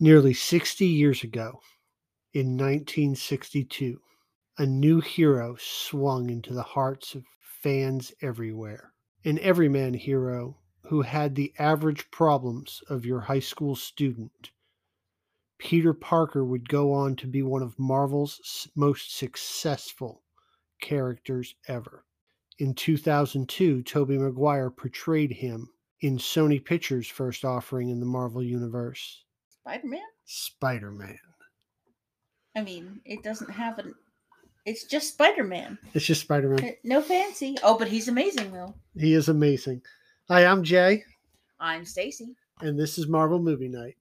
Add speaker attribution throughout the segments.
Speaker 1: Nearly 60 years ago, in 1962, a new hero swung into the hearts of fans everywhere. An everyman hero who had the average problems of your high school student. Peter Parker would go on to be one of Marvel's s- most successful characters ever. In 2002, Tobey Maguire portrayed him in Sony Pictures' first offering in the Marvel Universe,
Speaker 2: Spider Man?
Speaker 1: Spider Man.
Speaker 2: I mean, it doesn't have an. It's just Spider Man.
Speaker 1: It's just Spider Man.
Speaker 2: No fancy. Oh, but he's amazing, though.
Speaker 1: He is amazing. Hi, I'm Jay,
Speaker 2: I'm Stacy.
Speaker 1: and this is Marvel Movie Night.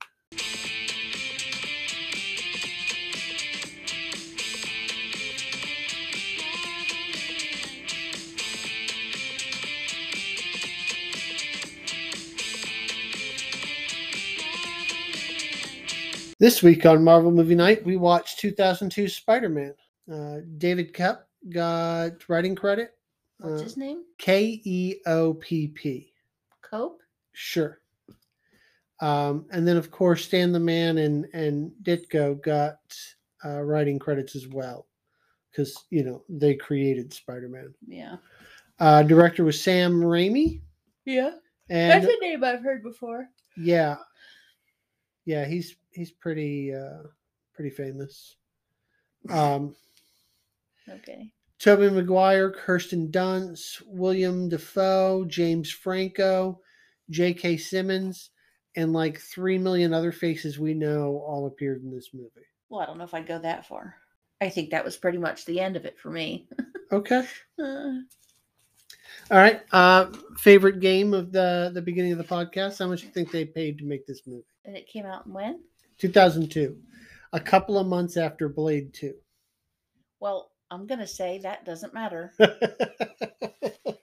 Speaker 1: This week on Marvel Movie Night, we watched 2002 Spider Man. Uh, David Koepp got writing credit.
Speaker 2: What's
Speaker 1: Uh,
Speaker 2: his name?
Speaker 1: K E O P P.
Speaker 2: Cope?
Speaker 1: Sure. Um, and then, of course, Stan the Man and and Ditko got uh, writing credits as well, because you know they created Spider Man.
Speaker 2: Yeah.
Speaker 1: Uh, director was Sam Raimi,
Speaker 2: Yeah.
Speaker 1: and uh,
Speaker 2: That's a name I've heard before.
Speaker 1: yeah, yeah, he's he's pretty uh, pretty famous. Um,
Speaker 2: Okay.
Speaker 1: Toby Maguire, Kirsten Dunst, William Defoe, James Franco, J.K. Simmons, and like three million other faces we know all appeared in this movie.
Speaker 2: Well, I don't know if I'd go that far. I think that was pretty much the end of it for me.
Speaker 1: Okay.
Speaker 2: Uh,
Speaker 1: All right. Uh, favorite game of the the beginning of the podcast? How much do you think they paid to make this movie?
Speaker 2: and it came out when?
Speaker 1: 2002, a couple of months after Blade 2.
Speaker 2: Well, I'm going to say that doesn't matter. I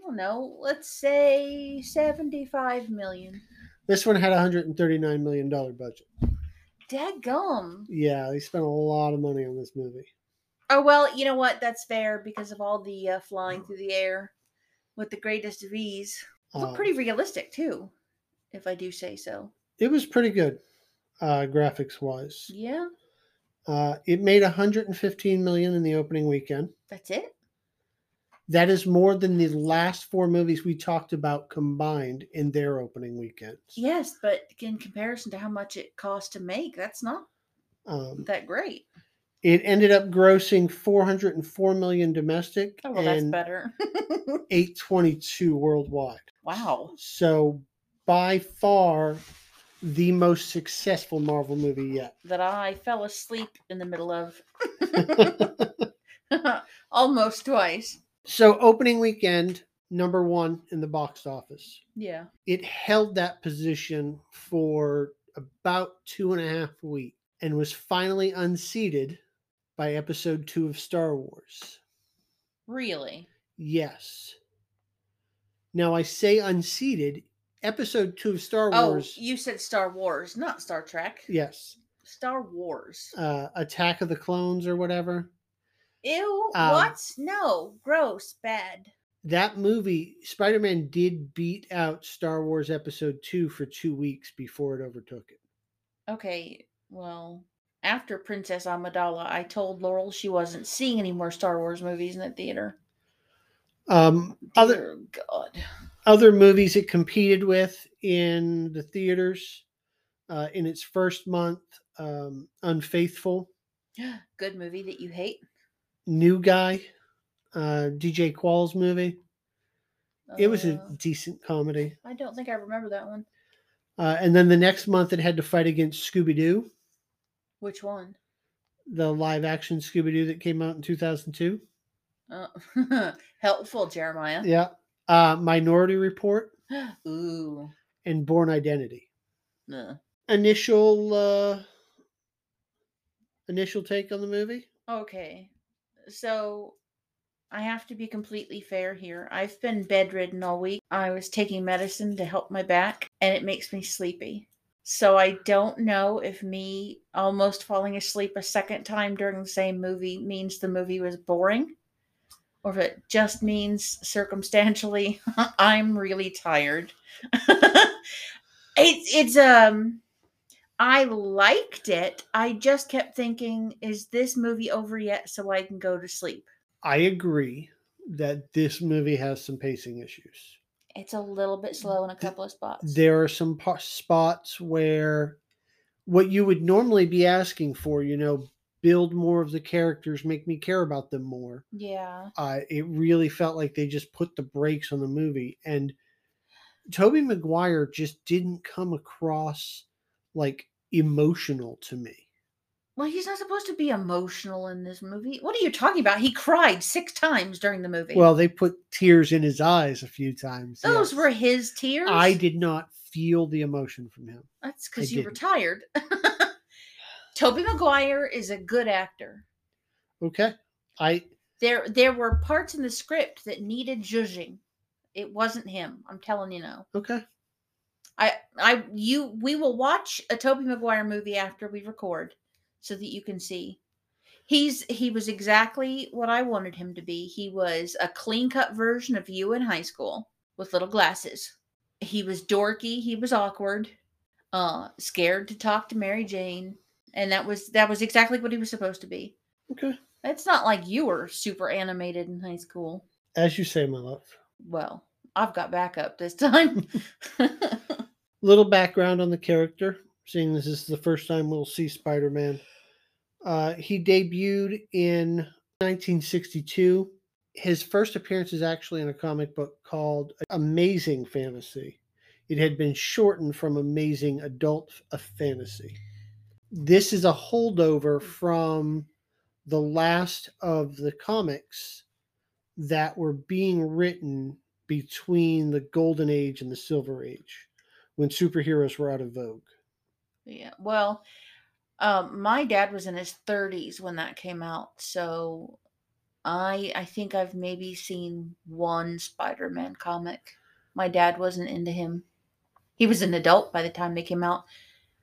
Speaker 2: don't know. Let's say 75 million.
Speaker 1: this one had a 139 million dollar budget.
Speaker 2: Dadgum.
Speaker 1: Yeah, they spent a lot of money on this movie.
Speaker 2: Oh well, you know what? That's fair because of all the uh, flying through the air with the greatest of ease. Look
Speaker 1: Um,
Speaker 2: pretty realistic too, if I do say so.
Speaker 1: it was pretty good uh, graphics wise.
Speaker 2: Yeah,
Speaker 1: Uh, it made 115 million in the opening weekend.
Speaker 2: that's it.
Speaker 1: That is more than the last four movies we talked about combined in their opening weekends.
Speaker 2: Yes, but in comparison to how much it cost to make, that's not
Speaker 1: Um,
Speaker 2: that great.
Speaker 1: it ended up grossing 404 million domestic
Speaker 2: Oh well, that's
Speaker 1: and
Speaker 2: better.
Speaker 1: 822 worldwide.
Speaker 2: wow.
Speaker 1: So by far the most successful Marvel movie yet.
Speaker 2: That I fell asleep in the middle of almost twice.
Speaker 1: So opening weekend number 1 in the box office.
Speaker 2: Yeah.
Speaker 1: it held that position for about two and a half weeks and was finally unseated by episode two of Star Wars.
Speaker 2: Really?
Speaker 1: Yes. Now I say unseated, episode two of Star
Speaker 2: Oh,
Speaker 1: Wars.
Speaker 2: you said Star Wars, not Star Trek.
Speaker 1: Yes.
Speaker 2: Star Wars.
Speaker 1: Uh, Attack of the Clones or whatever.
Speaker 2: Ew,
Speaker 1: Um,
Speaker 2: what? No, gross, bad.
Speaker 1: That movie, Spider Man did beat out Star Wars Episode 2 for two weeks before it overtook it.
Speaker 2: Okay, well, after Princess Amidala, I told Laurel she wasn't seeing any more Star Wars movies in the theater.
Speaker 1: Um, other,
Speaker 2: Dear God.
Speaker 1: other movies it competed with in the theaters uh, in its first month um, unfaithful
Speaker 2: Good movie that you hate.
Speaker 1: new guy uh, dj qualls movie it was a
Speaker 2: Uh,
Speaker 1: decent comedy
Speaker 2: I don't think I remember that one.
Speaker 1: uh, and then the next month it had to fight against scooby-doo
Speaker 2: Which one?
Speaker 1: the live action scooby-doo that came out in 2002
Speaker 2: Uh, helpful, Jeremiah.
Speaker 1: yeah uh, minority report
Speaker 2: Ooh.
Speaker 1: and born identity
Speaker 2: ugh.
Speaker 1: initial uh, initial take on the movie
Speaker 2: Okay, so I have to be completely fair here. I've been bedridden all week. I was taking medicine to help my back, and it makes me sleepy. So I don't know if me almost falling asleep a second time during the same movie means the movie was boring, or if it just means circumstantially I'm really tired. it's it's um I liked it. I just kept thinking, is this movie over yet so I can go to sleep?
Speaker 1: I agree that this movie has some pacing issues.
Speaker 2: It's a little bit slow in a couple of spots.
Speaker 1: There are some par- spots where what you would normally be asking for, you know, build more of the characters, make me care about them more.
Speaker 2: yeah.
Speaker 1: Uh, it really felt like they just put the brakes on the movie. And Toby Maguire just didn't come across like emotional to me.
Speaker 2: Well, he's not supposed to be emotional in this movie. What are you talking about? He cried six times during the movie.
Speaker 1: Well, they put tears in his eyes a few times.
Speaker 2: those
Speaker 1: yes.
Speaker 2: were his tears.
Speaker 1: I did not feel the emotion from him. I
Speaker 2: That's because you were
Speaker 1: didn't.
Speaker 2: tired. Toby Maguire is a good actor.
Speaker 1: Okay. I
Speaker 2: There there were parts in the script that needed judging. It wasn't him. I'm telling you no.
Speaker 1: okay.
Speaker 2: I I you we will watch a Toby Maguire movie after we record so that you can see. He's he was exactly what I wanted him to be. He was a clean-cut version of you in high school with little glasses. He was dorky, he was awkward, uh scared to talk to Mary Jane, and that was that was exactly what he was supposed to be.
Speaker 1: Okay.
Speaker 2: It's not like you were super animated in high school.
Speaker 1: As you say, my love.
Speaker 2: Well, I've got backup this time.
Speaker 1: Little background on the character, seeing this is the first time we'll see Spider Man. Uh, he debuted in 1962. His first appearance is actually in a comic book called Amazing Fantasy. It had been shortened from Amazing Adult F- Fantasy. This is a holdover from the last of the comics that were being written between the Golden Age and the Silver Age when superheroes were out of vogue.
Speaker 2: Yeah. Well, um, my dad was in his 30s when that came out, so I I think I've maybe seen one Spider-Man comic. My dad wasn't into him. He was an adult by the time they came out.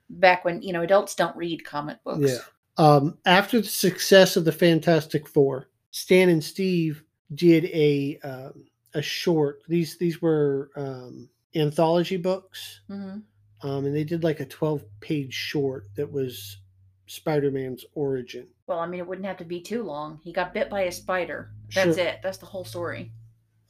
Speaker 2: Back when you know adults don't read comic books.
Speaker 1: Yeah. Um, after the success of the Fantastic Four, Stan and Steve did a um, a short. These these were um, anthology books,
Speaker 2: hmm
Speaker 1: um, and they did like a twelve page short that was Spider Man's origin.
Speaker 2: Well, I mean, it wouldn't have to be too long. He got bit by a spider. That's
Speaker 1: Sure.
Speaker 2: it. That's the whole story.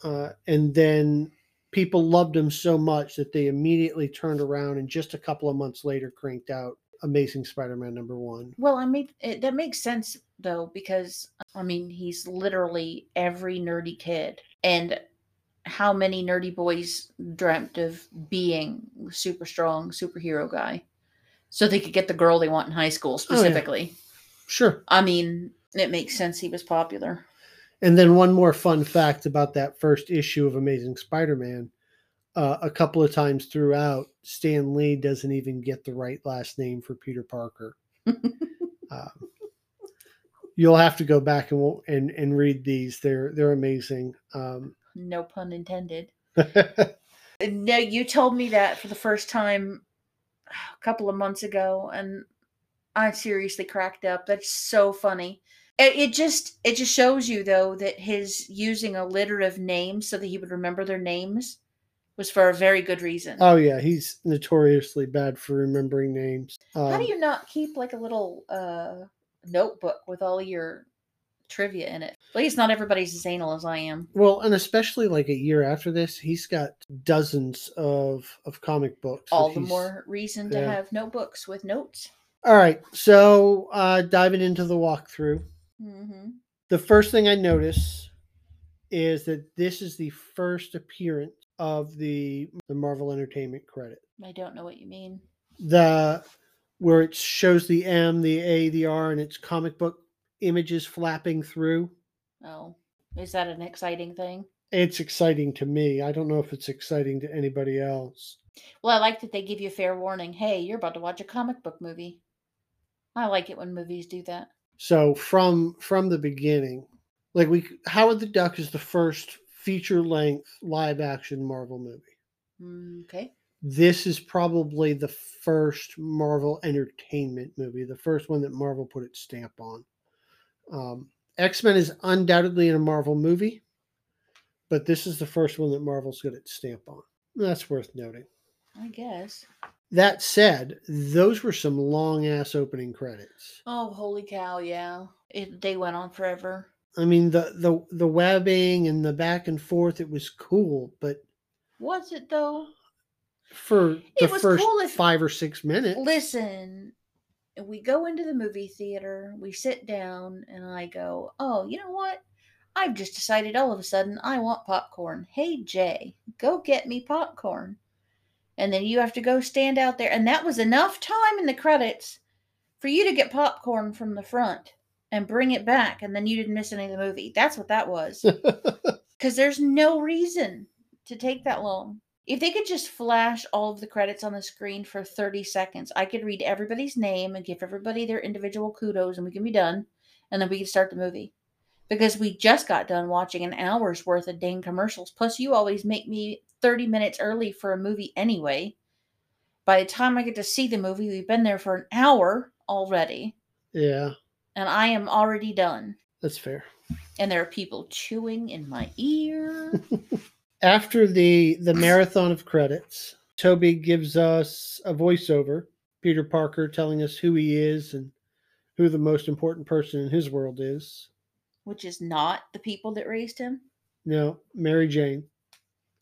Speaker 1: uh, and then people loved him so much that they immediately turned around and just a couple of months later cranked out Amazing Spider-Man number one.
Speaker 2: Well, I mean, it, that makes sense though, because I mean, he's literally every nerdy kid. And how many nerdy boys dreamt of being super strong superhero guy so they could get the girl they want in high school specifically?
Speaker 1: Sure.
Speaker 2: I mean, it makes sense he was popular.
Speaker 1: And then one more fun fact about that first issue of Amazing Spider-Man. Uh, a couple of times throughout, Stan Lee doesn't even get the right last name for Peter Parker. um, you'll have to go back and we'll- and and read these. They're they're amazing. Um,
Speaker 2: No pun intended. No, you told me that for the first time a couple of months ago, and I seriously cracked up. That's so funny. It, it just it just shows you though that his using alliterative names so that he would remember their names was for a very good reason.
Speaker 1: oh yeah, he's notoriously bad for remembering names. Um,
Speaker 2: How do you not keep like a little uh, notebook with all your trivia in it? At least not everybody's as anal as I am.
Speaker 1: Well, and especially like a year after this, he's got dozens of of comic books. that
Speaker 2: All the
Speaker 1: he's-
Speaker 2: more reason to
Speaker 1: yeah.
Speaker 2: have notebooks with notes.
Speaker 1: All right, so uh, diving into the walkthrough,
Speaker 2: hmm
Speaker 1: the first thing I notice is that this is the first appearance of the the Marvel Entertainment credit.
Speaker 2: I don't know what you mean.
Speaker 1: The where it shows the M, the A, the R, and it's comic book images flapping through.
Speaker 2: Oh, is that an exciting thing?
Speaker 1: It's exciting to me. I don't know if it's exciting to anybody else.
Speaker 2: Well, I like that they give you fair warning. Hey, you're about to watch a comic book movie. I like it when movies do that.
Speaker 1: So from from the beginning, like we Howard the Duck is the first feature length live action Marvel movie.
Speaker 2: Mm, Okay.
Speaker 1: This is probably the first Marvel entertainment movie, the first one that Marvel put its stamp on. Um, X Men is undoubtedly in a Marvel movie, but this is the first one that Marvel's got its stamp on. That's worth noting.
Speaker 2: I guess.
Speaker 1: That said, those were some long ass opening credits.
Speaker 2: Oh, holy cow! Yeah, it, they went on forever.
Speaker 1: I mean the the the webbing and the back and forth it was cool, but
Speaker 2: Was it though?
Speaker 1: for the
Speaker 2: It was
Speaker 1: first
Speaker 2: cool if-
Speaker 1: 5 or 6 minutes.
Speaker 2: Listen, we go into the movie theater, we sit down, and I go, Oh, you know what? I've just decided all of a sudden I want popcorn. Hey, Jay, go get me popcorn. And then you have to go stand out there. And that was enough time in the credits for you to get popcorn from the front and bring it back. And then you didn't miss any of the movie. That's what that was. because there's no reason to take that long. If they could just flash all of the credits on the screen for 30 seconds, I could read everybody's name and give everybody their individual kudos and we can be done. And then we can start the movie. Because we just got done watching an hour's worth of dang commercials. Plus, you always make me 30 minutes early for a movie anyway. By the time I get to see the movie, we've been there for an hour already.
Speaker 1: yeah,
Speaker 2: And I am already done.
Speaker 1: that's fair.
Speaker 2: And there are people chewing in my ear.
Speaker 1: after the the marathon of credits toby gives us a voiceover peter parker telling us who he is and who the most important person in his world is
Speaker 2: which is not the people that raised him.
Speaker 1: now mary jane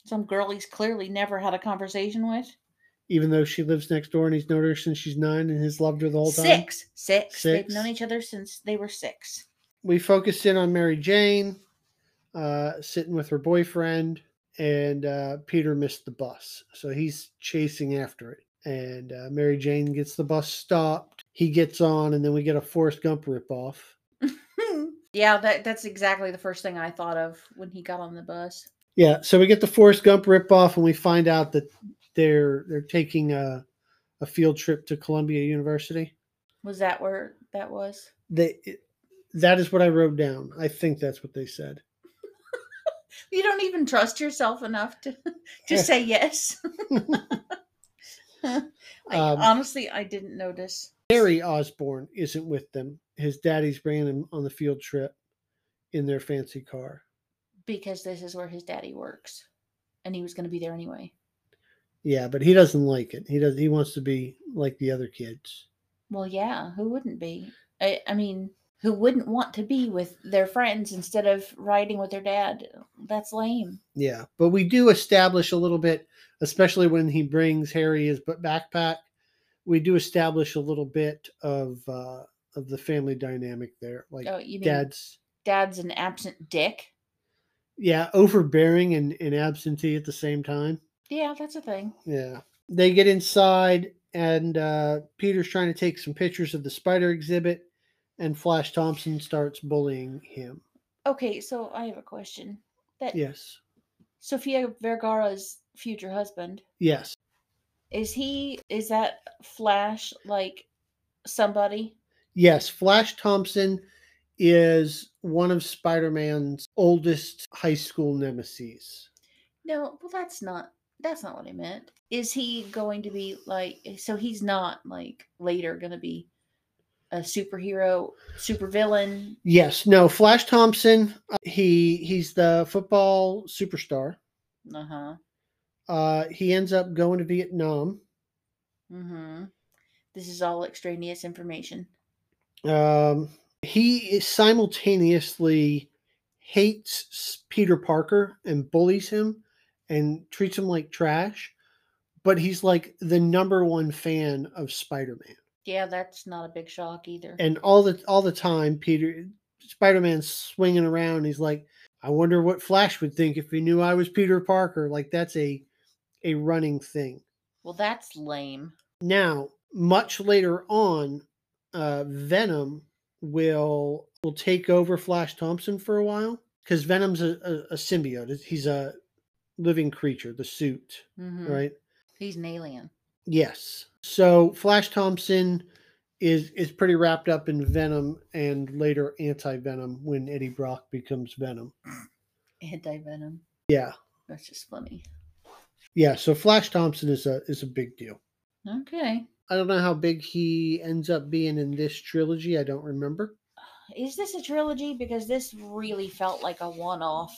Speaker 2: Some girl he's clearly never had a conversation with.
Speaker 1: even though she lives next door and he's known her since she's nine and has loved her the whole time
Speaker 2: Six, six.
Speaker 1: Six.
Speaker 2: They've known each other since they were six.
Speaker 1: we focus in on mary jane uh, sitting with her boyfriend and uh, peter missed the bus so he's chasing after it and uh, mary jane gets the bus stopped he gets on and then we get a forrest gump ripoff
Speaker 2: Hmm. yeah, that that's exactly the first thing I thought of when he got on the bus.
Speaker 1: Yeah, so we get the Forrest Gump ripoff, and we find out that they're they're taking a a field trip to Columbia University.
Speaker 2: Was that where that was?
Speaker 1: They it- that is what I wrote down. I think that's what they said.
Speaker 2: You don't even trust yourself enough to to say yes. I,
Speaker 1: Um,
Speaker 2: honestly, I didn't notice.
Speaker 1: Harry Osborne isn't with them. His daddy's bringing him on the field trip in their fancy car.
Speaker 2: because this is where his daddy works, and he was going to be there anyway.
Speaker 1: Yeah, but he doesn't like it. He does. He wants to be like the other kids.
Speaker 2: Well, yeah, who wouldn't be? I, I mean, who wouldn't want to be with their friends instead of riding with their dad? That's lame.
Speaker 1: Yeah, but we do establish a little bit, especially when he brings Harry his bu- backpack. We do establish a little bit of uh, of the family dynamic there, like
Speaker 2: Oh, you mean
Speaker 1: dad's
Speaker 2: dad's an absent dick?
Speaker 1: yeah overbearing and, and absentee at the same time.
Speaker 2: Yeah, that's a thing.
Speaker 1: Yeah, they get inside, and uh, Peter's trying to take some pictures of the spider exhibit, and Flash Thompson starts bullying him.
Speaker 2: Okay, so I have a question. That
Speaker 1: Yes,
Speaker 2: Sofia Vergara's future husband
Speaker 1: yes,
Speaker 2: is he? Is that Flash like somebody?
Speaker 1: yes. Flash Thompson is one of Spider-Man's oldest high school nemesis.
Speaker 2: No, well, that's not. That's not what I meant. Is he going to be like? eh, So he's not like later going to be a superhero, supervillain.
Speaker 1: Yes, no, Flash Thompson. uh, he he's the football superstar.
Speaker 2: Uh huh.
Speaker 1: Uh, he ends up going to Vietnam.
Speaker 2: Mm hmm. This is all extraneous information.
Speaker 1: Um, he is simultaneously hates S- Peter Parker and bullies him and treats him like trash, but he's like the number one fan of Spider-Man.
Speaker 2: Yeah, that's not a big shock either.
Speaker 1: and all the all the time peter spider-man's swinging around he's like i wonder what flash would think if he knew i was peter parker like that's a a running thing
Speaker 2: well, that's lame.
Speaker 1: now much later on uh venom will will take over flash thompson for a while because venom's a, a, a symbiote he's a living creature the suit
Speaker 2: Mm-hmm.
Speaker 1: right
Speaker 2: He's an alien.
Speaker 1: Yes. So Flash Thompson is is pretty wrapped up in Venom and later Anti Venom when Eddie Brock becomes Venom.
Speaker 2: Anti venom.
Speaker 1: Yeah.
Speaker 2: That's just funny.
Speaker 1: Yeah, so Flash Thompson is a is a big deal.
Speaker 2: Okay.
Speaker 1: I don't know how big he ends up being in this trilogy. I don't remember.
Speaker 2: Is this a trilogy? Because this really felt like a one off.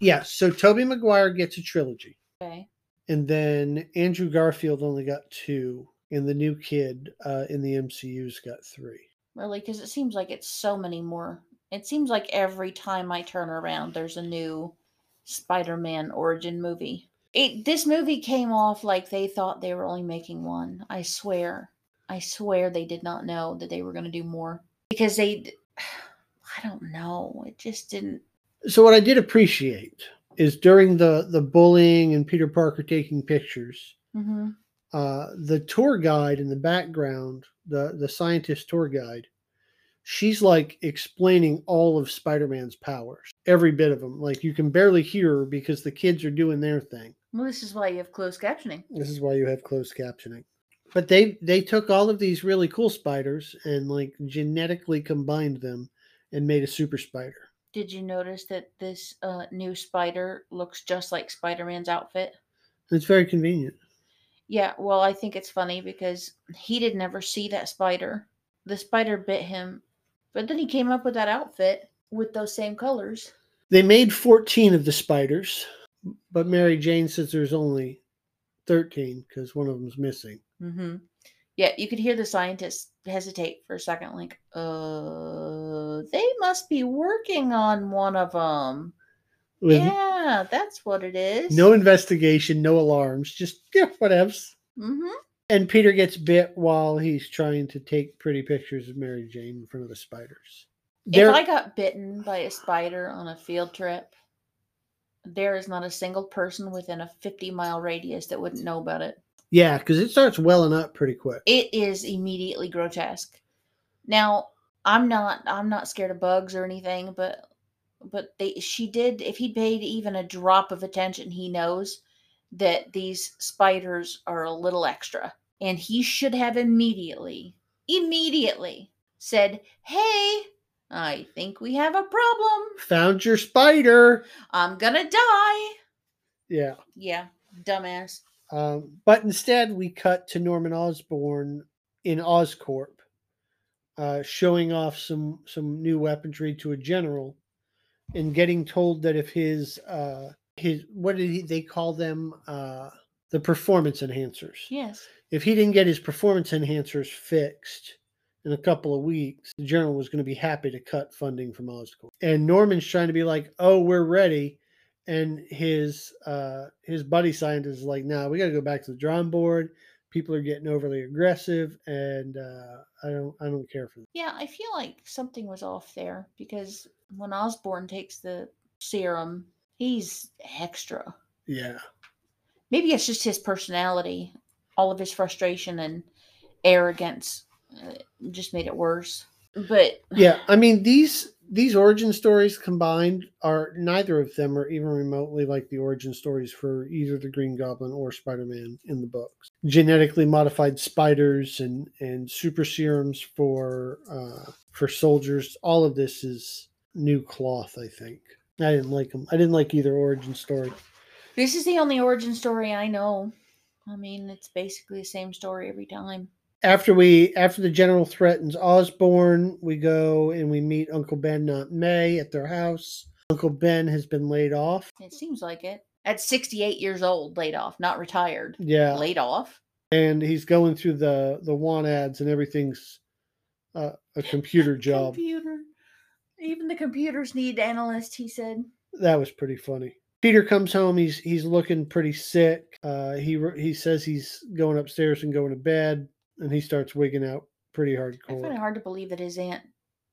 Speaker 1: Yeah, so Toby Maguire gets a trilogy
Speaker 2: Okay.
Speaker 1: And then Andrew Garfield only got two, and the new kid uh, in the MCU's got three.
Speaker 2: Really, because it seems like it's so many more. It seems like every time I turn around, there's a new Spider Man origin movie. It, this movie came off like they thought they were only making one. I swear. I swear they did not know that they were going to do more because they, d- I don't know. It just didn't.
Speaker 1: So what I did appreciate is during the the bullying and Peter Parker taking pictures,
Speaker 2: Mm-hmm.
Speaker 1: uh, the tour guide in the background, the the scientist tour guide, she's like explaining all of Spider-Man's powers, every bit of them. Like you can barely hear her because the kids are doing their thing.
Speaker 2: Well, this is why you have closed captioning.
Speaker 1: This is why you have closed captioning. But they they took all of these really cool spiders and like genetically combined them and made a super spider.
Speaker 2: Did you notice that this uh, new spider looks just like Spider Man's outfit?
Speaker 1: It's very convenient.
Speaker 2: Yeah, well, I think it's funny because he did never see that spider. The spider bit him, but then he came up with that outfit with those same colors.
Speaker 1: They made 14 of the spiders, but Mary Jane says there's only 13 because one of them's missing.
Speaker 2: Mm-hmm. Yeah, you could hear the scientists hesitate for a second, like, uh, they must be working on one of them.
Speaker 1: With
Speaker 2: yeah, that's what it is.
Speaker 1: no investigation, no alarms, just yeah, whatevs.
Speaker 2: Mm-hmm.
Speaker 1: And Peter gets bit while he's trying to take pretty pictures of Mary Jane in front of the spiders. There,
Speaker 2: If I got bitten by a spider on a field trip, there is not a single person within a 50 mile radius that wouldn't know about it.
Speaker 1: yeah, because it starts welling up pretty quick.
Speaker 2: it is immediately grotesque now i'm not i'm not scared of bugs or anything but but they she did if he paid even a drop of attention he knows that these spiders are a little extra and he should have immediately immediately said hey i think we have a problem
Speaker 1: Found your spider.
Speaker 2: i'm gonna die
Speaker 1: Yeah.
Speaker 2: yeah dumbass
Speaker 1: Um, but instead, we cut to Norman Osborn in Oscorp, uh, showing off some some new weaponry to a general, and getting told that if his uh, his what did he, they call them uh, the performance enhancers?
Speaker 2: yes
Speaker 1: If he didn't get his performance enhancers fixed in a couple of weeks, the general was going to be happy to cut funding from Oscorp. And Norman's trying to be like, "Oh, we're ready," and his uh, his buddy scientist is like, "No, we got to go back to the drawing board. People are getting overly aggressive, and uh, I don't I don't care for that."
Speaker 2: Yeah, I feel like something was off there because when Osborne takes the serum, he's extra.
Speaker 1: Yeah,
Speaker 2: Maybe it's just his personality, all of his frustration and arrogance uh, just made it worse. But
Speaker 1: yeah. I mean these these origin stories combined are neither of them are even remotely like the origin stories for either the Green Goblin or Spider Man in the books. Genetically modified spiders and and super serums for uh, for soldiers. All of this is new cloth. I think I didn't like them. I didn't like either origin story.
Speaker 2: this is the only origin story I know. I mean, it's basically the same story every time.
Speaker 1: after we after the general threatens Osborne, we go and we meet Uncle Ben, not May, at their house. Uncle Ben has been laid off.
Speaker 2: It seems like it. At 68 years old, laid off, not retired,
Speaker 1: Yeah,
Speaker 2: laid off.
Speaker 1: and he's going through the the want ads and everything's uh, a computer job.
Speaker 2: Computer. Even the computers need analysts, he said.
Speaker 1: That was pretty funny. Peter comes home. He's he's looking pretty sick. Uh, he re- he says he's going upstairs and going to bed, and he starts wigging out pretty
Speaker 2: I find
Speaker 1: hardcore.
Speaker 2: it hard to believe that his aunt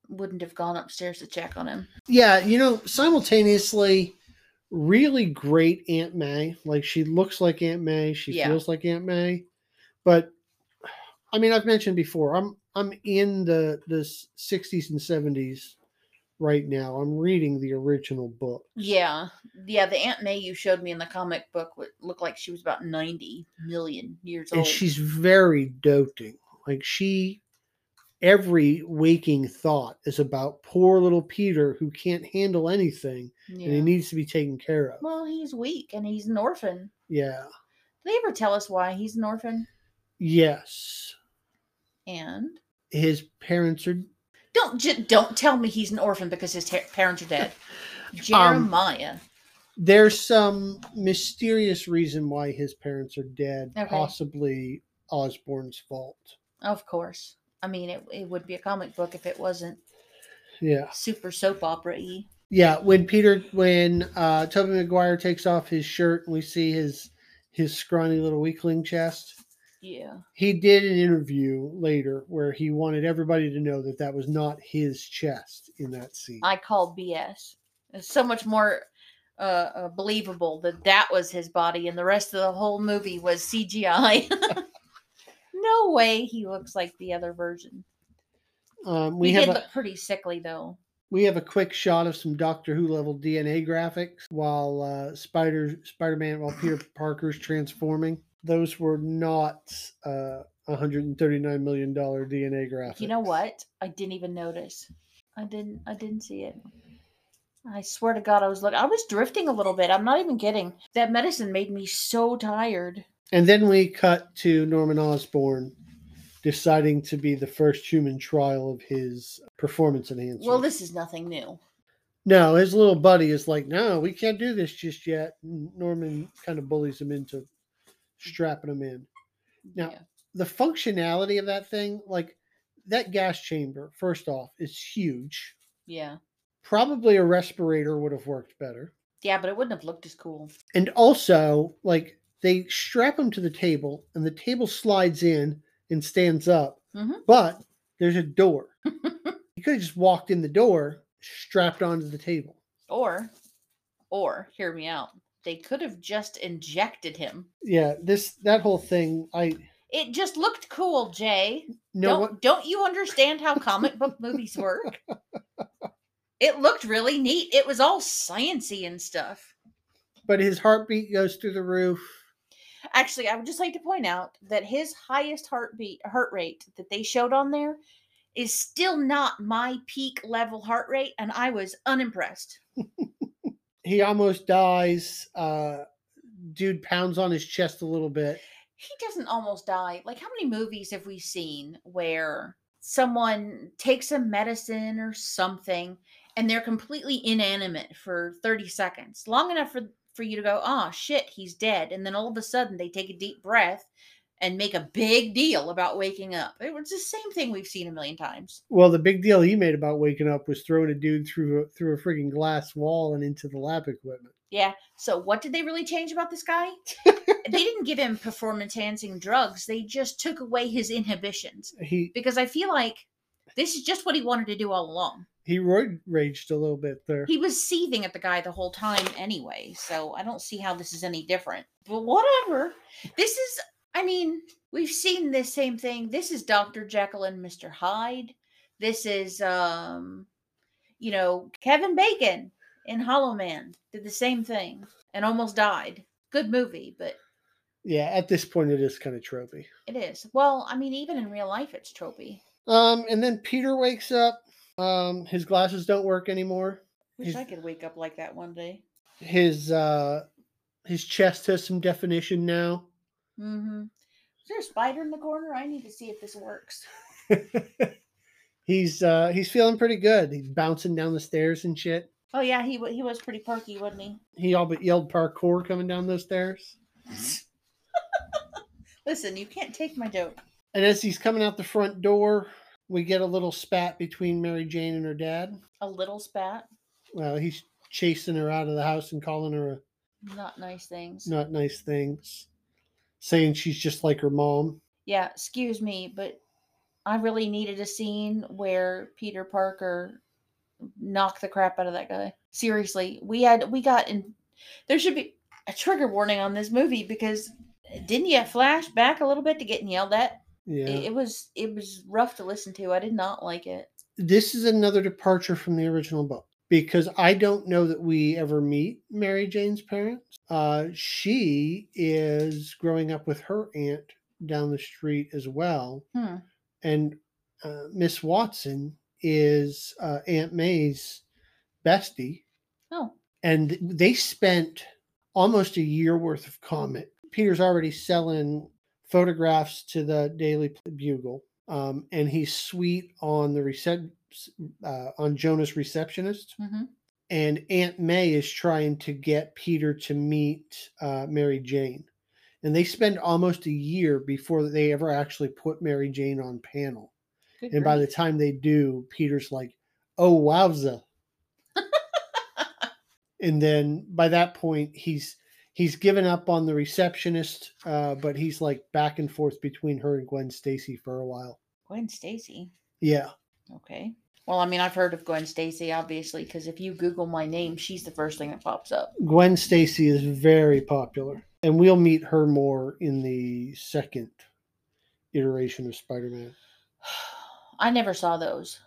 Speaker 2: wouldn't have gone upstairs to check on him.
Speaker 1: Yeah, you know, simultaneously, really great Aunt May. Like she looks like Aunt May, she
Speaker 2: Yeah.
Speaker 1: feels like Aunt May. But I mean, I've mentioned before, I'm I'm in the the s- 60s and 70s right now. I'm reading the original book.
Speaker 2: Yeah, yeah. The Aunt May you showed me in the comic book would looked like she was about ninety million years old.
Speaker 1: And she's very doting. Like she every waking thought is about poor little Peter who can't handle anything
Speaker 2: yeah.
Speaker 1: and he needs to be taken care of.
Speaker 2: well, he's weak and he's an orphan.
Speaker 1: Yeah.
Speaker 2: Did they ever tell us why he's an orphan?
Speaker 1: Yes.
Speaker 2: And
Speaker 1: his parents are
Speaker 2: Um, don't ju- don't tell me he's an orphan because his ter- parents are dead. Jeremiah.
Speaker 1: There's some mysterious reason why his parents are dead,
Speaker 2: Okay.
Speaker 1: possibly Osborne's fault.
Speaker 2: Of course. I mean, it, it would be a comic book if it wasn't
Speaker 1: Yeah.
Speaker 2: super soap opera y.
Speaker 1: Yeah, when Peter when uh Toby McGuire takes off his shirt and we see his his scrawny little weakling chest.
Speaker 2: Yeah.
Speaker 1: He did an interview later where he wanted everybody to know that that was not his chest in that scene.
Speaker 2: I call BS. It's so much more uh, uh, believable that that was his body and the rest of the whole movie was CGI. no way he looks like the other version.
Speaker 1: Um, we
Speaker 2: We he
Speaker 1: have
Speaker 2: did
Speaker 1: a,
Speaker 2: look pretty sickly though.
Speaker 1: we have a quick shot of some Doctor Who level DNA graphics while uh, Spider Spider Man while Peter Parker's transforming. Those were not uh, 139 million dollar DNA graphics.
Speaker 2: You know what? I didn't even notice. I didn't. I didn't see it. I swear to God, I was looking. I was drifting a little bit. I'm not even kidding. That medicine made me so tired.
Speaker 1: And then we cut to Norman Osborn deciding to be the first human trial of his performance enhancer.
Speaker 2: Well, this is nothing new.
Speaker 1: no, his little buddy is like, no, we can't do this just yet. And Norman kind of bullies him into strapping him in. Now-
Speaker 2: Yeah.
Speaker 1: The functionality of that thing, like that gas chamber, first off, is huge.
Speaker 2: yeah,
Speaker 1: Probably a respirator would have worked better.
Speaker 2: yeah, but it wouldn't have looked as cool.
Speaker 1: And also, like, they strap him to the table and the table slides in and stands up,
Speaker 2: Mhm.
Speaker 1: but there's a door. he could have just walked in the door, strapped onto the table.
Speaker 2: Or, or hear me out. They could have just injected him.
Speaker 1: Yeah, this that whole thing, I
Speaker 2: It just looked cool, Jay.
Speaker 1: know
Speaker 2: don't
Speaker 1: what
Speaker 2: don't you understand how comic book movies work? It looked really neat. It was all sciency and stuff.
Speaker 1: but his heartbeat goes through the roof.
Speaker 2: Actually, I would just like to point out that his highest heartbeat heart rate that they showed on there is still not my peak level heart rate, and I was unimpressed.
Speaker 1: He almost dies. Uh dude pounds on his chest a little bit.
Speaker 2: He doesn't almost die. Like, how many movies have we seen where someone takes a medicine or something and they're completely inanimate for 30 seconds, long enough for, for you to go, oh shit, he's dead. And then all of a sudden they take a deep breath and make a big deal about waking up. It was the same thing we've seen a million times.
Speaker 1: Well, the big deal he made about waking up was throwing a dude through a, through a freaking glass wall and into the lab equipment.
Speaker 2: Yeah. So what did they really change about this guy? they didn't give him performance enhancing drugs. They just took away his inhibitions
Speaker 1: He
Speaker 2: because I feel like this is just what he wanted to do all along.
Speaker 1: he roid raged a little bit there.
Speaker 2: He was seething at the guy the whole time anyway. So I don't see how this is any different. But whatever. This is I mean, we've seen this same thing. This is Dr. Jekyll and Mr. Hyde. This is um you know, Kevin Bacon in Hollow Man did the same thing and almost died. Good movie, but
Speaker 1: yeah, at this point it is kind of tropey.
Speaker 2: it is. Well, I mean, even in real life it's tropey.
Speaker 1: Um, and then Peter wakes up. Um, his glasses don't work anymore.
Speaker 2: Wish
Speaker 1: Is-
Speaker 2: I could wake up like that one day.
Speaker 1: His uh, his chest has some definition now.
Speaker 2: Mm-hmm. Is there a spider in the corner? I need to see if this works.
Speaker 1: He's uh, he's feeling pretty good. He's bouncing down the stairs and shit.
Speaker 2: Oh yeah, he wa- he was pretty perky, wasn't he?
Speaker 1: He all but yelled parkour coming down those stairs.
Speaker 2: Listen, you can't take my joke.
Speaker 1: And as he's coming out the front door, we get a little spat between Mary Jane and her dad.
Speaker 2: A little spat,
Speaker 1: Well, he's chasing her out of the house and calling her a
Speaker 2: not nice things.
Speaker 1: not nice things, saying she's just like her mom.
Speaker 2: Yeah, excuse me, but I really needed a scene where Peter Parker knocked the crap out of that guy. Seriously, we had we got in. There should be a trigger warning on this movie because didn't you flash back a little bit to getting yelled at?
Speaker 1: Yeah.
Speaker 2: It, it was it was rough to listen to. I did not like it.
Speaker 1: this is another departure from the original book because I don't know that we ever meet Mary Jane's parents. Uh, she is growing up with her aunt down the street as well,
Speaker 2: Hmm.
Speaker 1: and uh, Miss Watson is uh, Aunt May's bestie,
Speaker 2: Oh,
Speaker 1: and they spent almost a year worth of comment. Peter's already selling photographs to the Daily Bugle, um, and he's sweet on the recep- uh, on Jonah's receptionist.
Speaker 2: mm-hmm.
Speaker 1: and Aunt May is trying to get Peter to meet uh, Mary Jane. And they spend almost a year before they ever actually put Mary Jane on panel.
Speaker 2: Good
Speaker 1: And by the
Speaker 2: grief.
Speaker 1: time they do, Peter's like, oh, wowza. and then by that point, he's he's given up on the receptionist, uh, but he's like back and forth between her and Gwen Stacy for a while.
Speaker 2: Gwen Stacy.
Speaker 1: Yeah.
Speaker 2: Okay. Well, I mean, I've heard of Gwen Stacy, obviously, because if you Google my name, she's the first thing that pops up.
Speaker 1: Gwen Stacy is very popular, and we'll meet her more in the second iteration of Spider-Man.
Speaker 2: I never saw those.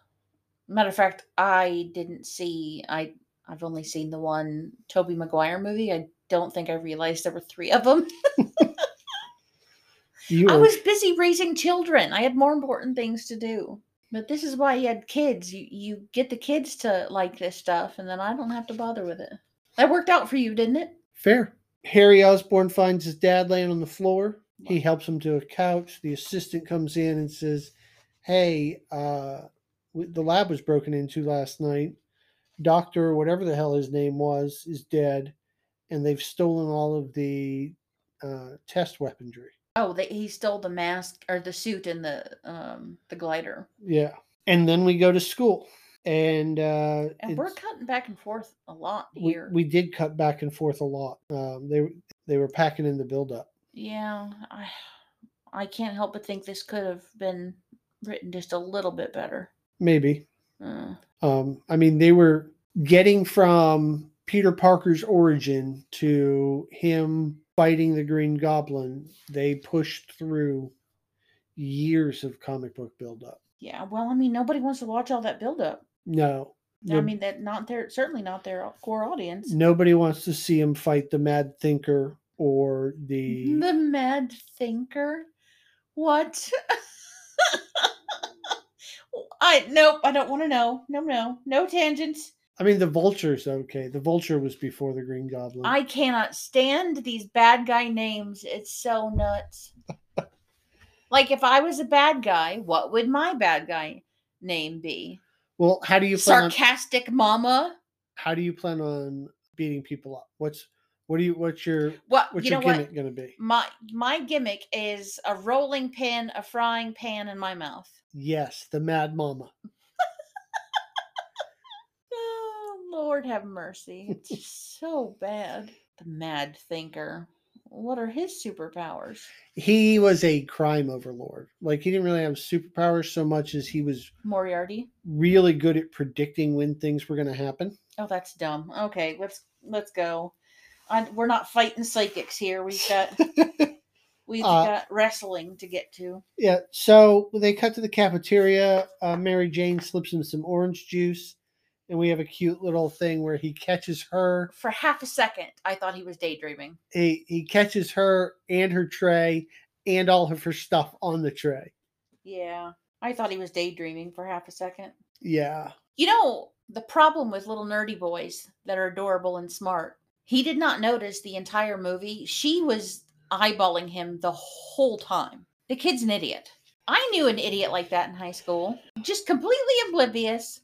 Speaker 2: Matter of fact, I didn't see. I I've only seen the one Toby Maguire movie. I don't think I realized there were three of them.
Speaker 1: You
Speaker 2: I
Speaker 1: are,
Speaker 2: was busy raising children. I had more important things to do. But this is why you had kids. You you get the kids to like this stuff, and then I don't have to bother with it. That worked out for you, didn't it?
Speaker 1: fair. Harry Osborne finds his dad laying on the floor. He helps him to a couch. The assistant comes in and says, "Hey, uh, w- the lab was broken into last night. Doctor, whatever the hell his name was, is dead, and they've stolen all of the uh, test weaponry."
Speaker 2: Oh, they, he stole the mask or the suit and the um the glider,
Speaker 1: Yeah. And then we go to school. And uh
Speaker 2: and we're
Speaker 1: it's-
Speaker 2: cutting back and forth a lot
Speaker 1: we,
Speaker 2: here.
Speaker 1: we did cut back and forth a lot. Um they they were packing in the buildup.
Speaker 2: Yeah, I I can't help but think this could have been written just a little bit better.
Speaker 1: Maybe.
Speaker 2: Uh,
Speaker 1: Um I mean they were getting from Peter Parker's origin to him fighting the Green Goblin. They pushed through years of comic book buildup.
Speaker 2: yeah, well, I mean, nobody wants to watch all that buildup.
Speaker 1: No.
Speaker 2: I
Speaker 1: no-
Speaker 2: mean, that not their certainly not their au- core audience.
Speaker 1: nobody wants to see him fight the Mad Thinker or the
Speaker 2: The mad thinker, what? I nope. I don't want to know. No, no, no tangents.
Speaker 1: I mean, the vulture's okay. The vulture was before the Green Goblin.
Speaker 2: I cannot stand these bad guy names. It's so nuts. like if I was a bad guy, what would my bad guy name be?
Speaker 1: well, how do you plan? On,
Speaker 2: Sarcastic mama.
Speaker 1: how do you plan on beating people up? What's what do you? What's your
Speaker 2: What
Speaker 1: what's
Speaker 2: Uh, you know
Speaker 1: your
Speaker 2: what?
Speaker 1: gimmick going to be?
Speaker 2: My my gimmick is a rolling pin, a frying pan in my mouth.
Speaker 1: Yes, the Mad Mama.
Speaker 2: Oh Lord have mercy. It's just so bad. The mad thinker. What are his superpowers?
Speaker 1: He was a crime overlord. Like he didn't really have superpowers so much as he was
Speaker 2: Moriarty?
Speaker 1: really good at predicting when things were going to happen.
Speaker 2: Oh, that's dumb. Okay, let's let's go. I, we're not fighting psychics here. We've got we've
Speaker 1: Uh,
Speaker 2: got wrestling to get to.
Speaker 1: Yeah. So they cut to the cafeteria. Uh, Mary Jane slips him some orange juice, and we have a cute little thing where he catches her.
Speaker 2: For half a second, I thought he was daydreaming.
Speaker 1: he he catches her and her tray and all of her stuff on the tray.
Speaker 2: Yeah, I thought he was daydreaming for half a second.
Speaker 1: Yeah.
Speaker 2: You know the problem with little nerdy boys that are adorable and smart. He did not notice the entire movie. She was eyeballing him the whole time. The kid's an idiot. I knew an idiot like that in high school. Just completely oblivious,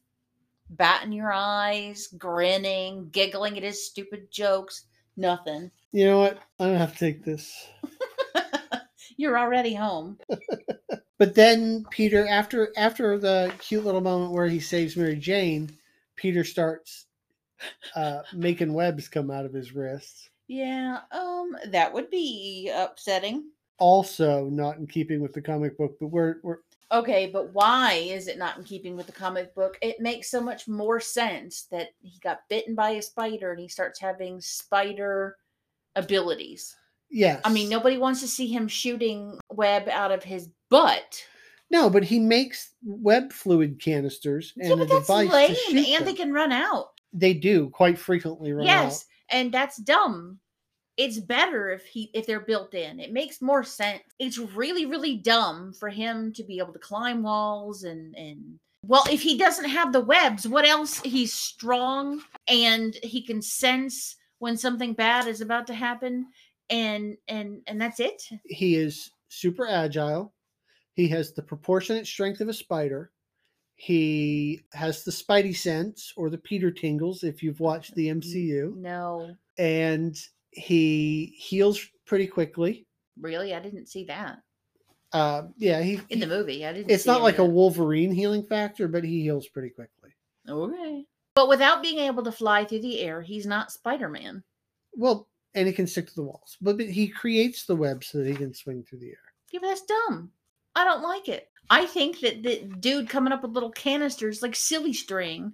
Speaker 2: batting your eyes, grinning, giggling at his stupid jokes, nothing.
Speaker 1: You know what? I'm gonna have to take this.
Speaker 2: You're already home.
Speaker 1: But then Peter, after after the cute little moment where he saves Mary Jane, Peter starts uh, making webs come out of his wrists.
Speaker 2: Yeah, um that would be upsetting.
Speaker 1: Also, not in keeping with the comic book, but we're, we're
Speaker 2: Okay, but why is it not in keeping with the comic book? It makes so much more sense that he got bitten by a spider and he starts having spider abilities.
Speaker 1: yes.
Speaker 2: I mean, nobody wants to see him shooting web out of his butt.
Speaker 1: no, but he makes web fluid canisters and
Speaker 2: yeah,
Speaker 1: a
Speaker 2: but that's
Speaker 1: device
Speaker 2: lame,
Speaker 1: to
Speaker 2: and
Speaker 1: shoot
Speaker 2: they
Speaker 1: them.
Speaker 2: can run out.
Speaker 1: They do quite frequently run out.
Speaker 2: yes, and that's dumb. It's better if he if they're built in. It makes more sense. It's really really dumb for him to be able to climb walls and and well, if he doesn't have the webs, what else? He's strong and he can sense when something bad is about to happen and and and that's it.
Speaker 1: he is super agile. He has the proportionate strength of a spider, He has the Spidey sense or the Peter tingles if you've watched the MCU,
Speaker 2: No,
Speaker 1: and he heals pretty quickly.
Speaker 2: really, I didn't see that
Speaker 1: Uh, yeah, he.
Speaker 2: in the movie. I didn't.
Speaker 1: It's
Speaker 2: see
Speaker 1: not
Speaker 2: any
Speaker 1: like a
Speaker 2: of that.
Speaker 1: Wolverine healing factor, but he heals pretty quickly.
Speaker 2: okay. But without being able to fly through the air, he's not Spider Man.
Speaker 1: Well, and he can stick to the walls, but, but he creates the web so that he can swing through the air.
Speaker 2: Yeah, but that's dumb. I don't like it. I think that the dude coming up with little canisters like silly string,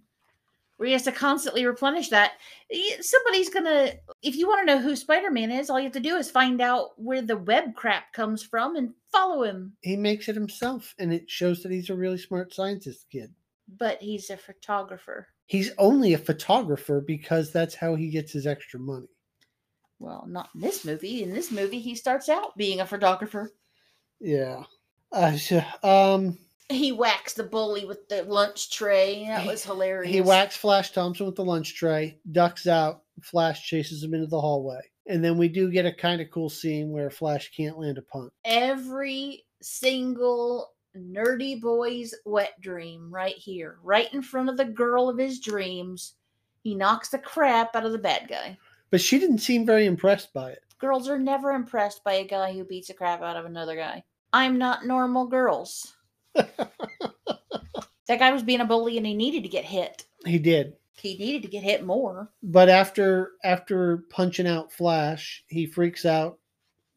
Speaker 2: where he has to constantly replenish that. y- Somebody's gonna. If you want to know who Spider Man is, all you have to do is find out where the web crap comes from and follow him.
Speaker 1: He makes it himself, and it shows that he's a really smart scientist kid.
Speaker 2: But he's a photographer.
Speaker 1: He's only a photographer because that's how he gets his extra money.
Speaker 2: Well, not in this movie. In this movie, he starts out being a photographer.
Speaker 1: Yeah. Uh, so, um,
Speaker 2: He whacks the bully with the lunch tray. That
Speaker 1: He-
Speaker 2: was hilarious.
Speaker 1: he whacks Flash Thompson with the lunch tray, ducks out. Flash chases him into the hallway, and then we do get a kind of cool scene where Flash can't land a punt.
Speaker 2: every single nerdy boy's wet dream right here, right in front of the girl of his dreams. He knocks the crap out of the bad guy.
Speaker 1: But she didn't seem very impressed by it.
Speaker 2: Girls are never impressed by a guy who beats the crap out of another guy. I'm not normal girls. that guy was being a bully and he needed to get hit.
Speaker 1: He did,
Speaker 2: He needed to get hit more.
Speaker 1: but after after punching out Flash, he freaks out,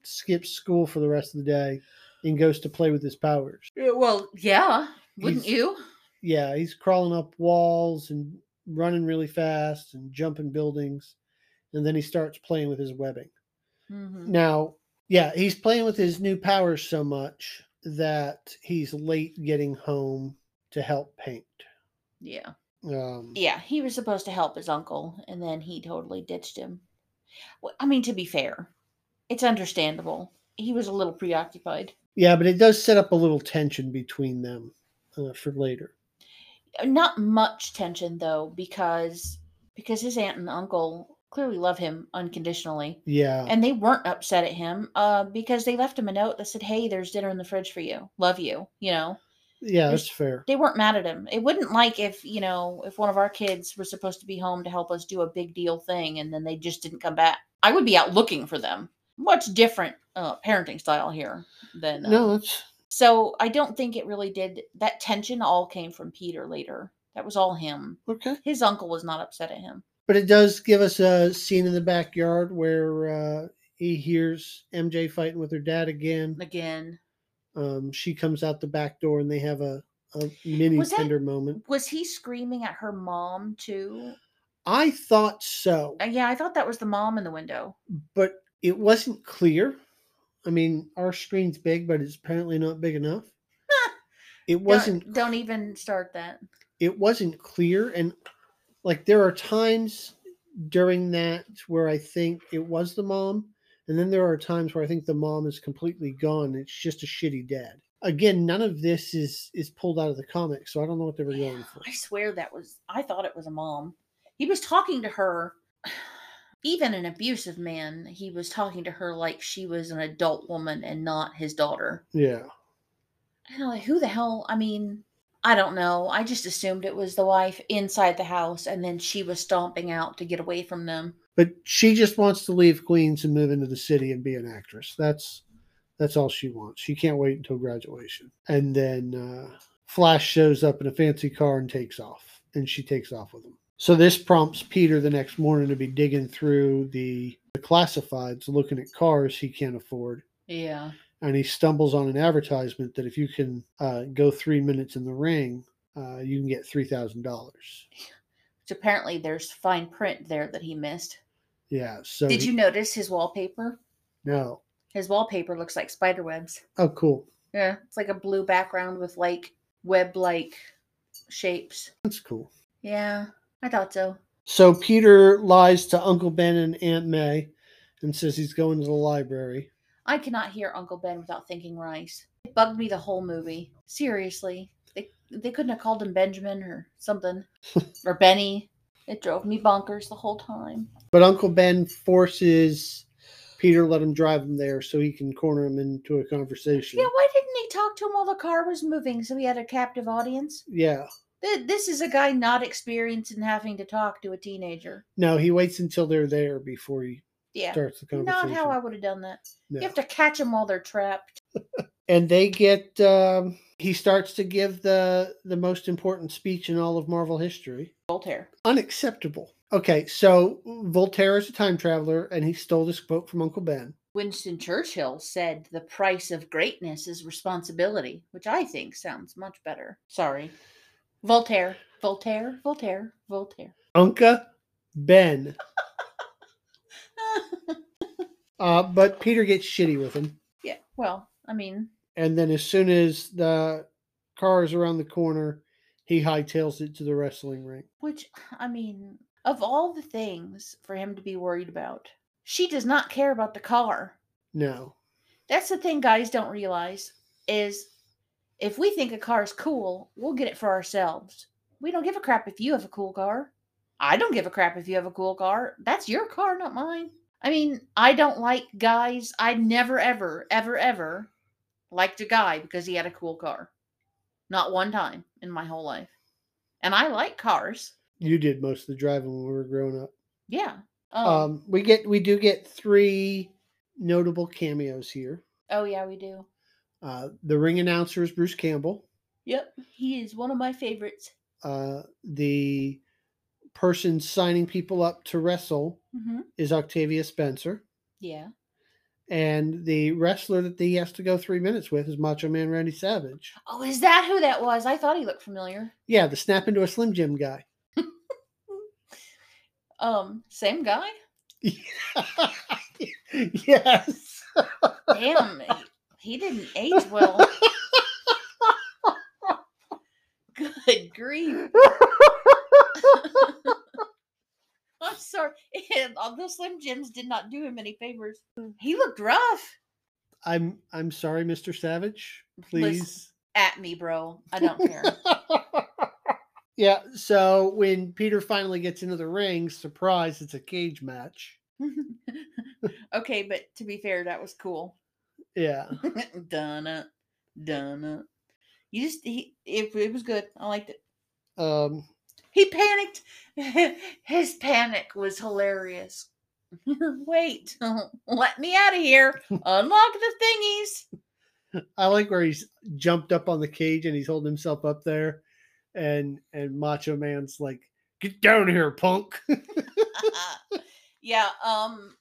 Speaker 1: skips school for the rest of the day, and goes to play with his powers.
Speaker 2: Well, yeah, wouldn't
Speaker 1: He's-
Speaker 2: you?
Speaker 1: yeah, he's crawling up walls and running really fast and jumping buildings. And then he starts playing with his webbing.
Speaker 2: Mm-hmm.
Speaker 1: Now, yeah, he's playing with his new powers so much that he's late getting home to help paint.
Speaker 2: Yeah.
Speaker 1: Um,
Speaker 2: Yeah, he was supposed to help his uncle, and then he totally ditched him. Well, I mean, to be fair, it's understandable. He was a little preoccupied.
Speaker 1: yeah, but it does set up a little tension between them uh, for later.
Speaker 2: Uh, Not much tension though, because because his aunt and uncle clearly love him unconditionally,
Speaker 1: Yeah,
Speaker 2: and they weren't upset at him uh, because they left him a note that said, "Hey, there's dinner in the fridge for you. Love you." You know,
Speaker 1: yeah,
Speaker 2: there's-
Speaker 1: that's fair.
Speaker 2: they weren't mad at him. It wouldn't like if you know if one of our kids was supposed to be home to help us do a big deal thing and then they just didn't come back. I would be out looking for them. Much different uh, parenting style here than uh,
Speaker 1: No, it's
Speaker 2: So I don't think it really did. That tension all came from Peter later. That was all him.
Speaker 1: okay.
Speaker 2: His uncle was not upset at him.
Speaker 1: But it does give us a scene in the backyard where uh, he hears MJ fighting with her dad again.
Speaker 2: Again,
Speaker 1: um, she comes out the back door and they have a, a mini
Speaker 2: Was that-
Speaker 1: tender moment.
Speaker 2: was he screaming at her mom too?
Speaker 1: I thought so,
Speaker 2: Uh, yeah, I thought that was the mom in the window.
Speaker 1: but it wasn't clear. I mean, our screen's big, but it's apparently not big enough. it
Speaker 2: Don't-
Speaker 1: wasn't.
Speaker 2: don't even start that.
Speaker 1: It wasn't clear, and like there are times during that where I think it was the mom, and then there are times where I think the mom is completely gone. It's just a shitty dad. Again, none of this is is pulled out of the comics, so I don't know what they were going for.
Speaker 2: I swear that was I thought it was a mom. He was talking to her even an abusive man, he was talking to her like she was an adult woman and not his daughter.
Speaker 1: Yeah.
Speaker 2: And I'm like, who the hell? I mean, I don't know. I just assumed it was the wife inside the house and then she was stomping out to get away from them.
Speaker 1: but she just wants to leave Queens and move into the city and be an actress. That's that's all she wants. She can't wait until graduation. And then uh, Flash shows up in a fancy car and takes off, and she takes off with him. So this prompts Peter the next morning to be digging through the, the classifieds, looking at cars he can't afford,
Speaker 2: Yeah.
Speaker 1: and he stumbles on an advertisement that if you can uh, go three minutes in the ring, uh, you can get three thousand dollars.
Speaker 2: Which apparently there's fine print there that he missed.
Speaker 1: Yeah. So
Speaker 2: Did
Speaker 1: he-
Speaker 2: you notice his wallpaper?
Speaker 1: No.
Speaker 2: His wallpaper looks like spider webs.
Speaker 1: Oh, cool.
Speaker 2: Yeah. It's like a blue background with like web like shapes.
Speaker 1: That's cool.
Speaker 2: Yeah, I thought so.
Speaker 1: So Peter lies to Uncle Ben and Aunt May and says he's going to the library.
Speaker 2: I cannot hear Uncle Ben without thinking Rice. It bugged me the whole movie. Seriously, they they couldn't have called him Benjamin or something or Benny. It drove me bonkers the whole time.
Speaker 1: But Uncle Ben forces Peter to let him drive him there so he can corner him into a conversation.
Speaker 2: Yeah, why didn't he talked to him while the car was moving, so he had a captive audience.
Speaker 1: Yeah.
Speaker 2: Th- This is a guy not experienced in having to talk to a teenager.
Speaker 1: No, he waits until they're there before he
Speaker 2: Yeah.
Speaker 1: starts the
Speaker 2: Not
Speaker 1: conversation.
Speaker 2: how I would have done that.
Speaker 1: No.
Speaker 2: You have to catch them while they're trapped.
Speaker 1: and they get um, he starts to give the the most important speech in all of Marvel history.
Speaker 2: Voltaire.
Speaker 1: Unacceptable. Okay, so Voltaire is a time traveler and he stole this quote from Uncle Ben.
Speaker 2: Winston Churchill said, The price of greatness is responsibility, which I think sounds much better. Sorry. Voltaire, Voltaire, Voltaire, Voltaire.
Speaker 1: Unca Ben. Uh, but Peter gets shitty with him.
Speaker 2: yeah, well, I mean,
Speaker 1: And then as soon as the car is around the corner, he hightails it to the wrestling ring.
Speaker 2: which, I mean, of all the things for him to be worried about, she does not care about the car.
Speaker 1: No.
Speaker 2: That's the thing guys don't realize is if we think a car is cool, we'll get it for ourselves. We don't give a crap if you have a cool car. I don't give a crap if you have a cool car. That's your car, not mine. I mean, I don't like guys. I never, ever, ever, ever liked a guy because he had a cool car. Not one time in my whole life. And I like cars.
Speaker 1: You did most of the driving when we were growing up.
Speaker 2: Yeah. um,
Speaker 1: Um, we get we do get three notable cameos here.
Speaker 2: oh, yeah, we do.
Speaker 1: Uh, the ring announcer is Bruce Campbell.
Speaker 2: Yep. He is one of my favorites.
Speaker 1: Uh, the person signing people up to wrestle
Speaker 2: Mm-hmm.
Speaker 1: is Octavia Spencer.
Speaker 2: Yeah.
Speaker 1: And the wrestler that he has to go three minutes with is Macho Man Randy Savage.
Speaker 2: Oh, is that who that was? I thought he looked familiar.
Speaker 1: Yeah, the snap into a Slim Jim guy.
Speaker 2: Um, same guy?
Speaker 1: yes.
Speaker 2: Damn, he- he didn't age well. Good grief. I'm sorry. all the Slim Jims did not do him any favors. He looked rough.
Speaker 1: I'm I'm sorry, Mr. Savage.
Speaker 2: Listen.
Speaker 1: Please.
Speaker 2: At me, bro. I don't care.
Speaker 1: yeah, so when Peter finally gets into the ring, surprise, it's a cage match.
Speaker 2: okay, but to be fair, that was cool.
Speaker 1: Yeah.
Speaker 2: done it. Done it. You just, he, it, it was good. I liked it.
Speaker 1: Um
Speaker 2: He panicked. His panic was hilarious. Wait, let me out of here. Unlock the thingies.
Speaker 1: I like where he's jumped up on the cage and he's holding himself up there and and Macho Man's like, "Get down here, punk."
Speaker 2: yeah, um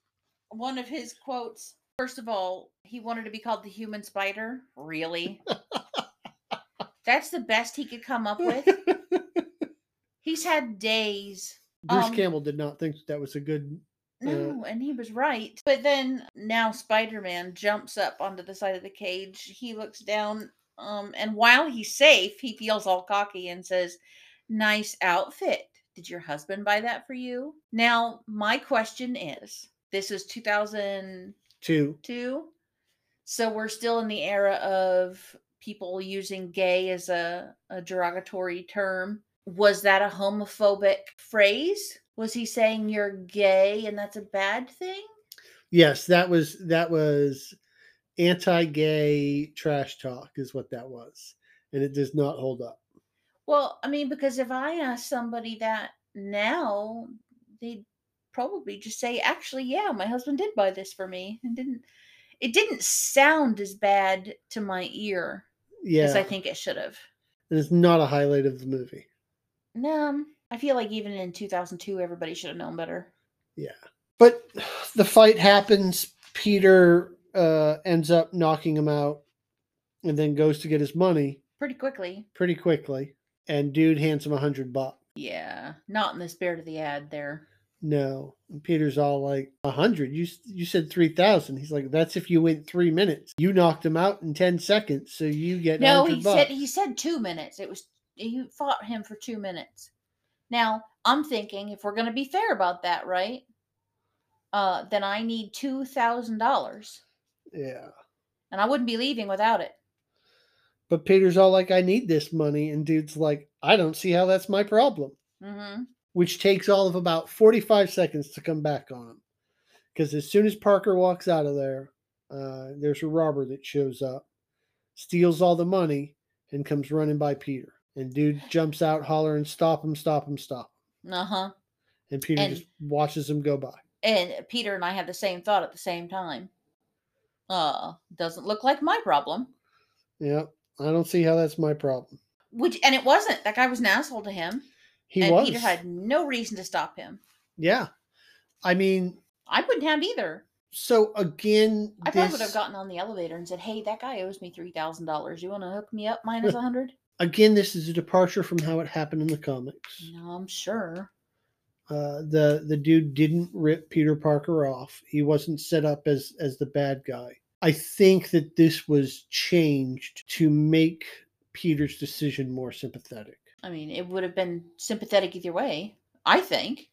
Speaker 2: one of his quotes, first of all, he wanted to be called the human spider. Really? That's the best he could come up with. He's had days
Speaker 1: Bruce
Speaker 2: Um,
Speaker 1: Campbell did not think that was a good Yeah.
Speaker 2: No, and he was right. But then now Spider Man jumps up onto the side of the cage. He looks down, um, and while he's safe, he feels all cocky and says, Nice outfit. Did your husband buy that for you? Now, my question is this is 2002,
Speaker 1: two.
Speaker 2: so we're still in the era of people using gay as a, a derogatory term. Was that a homophobic phrase? Was he saying you're gay and that's a bad thing?
Speaker 1: Yes, that was that was anti-gay trash talk is what that was. And it does not hold up.
Speaker 2: Well, I mean, because if I ask somebody that now, they'd probably just say, "Actually, yeah, my husband did buy this for me," and didn't. It didn't sound as bad to my ear
Speaker 1: Yeah.
Speaker 2: as I think it should have.
Speaker 1: and it's not a highlight of the movie.
Speaker 2: No, I feel like even in 2002, everybody should have known better.
Speaker 1: But the fight happens. Peter uh, ends up knocking him out, and then goes to get his money
Speaker 2: Pretty quickly.
Speaker 1: pretty quickly. And dude hands him a hundred bucks.
Speaker 2: Yeah, not in the spirit of the ad there.
Speaker 1: No, and Peter's all like a hundred. You s- you said three thousand. He's like, that's if you went three minutes. You knocked him out in ten seconds, so you get
Speaker 2: No,
Speaker 1: 100
Speaker 2: he
Speaker 1: bucks.
Speaker 2: said he said two minutes. It was you fought him for two minutes. Now I'm thinking if we're gonna be fair about that, right? Uh, then I need two thousand dollars,
Speaker 1: yeah.
Speaker 2: and I wouldn't be leaving without it.
Speaker 1: But Peter's all like, I need this money, and dude's like, I don't see how that's my problem.
Speaker 2: Mm-hmm.
Speaker 1: which takes all of about 45 seconds to come back on him. Because as soon as Parker walks out of there, uh, there's a robber that shows up steals all the money, and comes running by Peter. And dude jumps out hollering, "Stop him! Stop him! Stop!"
Speaker 2: Uh huh.
Speaker 1: him." And Peter
Speaker 2: And-
Speaker 1: just watches him go by.
Speaker 2: And Peter and I had the same thought at the same time. Uh, doesn't look like my problem.
Speaker 1: Yeah, I don't see how that's my problem.
Speaker 2: Which and it wasn't. That guy was an asshole to him.
Speaker 1: He
Speaker 2: and
Speaker 1: was.
Speaker 2: Peter had no reason to stop him.
Speaker 1: yeah, I mean,
Speaker 2: I wouldn't have either.
Speaker 1: so again,
Speaker 2: I probably would have
Speaker 1: this
Speaker 2: gotten on the elevator and said, "Hey, that guy owes me three thousand dollars. You want to hook me up minus a hundred?
Speaker 1: again, this is a departure from how it happened in the comics.
Speaker 2: No, I'm sure.
Speaker 1: Uh, the the dude didn't rip Peter Parker off. He wasn't set up as as the bad guy. I think that this was changed to make Peter's decision more sympathetic.
Speaker 2: I mean, it would have been sympathetic either way. I think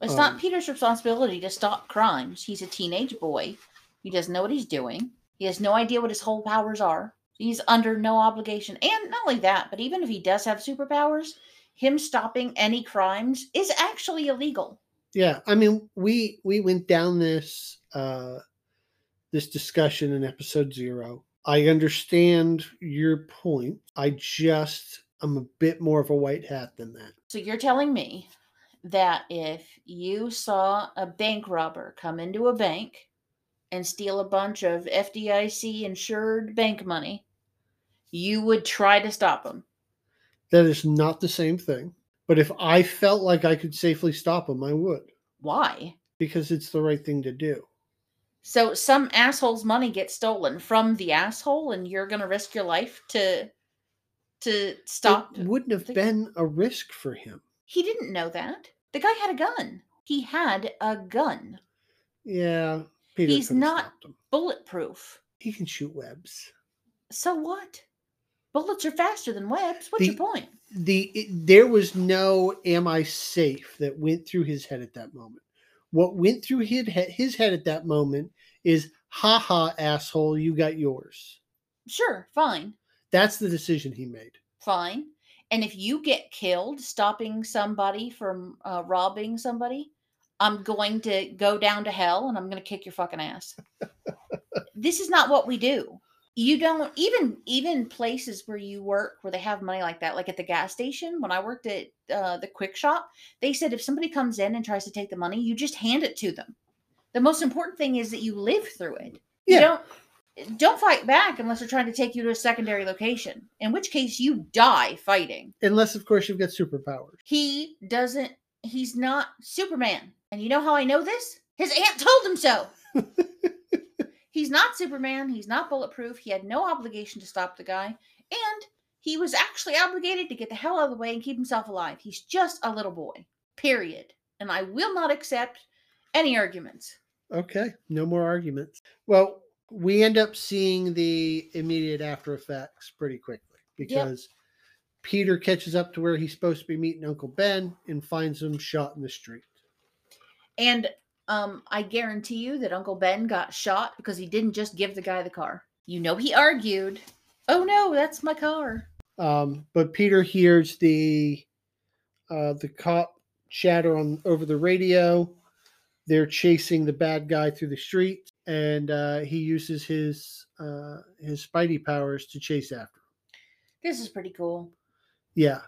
Speaker 2: it's
Speaker 1: Um,
Speaker 2: not Peter's responsibility to stop crimes. He's a teenage boy. He doesn't know what he's doing. He has no idea what his whole powers are. He's under no obligation. And not only that, but even if he does have superpowers, him stopping any crimes is actually illegal.
Speaker 1: yeah i mean we we went down this uh this discussion in episode zero i understand your point i just i'm a bit more of a white hat than that
Speaker 2: So you're telling me that if you saw a bank robber come into a bank and steal a bunch of FDIC insured bank money, you would try to stop him.
Speaker 1: that is not the same thing but if i felt like i could safely stop him i would
Speaker 2: Why?
Speaker 1: because it's the right thing to do
Speaker 2: So some asshole's money gets stolen from the asshole and you're going to risk your life to to stop
Speaker 1: it wouldn't have
Speaker 2: the-
Speaker 1: been a risk for him
Speaker 2: He didn't know that. The guy had a gun. He had a gun.
Speaker 1: yeah peter
Speaker 2: He's
Speaker 1: could've
Speaker 2: not-
Speaker 1: stopped him.
Speaker 2: Bulletproof.
Speaker 1: he can shoot webs
Speaker 2: So what? Bullets are faster than webs. What's your
Speaker 1: The-
Speaker 2: point?
Speaker 1: the it, there was no am i safe that went through his head at that moment what went through his head, his head at that moment is ha ha asshole you got yours
Speaker 2: Sure, fine,
Speaker 1: that's the decision he made
Speaker 2: fine. And if you get killed stopping somebody from uh, robbing somebody, I'm going to go down to hell and I'm going to kick your fucking ass. this is not what we do. You don't even even places where you work where they have money like that, like at the gas station. When I worked at uh, the quick shop, they said if somebody comes in and tries to take the money, you just hand it to them. The most important thing is that you live through it.
Speaker 1: Yeah.
Speaker 2: You don't don't fight back unless they're trying to take you to a secondary location, in which case you die fighting.
Speaker 1: unless of course you've got superpowers
Speaker 2: He doesn't he's not Superman. And you know how I know this? His aunt told him so. he's not Superman, he's not bulletproof, he had no obligation to stop the guy, and he was actually obligated to get the hell out of the way and keep himself alive. He's just a little boy. Period. And I will not accept any arguments.
Speaker 1: okay no more arguments well we end up seeing the immediate after effects pretty quickly because peter catches up to where he's supposed to be meeting uncle ben and finds him shot in the street
Speaker 2: And um, I guarantee you that Uncle Ben got shot because he didn't just give the guy the car. You know, he argued. Oh no, that's my car.
Speaker 1: Um, but Peter hears the uh, the cop chatter on over the radio. They're chasing the bad guy through the street, and uh, he uses his uh, his Spidey powers to chase after. Him.
Speaker 2: This is pretty cool.
Speaker 1: Yeah,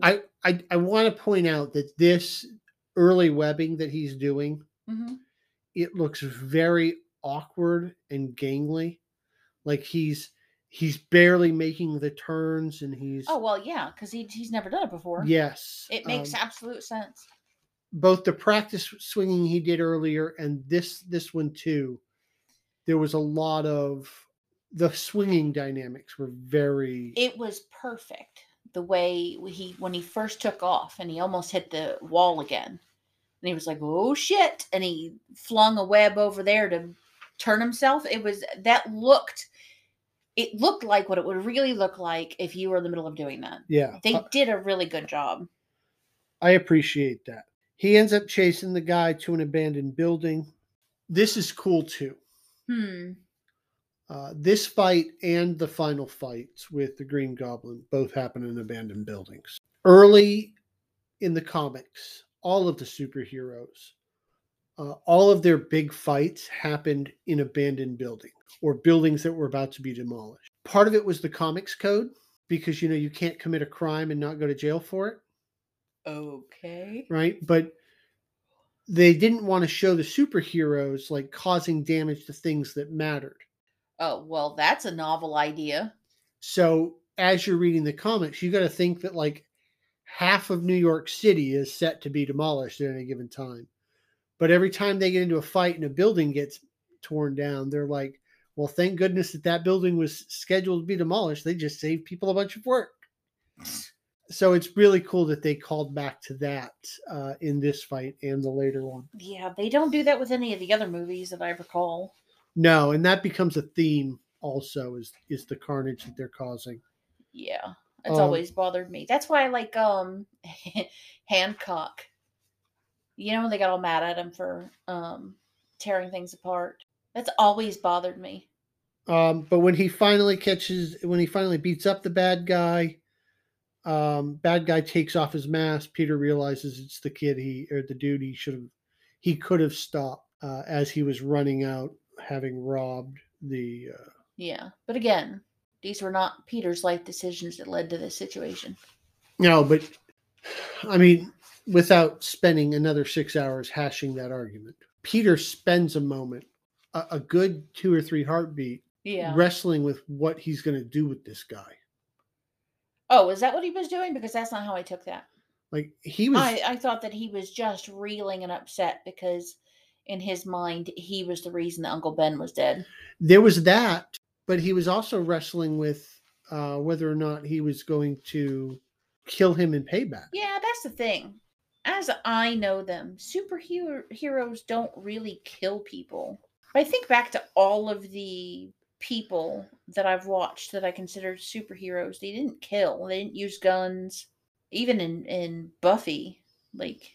Speaker 1: I I, I want to point out that this early webbing that he's doing
Speaker 2: hmm
Speaker 1: it looks very awkward and gangly, like he's he's barely making the turns, and he's
Speaker 2: Oh well, yeah, because he, he's never done it before.
Speaker 1: yes,
Speaker 2: it makes
Speaker 1: um,
Speaker 2: absolute sense.
Speaker 1: both the practice swinging he did earlier and this this one too there was a lot of the swinging dynamics were very
Speaker 2: It was perfect the way he when he first took off and he almost hit the wall again, and he was like, "Oh shit!" and he flung a web over there to turn himself. It was that looked. It looked like what it would really look like if you were in the middle of doing that.
Speaker 1: yeah
Speaker 2: They
Speaker 1: I,
Speaker 2: did a really good job.
Speaker 1: I appreciate that he ends up chasing the guy to an abandoned building this is cool too
Speaker 2: Hmm.
Speaker 1: uh, this fight and the final fights with the green goblin both happen in abandoned buildings early in the comics all of the superheroes uh, all of their big fights happened in abandoned buildings or buildings that were about to be demolished Part of it was the comics code because you know you can't commit a crime and not go to jail for it,
Speaker 2: Okay.
Speaker 1: right? But they didn't want to show the superheroes like causing damage to things that mattered.
Speaker 2: Oh, well, that's a novel idea.
Speaker 1: So as you're reading the comics, you got to think that like half of New York City is set to be demolished at any given time. But every time they get into a fight and a building gets torn down, they're like, "Well, thank goodness that that building was scheduled to be demolished. They just saved people a bunch of work." So it's really cool that they called back to that uh, in this fight and the later one.
Speaker 2: Yeah, they don't do that with any of the other movies that I recall.
Speaker 1: No, and that becomes a theme also is is the carnage that they're causing.
Speaker 2: Yeah, it's
Speaker 1: Um,
Speaker 2: always bothered me. That's why I like um Hancock. You know, when they got all mad at him for um tearing things apart. That's always bothered me.
Speaker 1: Um, but when he finally catches, when he finally beats up the bad guy, um, bad guy takes off his mask. Peter realizes it's the kid he or the dude he should have, he could have stopped uh, as he was running out, having robbed the. Uh,
Speaker 2: Yeah, but again, these were not Peter's life decisions that led to this situation.
Speaker 1: no, but I mean, without spending another six hours hashing that argument, Peter spends a moment, a, a good two or three heartbeat,
Speaker 2: Yeah.
Speaker 1: wrestling with what he's going to do with this guy.
Speaker 2: Oh, is that what he was doing? Because that's not how I took that.
Speaker 1: Like he was.
Speaker 2: I, I thought that he was just reeling and upset because in his mind he was the reason that Uncle Ben was dead.
Speaker 1: there was that, but he was also wrestling with uh, whether or not he was going to kill him in payback.
Speaker 2: Yeah, that's the thing. As I know them, superheroes don't really kill people. But I think back to all of the people that I've watched that I considered superheroes. They didn't kill. They didn't use guns. Even in in Buffy, like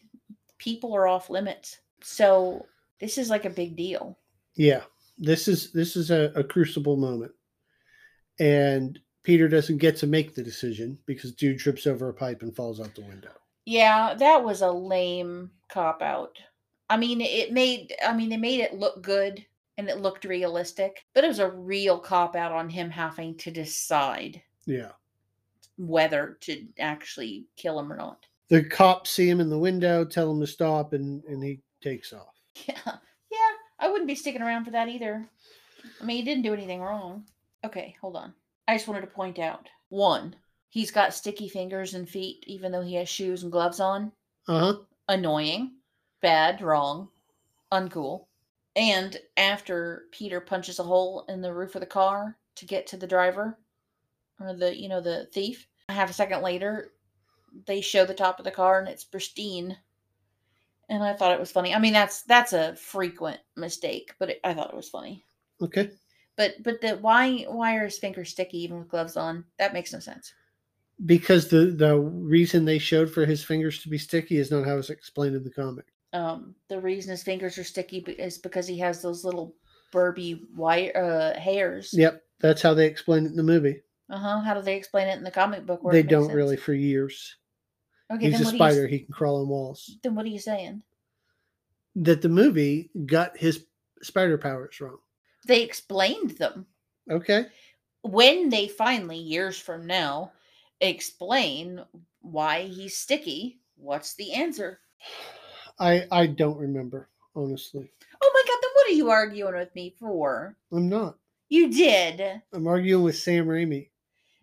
Speaker 2: people are off limits. So this is like a big deal.
Speaker 1: Yeah, this is this is a, a crucible moment, and Peter doesn't get to make the decision because dude trips over a pipe and falls out the window.
Speaker 2: Yeah, that was a lame cop out. I mean, it made I mean, they made it look good and it looked realistic, but it was a real cop out on him having to decide
Speaker 1: Yeah,
Speaker 2: whether to actually kill him or not.
Speaker 1: the cops see him in the window, tell him to stop, and and he takes off.
Speaker 2: Yeah. Yeah, I wouldn't be sticking around for that either. I mean, he didn't do anything wrong. Okay, hold on. I just wanted to point out one, he's got sticky fingers and feet even though he has shoes and gloves on.
Speaker 1: Uh huh.
Speaker 2: annoying, bad, wrong, uncool. And after Peter punches a hole in the roof of the car to get to the driver or the, you know, the thief, half a second later, they show the top of the car and it's pristine. And I thought it was funny. I mean, that's that's a frequent mistake, but it, I thought it was funny.
Speaker 1: Okay.
Speaker 2: But but the why why are his fingers sticky even with gloves on? That makes no sense.
Speaker 1: Because the the reason they showed for his fingers to be sticky is not how it's explained in the comic.
Speaker 2: um the reason his fingers are sticky be- is because he has those little burby wire uh hairs
Speaker 1: Yep, that's how they explained it in the movie.
Speaker 2: uh-huh how do they explain it in the comic book where
Speaker 1: they
Speaker 2: it makes
Speaker 1: don't
Speaker 2: sense?
Speaker 1: really for years.
Speaker 2: okay
Speaker 1: He's
Speaker 2: then
Speaker 1: a
Speaker 2: what, Are
Speaker 1: spider.
Speaker 2: you,
Speaker 1: He can crawl on walls.
Speaker 2: s- then what are you saying
Speaker 1: That the movie got his spider powers wrong.
Speaker 2: they explained them
Speaker 1: Okay.
Speaker 2: when they finally years from now explain why he's sticky what's the answer
Speaker 1: I I don't remember honestly.
Speaker 2: oh my god then what are you arguing with me for
Speaker 1: I'm not.
Speaker 2: you did
Speaker 1: I'm arguing with Sam Raimi.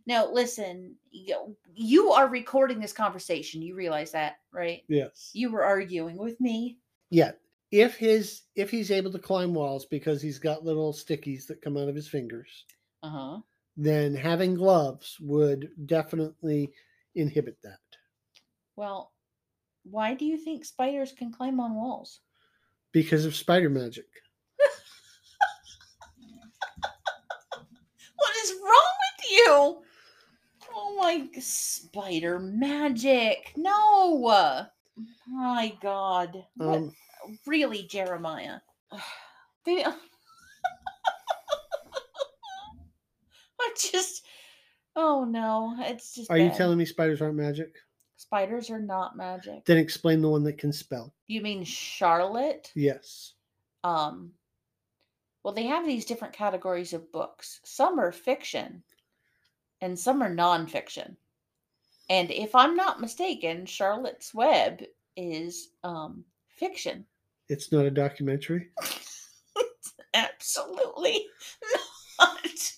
Speaker 2: now listen you- you are recording this conversation you realize that right
Speaker 1: Yes.
Speaker 2: you were arguing with me
Speaker 1: Yeah. If his if he's able to climb walls because he's got little stickies that come out of his fingers,
Speaker 2: Uh-huh.
Speaker 1: then having gloves would definitely inhibit that.
Speaker 2: Well, why do you think spiders can climb on walls?
Speaker 1: Because of spider magic.
Speaker 2: What is wrong with you? Oh my g- spider magic. No. My god. What-
Speaker 1: Um
Speaker 2: really, Jeremiah? They- I just Oh no, it's just
Speaker 1: are you
Speaker 2: bad.
Speaker 1: telling me spiders aren't magic?
Speaker 2: spiders are not magic.
Speaker 1: Then explain the one that can spell.
Speaker 2: You mean Charlotte?
Speaker 1: Yes.
Speaker 2: um well they have these different categories of books some are fiction and some are nonfiction. And if I'm not mistaken, Charlotte's Web is um, fiction.
Speaker 1: It's not a documentary.
Speaker 2: Absolutely not. what is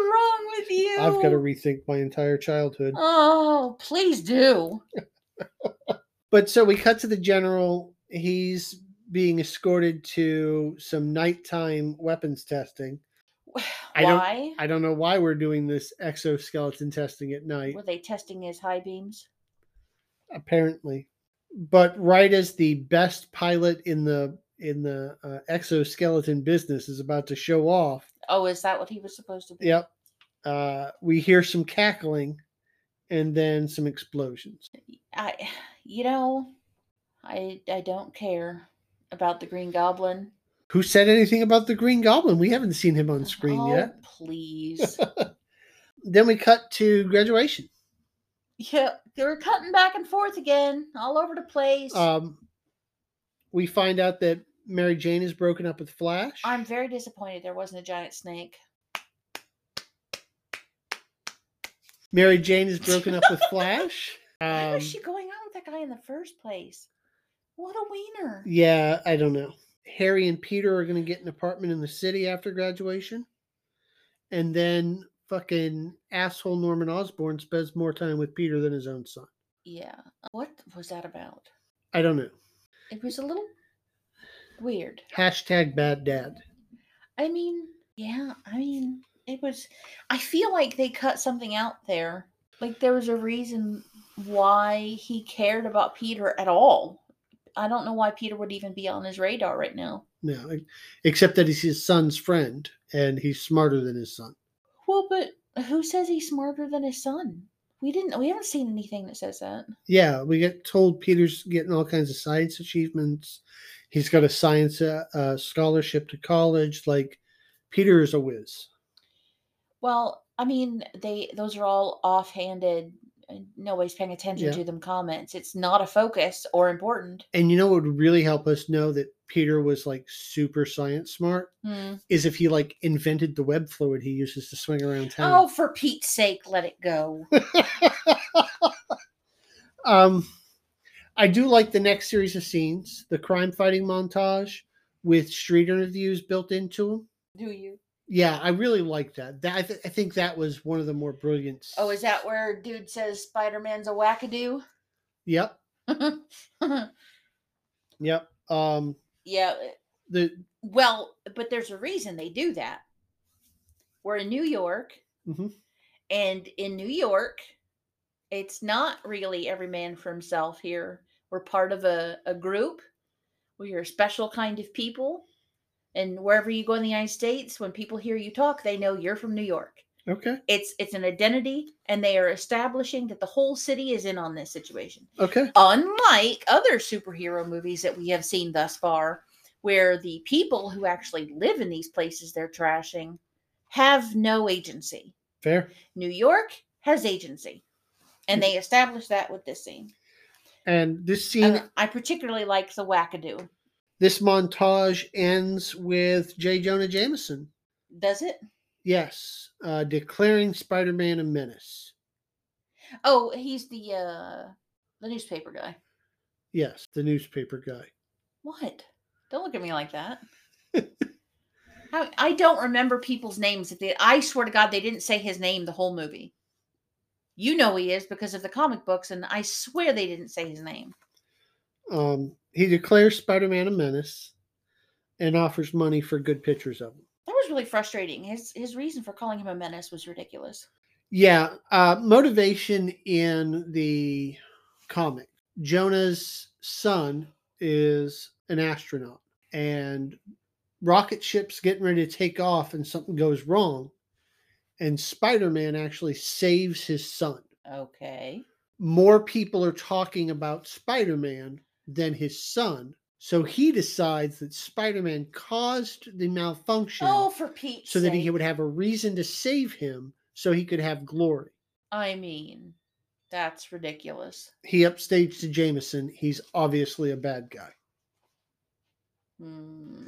Speaker 2: wrong with you?
Speaker 1: I've got to rethink my entire childhood.
Speaker 2: Oh, please do.
Speaker 1: But so we cut to the general. He's being escorted to some nighttime weapons testing. I don't-
Speaker 2: Why
Speaker 1: I don't know why we're doing this exoskeleton testing at night,
Speaker 2: were they testing his high beams?
Speaker 1: apparently. But right as the best pilot in the in the uh, exoskeleton business is about to show off,
Speaker 2: Oh, is that what he was supposed to be?
Speaker 1: Yep. Uh, we hear some cackling and then some explosions.
Speaker 2: I, you know, I I don't care about the Green Goblin.
Speaker 1: Who said anything about the Green Goblin? We haven't seen him on screen
Speaker 2: oh,
Speaker 1: yet.
Speaker 2: Please.
Speaker 1: Then we cut to graduation.
Speaker 2: yeah, they were cutting back and forth again, all over the place.
Speaker 1: Um, we find out that Mary Jane is broken up with Flash.
Speaker 2: I'm very disappointed there wasn't a giant snake.
Speaker 1: Mary Jane is broken up with Flash.
Speaker 2: Why
Speaker 1: Um,
Speaker 2: was she going out with that guy in the first place? What a wiener.
Speaker 1: yeah, I don't know. Harry and Peter are going to get an apartment in the city after graduation. And then fucking asshole Norman Osborn spends more time with Peter than his own son.
Speaker 2: Yeah. What was that about?
Speaker 1: I don't know.
Speaker 2: It was a little weird.
Speaker 1: Hashtag bad dad.
Speaker 2: I mean, yeah, I mean, it was. I feel like they cut something out there. Like there was a reason why he cared about Peter at all. I don't know why Peter would even be on his radar right now.
Speaker 1: No, e- except that he's his son's friend and he's smarter than his son.
Speaker 2: Well, but who says he's smarter than his son? We didn't. We haven't seen anything that says that.
Speaker 1: Yeah, we get told Peter's getting all kinds of science achievements. He's got a science uh, uh, scholarship to college. Like, Peter is a whiz.
Speaker 2: Well, I mean, they those are all offhanded. uh, Nobody's paying attention
Speaker 1: Yeah.
Speaker 2: to them comments. It's not a focus or important.
Speaker 1: And you know what would really help us know that Peter was like super science smart
Speaker 2: Hmm.
Speaker 1: is if he like invented the web fluid he uses to swing around
Speaker 2: Oh,
Speaker 1: town.
Speaker 2: for Pete's sake, let it go.
Speaker 1: um, I do like the next series of scenes, the crime fighting montage with street interviews built into them.
Speaker 2: Do you?
Speaker 1: Yeah, I really like that. That I, th- I think that was one of the more brilliant. s-
Speaker 2: Oh, is that where dude says Spider Man's a wackadoo?
Speaker 1: Yep, yep. Um,
Speaker 2: yeah. it-
Speaker 1: the
Speaker 2: Well, but there's a reason they do that. We're in New York,
Speaker 1: Mhm.
Speaker 2: and in New York, it's not really every man for himself here. We're part of a, a group. We are a special kind of people. And wherever you go in the United States, when people hear you talk, they know you're from New York.
Speaker 1: okay,
Speaker 2: It's it's an identity, and they are establishing that the whole city is in on this situation.
Speaker 1: okay,
Speaker 2: unlike other superhero movies that we have seen thus far, where the people who actually live in these places they're trashing have no agency.
Speaker 1: fair.
Speaker 2: New York has agency, and they establish that with this scene.
Speaker 1: And this scene,
Speaker 2: And I particularly like the wackadoo.
Speaker 1: this montage ends with J. Jonah Jameson.
Speaker 2: Does it?
Speaker 1: Yes, uh, declaring Spider-Man a menace.
Speaker 2: Oh, he's the uh the newspaper guy.
Speaker 1: Yes, the newspaper guy.
Speaker 2: What? Don't look at me like that. I, I don't remember people's names. If they, I swear to God, they didn't say his name the whole movie. You know he is because of the comic books, and I swear they didn't say his name.
Speaker 1: Um, he declares Spider Man a menace and offers money for good pictures of him.
Speaker 2: That was really frustrating. His his reason for calling him a menace was ridiculous.
Speaker 1: Yeah, uh, motivation in the comic Jonah's son is an astronaut, and rocket ship's getting ready to take off, and something goes wrong. And Spider Man actually saves his son.
Speaker 2: Okay.
Speaker 1: more people are talking about Spider Man than his son. So he decides that Spider Man caused the malfunction
Speaker 2: Oh, for Pete's
Speaker 1: so that he
Speaker 2: sake.
Speaker 1: would have a reason to save him so he could have glory.
Speaker 2: I mean, that's ridiculous.
Speaker 1: He upstaged to Jameson. He's obviously a bad guy.
Speaker 2: Hmm.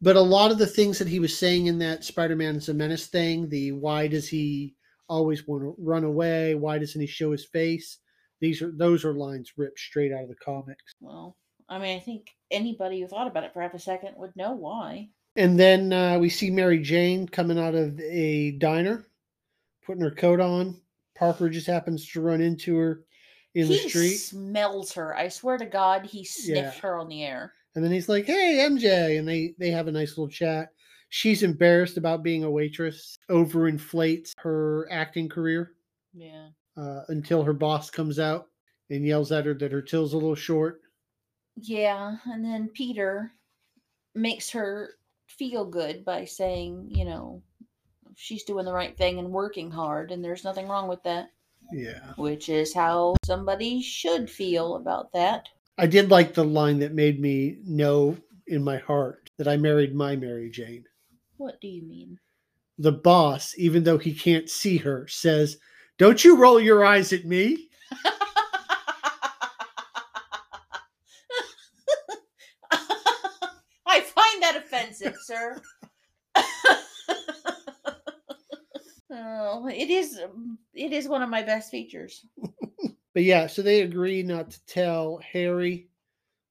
Speaker 1: But a lot of the things that he was saying in that Spider-Man is a menace thing, the why does he always want to run away? Why doesn't he show his face? These are those are lines ripped straight out of the comics.
Speaker 2: Well, I mean, I think anybody who thought about it for half a second would know why.
Speaker 1: And then uh, we see Mary Jane coming out of a diner, putting her coat on. Parker just happens to run into her in
Speaker 2: he
Speaker 1: the street,
Speaker 2: smells her. I swear to God, he sniffed
Speaker 1: Yeah.
Speaker 2: her on the air.
Speaker 1: and then he's like, "Hey, MJ," and they they have a nice little chat. She's embarrassed about being a waitress, overinflates her acting career
Speaker 2: Yeah.
Speaker 1: uh, until her boss comes out and yells at her that her till's a little short.
Speaker 2: Yeah. And then Peter makes her feel good by saying, you know, she's doing the right thing and working hard, and there's nothing wrong with that,
Speaker 1: Yeah,
Speaker 2: which is how somebody should feel about that.
Speaker 1: I did like the line that made me know in my heart that I married my Mary Jane.
Speaker 2: What do you mean?
Speaker 1: the boss, even though he can't see her, says, Don't you roll your eyes at me?
Speaker 2: I find that offensive, sir. oh, it is um, it is one of my best features.
Speaker 1: But yeah, so they agree not to tell Harry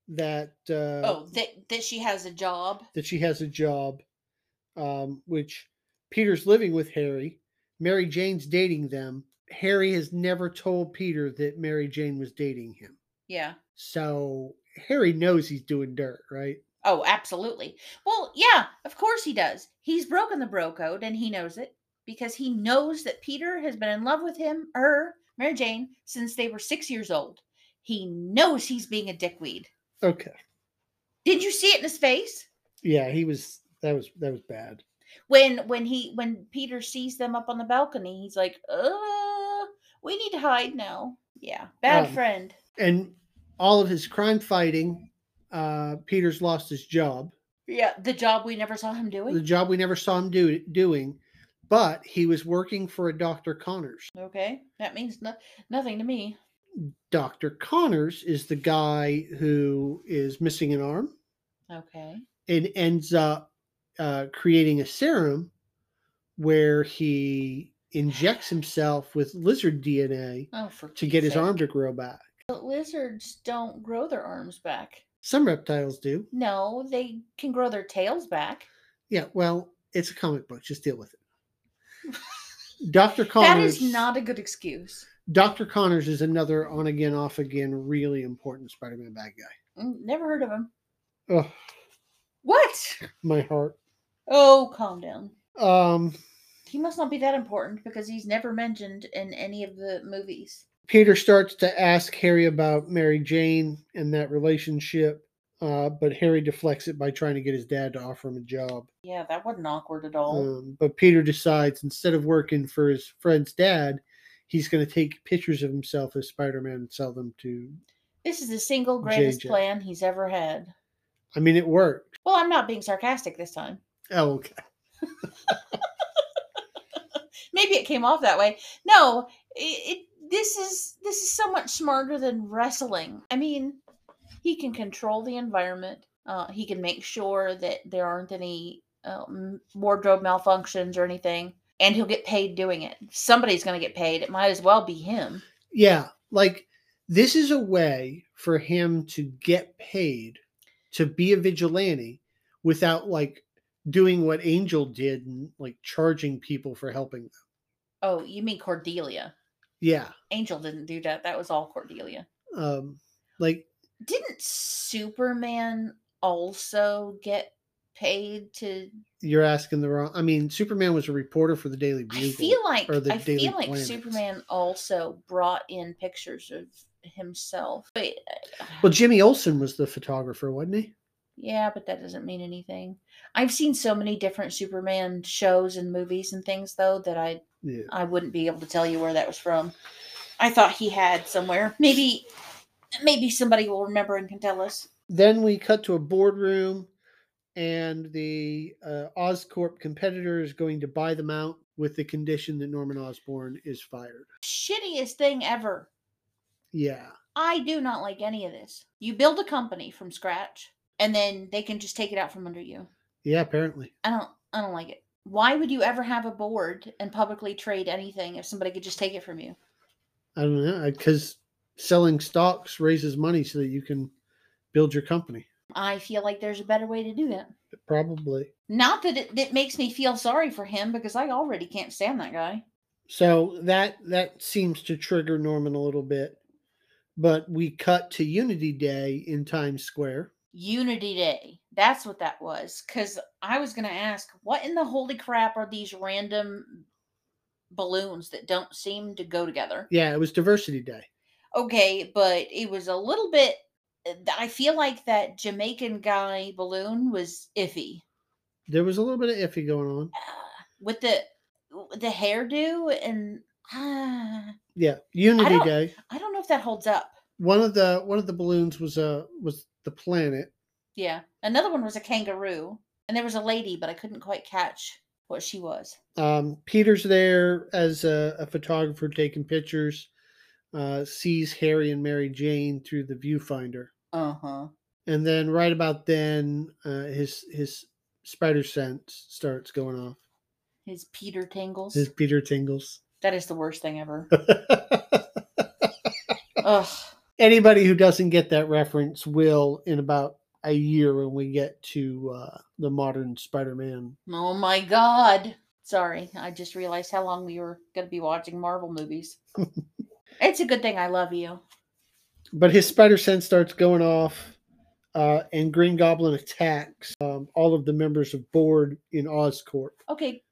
Speaker 1: that uh,
Speaker 2: Oh, that that she has a job.
Speaker 1: that she has a job, um, which Peter's living with Harry. Mary Jane's dating them. Harry has never told Peter that Mary Jane was dating him.
Speaker 2: Yeah.
Speaker 1: So Harry knows he's doing dirt, right?
Speaker 2: Oh, absolutely. Well, yeah, of course he does. He's broken the bro code and he knows it because he knows that Peter has been in love with him, her, Mary Jane, since they were six years old. He knows he's being a dickweed.
Speaker 1: Okay.
Speaker 2: Did you see it in his face?
Speaker 1: Yeah, he was that was that was bad.
Speaker 2: when when he when Peter sees them up on the balcony, he's like, "Uh, we need to hide now." Yeah, bad
Speaker 1: Um,
Speaker 2: friend.
Speaker 1: and all of his crime fighting, uh, Peter's lost his job,
Speaker 2: Yeah, the job we never saw him
Speaker 1: the
Speaker 2: doing.
Speaker 1: job we never saw him do, doing, but he was working for a Dr. Connors.
Speaker 2: Okay, that means no- nothing to me.
Speaker 1: Dr. Connors is the guy who is missing an arm
Speaker 2: Okay,
Speaker 1: and ends up uh, creating a serum where he injects himself with lizard DNA
Speaker 2: oh for
Speaker 1: to get his
Speaker 2: Pete's sake.
Speaker 1: arm to grow back.
Speaker 2: But lizards don't grow their arms back.
Speaker 1: Some reptiles do.
Speaker 2: No, they can grow their tails back.
Speaker 1: Yeah, well, it's a comic book. Just deal with it. Dr. Connors.
Speaker 2: That is not a good excuse.
Speaker 1: Dr. Connors is another on again, off again, really important Spider Man bad guy.
Speaker 2: Mm, Never heard of him.
Speaker 1: Ugh,
Speaker 2: What?
Speaker 1: my heart.
Speaker 2: Oh, calm down.
Speaker 1: Um,
Speaker 2: He must not be that important because he's never mentioned in any of the movies.
Speaker 1: Peter starts to ask Harry about Mary Jane and that relationship, uh, but Harry deflects it by trying to get his dad to offer him a job.
Speaker 2: Yeah, that wasn't awkward at all.
Speaker 1: Um, but Peter decides instead of working for his friend's dad, he's going to take pictures of himself as Spider Man and sell them to.
Speaker 2: this is the single greatest
Speaker 1: JJ.
Speaker 2: plan he's ever had.
Speaker 1: I mean, it worked.
Speaker 2: Well, I'm not being sarcastic this time.
Speaker 1: Oh, okay.
Speaker 2: Maybe it came off that way. No, it, it this is this is so much smarter than wrestling. I mean, he can control the environment. Uh, he can make sure that there aren't any um, wardrobe malfunctions or anything, and he'll get paid doing it. Somebody's going to get paid. It might as well be him.
Speaker 1: Yeah, like this is a way for him to get paid to be a vigilante without like doing what Angel did and like charging people for helping them.
Speaker 2: Oh, you mean Cordelia?
Speaker 1: Yeah.
Speaker 2: Angel didn't do that. That was all Cordelia.
Speaker 1: Um like
Speaker 2: didn't Superman also get paid to?
Speaker 1: you're asking the wrong I mean Superman was a reporter for the Daily
Speaker 2: I
Speaker 1: Bugle.
Speaker 2: feel like
Speaker 1: or the
Speaker 2: I
Speaker 1: Daily
Speaker 2: feel like
Speaker 1: Planet.
Speaker 2: Superman also brought in pictures of himself. But uh,
Speaker 1: well Jimmy Olsen was the photographer, wasn't he?
Speaker 2: yeah, but that doesn't mean anything. I've seen so many different Superman shows and movies and things though that I
Speaker 1: Yeah.
Speaker 2: I wouldn't be able to tell you where that was from. I thought he had somewhere. Maybe maybe somebody will remember and can tell us.
Speaker 1: Then we cut to a boardroom and the uh, Oscorp competitor is going to buy them out with the condition that Norman Osborn is fired.
Speaker 2: Shittiest thing ever.
Speaker 1: Yeah.
Speaker 2: I do not like any of this. You build a company from scratch and then they can just take it out from under you.
Speaker 1: Yeah, apparently.
Speaker 2: I don't I don't like it. Why would you ever have a board and publicly trade anything if somebody could just take it from you?
Speaker 1: I don't know because selling stocks raises money so that you can build your company.
Speaker 2: I feel like there's a better way to do that.
Speaker 1: Probably.
Speaker 2: Not that it that makes me feel sorry for him because I already can't stand that guy.
Speaker 1: So that that seems to trigger Norman a little bit. But we cut to Unity Day in Times Square.
Speaker 2: Unity Day. That's what that was. Because I was going to ask, what in the holy crap are these random balloons that don't seem to go together?
Speaker 1: Yeah, it was Diversity Day.
Speaker 2: Okay, but it was a little bit. I feel like that Jamaican guy balloon was iffy
Speaker 1: There was a little bit of iffy going on.
Speaker 2: with the the hairdo and ah,
Speaker 1: Yeah, Unity
Speaker 2: don't-
Speaker 1: Day.
Speaker 2: I don't know if that holds up.
Speaker 1: One of the one of the balloons was uh was the planet.
Speaker 2: Yeah, another one was a kangaroo, and there was a lady, but I couldn't quite catch what she was.
Speaker 1: Um, Peter's there as a, a photographer taking pictures. Uh, sees Harry and Mary Jane through the viewfinder.
Speaker 2: Uh huh.
Speaker 1: and then right about then uh, his his spider sense starts going off
Speaker 2: His Peter tingles.
Speaker 1: his peter tingles
Speaker 2: That is the worst thing ever. Ugh.
Speaker 1: anybody who doesn't get that reference will in about a year when we get to uh, the modern spider-man
Speaker 2: Oh my god. Sorry, I just realized how long we were going to be watching Marvel movies. it's a good thing I love you.
Speaker 1: but his spider sense starts going off uh, and green goblin attacks um, all of the members of board in oscorp
Speaker 2: Okay,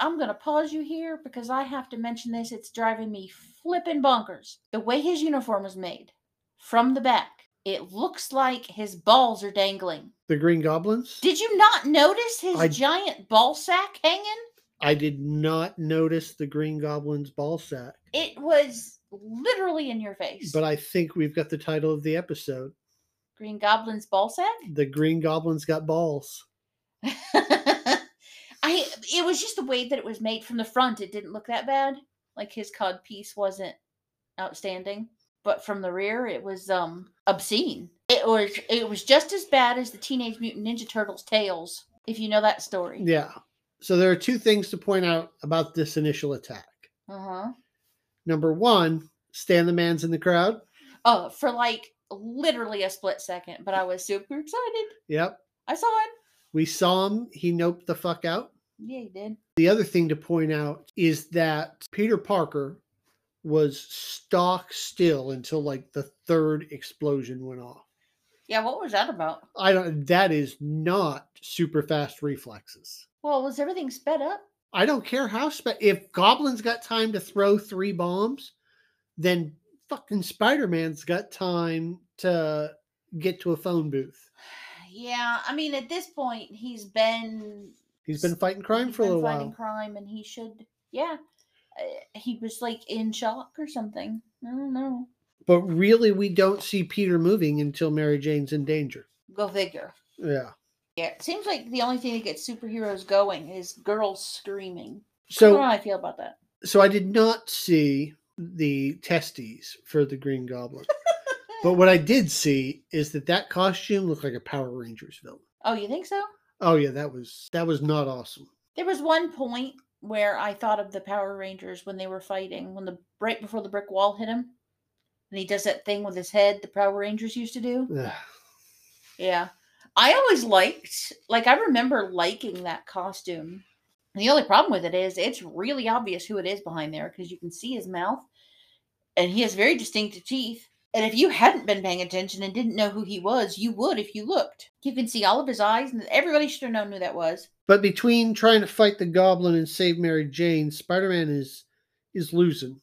Speaker 2: I'm going to pause you here because I have to mention this. It's driving me flippin' bonkers. The way his uniform is made from the back, it looks like his balls are dangling.
Speaker 1: the green goblins
Speaker 2: Did you not notice his
Speaker 1: I-
Speaker 2: giant ball sack hanging?
Speaker 1: i did not notice the green goblin's ball sack
Speaker 2: It was literally in your face.
Speaker 1: but i think we've got the title of the episode
Speaker 2: Green Goblin's ball sack?
Speaker 1: the green goblins got balls
Speaker 2: I it was just the way that it was made from the front. It didn't look that bad. Like his cod piece wasn't outstanding, but from the rear it was um obscene. It was it was just as bad as the Teenage Mutant Ninja Turtles tails, if you know that story.
Speaker 1: yeah so there are two things to point out about this initial attack
Speaker 2: Uh-huh.
Speaker 1: number one stan the man's in the crowd
Speaker 2: Uh for like literally a split second, but I was super excited.
Speaker 1: yep
Speaker 2: I saw it.
Speaker 1: we saw him he noped the fuck out
Speaker 2: Yeah, you did.
Speaker 1: the other thing to point out is that peter parker was stock still until like the third explosion went off
Speaker 2: Yeah, what was that about?
Speaker 1: i don't that is not super fast reflexes
Speaker 2: Well, was everything sped up?
Speaker 1: I don't care how spe- if Goblin's got time to throw three bombs, then fucking Spider-Man's got time to get to a phone booth.
Speaker 2: Yeah, I mean at this point he's been
Speaker 1: He's been fighting crime
Speaker 2: he's
Speaker 1: for a
Speaker 2: been
Speaker 1: little
Speaker 2: fighting
Speaker 1: while.
Speaker 2: crime and he should yeah uh, he was like in shock or something i don't know
Speaker 1: But really we don't see Peter moving until Mary Jane's in danger.
Speaker 2: go figure
Speaker 1: Yeah.
Speaker 2: yeah it seems like the only thing that gets superheroes going is girls screaming i don't know
Speaker 1: So
Speaker 2: how i feel about that
Speaker 1: so I did not see the testes for the Green Goblin. but what I did see is that that costume looked like a Power Rangers villain.
Speaker 2: oh you think so
Speaker 1: Oh yeah, that was that was not awesome.
Speaker 2: there was one point where i thought of the power rangers when they were fighting when the right before the brick wall hit him and he does that thing with his head the power rangers used to do
Speaker 1: Ugh.
Speaker 2: Yeah. I always liked, like, I remember liking that costume. The only problem with it is it's really obvious who it is behind there because you can see his mouth and he has very distinctive teeth. And if you hadn't been paying attention and didn't know who he was, you would if you looked. You can see all of his eyes, and everybody should have known who that was.
Speaker 1: But between trying to fight the goblin and save Mary Jane, Spider-Man is is losing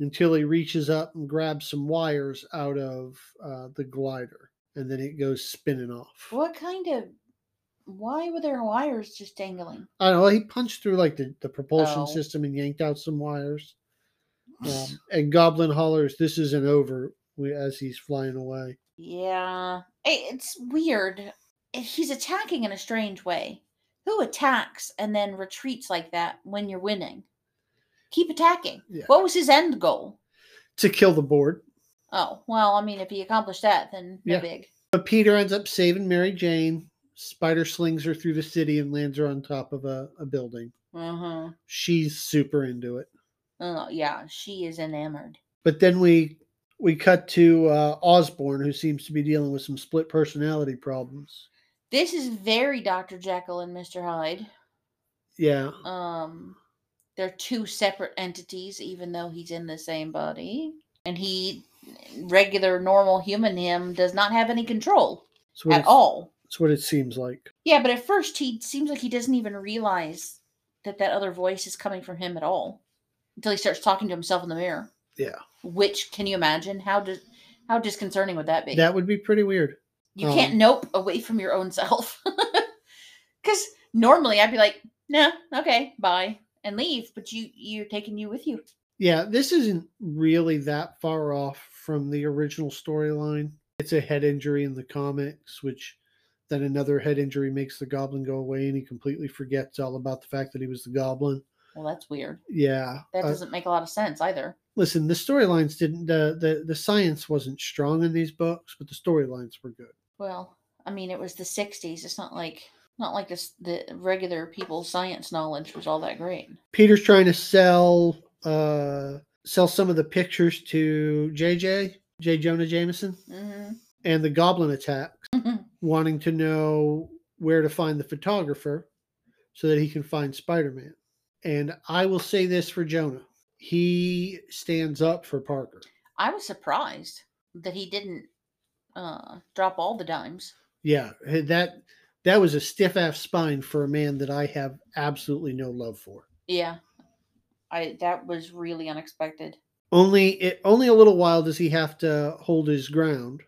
Speaker 1: until he reaches up and grabs some wires out of uh, the glider, and then it goes spinning off.
Speaker 2: What kind of. Why were there wires just dangling?
Speaker 1: I don't know. He punched through like the, the propulsion
Speaker 2: Oh.
Speaker 1: system and yanked out some wires. Um, and Goblin hollers, "This isn't over!" we- as he's flying away.
Speaker 2: Yeah. I- It's weird. And He's attacking in a strange way. Who attacks and then retreats like that when you're winning? Keep attacking.
Speaker 1: Yeah.
Speaker 2: What was his end goal?
Speaker 1: To kill the board,
Speaker 2: Oh, well, I mean, if he accomplished that, then no
Speaker 1: Yeah.
Speaker 2: big.
Speaker 1: but Peter ends up saving Mary Jane. Spider slings her through the city and lands her on top of a, a building.
Speaker 2: Uh huh.
Speaker 1: She's super into it.
Speaker 2: Oh yeah, she is enamored.
Speaker 1: But then we we cut to uh, Osborne, who seems to be dealing with some split personality problems.
Speaker 2: This is very Dr. Jekyll and Mr. Hyde.
Speaker 1: Yeah,
Speaker 2: Um, they're two separate entities, even though he's in the same body, and he, regular normal human him, does not have any control
Speaker 1: that's what
Speaker 2: at
Speaker 1: it's,
Speaker 2: all.
Speaker 1: That's what it seems like.
Speaker 2: Yeah, but at first he seems like he doesn't even realize that that other voice is coming from him at all until he starts talking to himself in the mirror.
Speaker 1: Yeah.
Speaker 2: Which can you imagine how dis- how disconcerting would that be?
Speaker 1: That would be pretty weird.
Speaker 2: you can't
Speaker 1: um,
Speaker 2: nope away from your own self. Cuz normally I'd be like, "Nah, okay, bye." And leave, but you you're taking you with you.
Speaker 1: Yeah, this isn't really that far off from the original storyline. It's a head injury in the comics, which then another head injury makes the goblin go away and he completely forgets all about the fact that he was the goblin.
Speaker 2: Well, that's weird.
Speaker 1: Yeah.
Speaker 2: That
Speaker 1: uh,
Speaker 2: doesn't make a lot of sense either.
Speaker 1: listen, the storylines didn't the, the the science wasn't strong in these books, but the storylines were good.
Speaker 2: Well, I mean, it was the 60s. It's not like not like this, the regular people's science knowledge was all that great.
Speaker 1: Peter's trying to sell uh sell some of the pictures to JJ, J. Jonah Jameson,
Speaker 2: Mhm.
Speaker 1: and the goblin attack. wanting to know where to find the photographer so that he can find Spider Man. And I will say this for Jonah he stands up for Parker.
Speaker 2: I was surprised that he didn't uh, drop all the dimes.
Speaker 1: Yeah, that that was a stiff ass spine for a man that I have absolutely no love for.
Speaker 2: Yeah, I that was really unexpected.
Speaker 1: Only it, only a little while does he have to hold his ground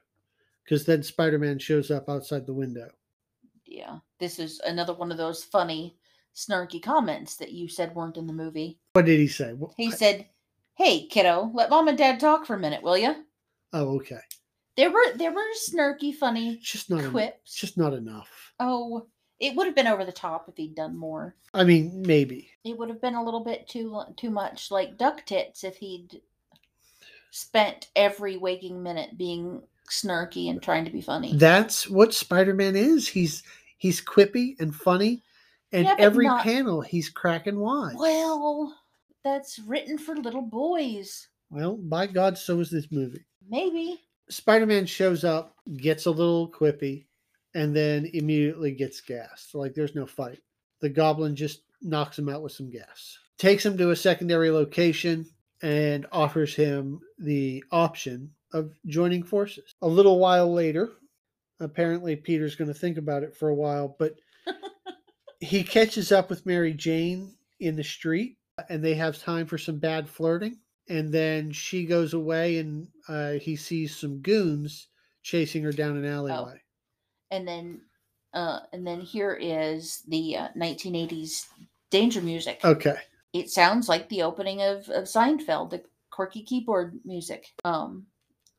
Speaker 1: because then Spider Man shows up outside the window.
Speaker 2: Yeah, this is another one of those funny, snarky comments that you said weren't in the movie.
Speaker 1: What did he say? Wh-
Speaker 2: He said, "Hey, kiddo, let mom and dad talk for a minute, will you?"
Speaker 1: oh, okay.
Speaker 2: There were there were snarky, funny
Speaker 1: It's just not en- it's
Speaker 2: quips.
Speaker 1: just not enough.
Speaker 2: Oh, it would have been over the top if he'd done more.
Speaker 1: I mean, maybe.
Speaker 2: It would have been a little bit too lo- too much like duck tits if he'd spent every waking minute being snarky and trying to be funny.
Speaker 1: that's what spider-man is he's he's quippy and funny and
Speaker 2: Yeah, but
Speaker 1: every
Speaker 2: not-
Speaker 1: panel he's cracking wise
Speaker 2: well, that's written for little boys.
Speaker 1: well by god so is this movie
Speaker 2: Maybe.
Speaker 1: spider-man shows up gets a little quippy and then immediately gets gassed like there's no fight the goblin just knocks him out with some gas takes him to a secondary location and offers him the option of joining forces a little while later apparently peter's going to think about it for a while but he catches up with Mary Jane in the street, and they have time for some bad flirting. And then she goes away, and uh, he sees some goons chasing her down an alleyway.
Speaker 2: And then uh and then here is the uh, 1980s danger music.
Speaker 1: Okay,
Speaker 2: it sounds like the opening of, of Seinfeld, the quirky keyboard music. Um,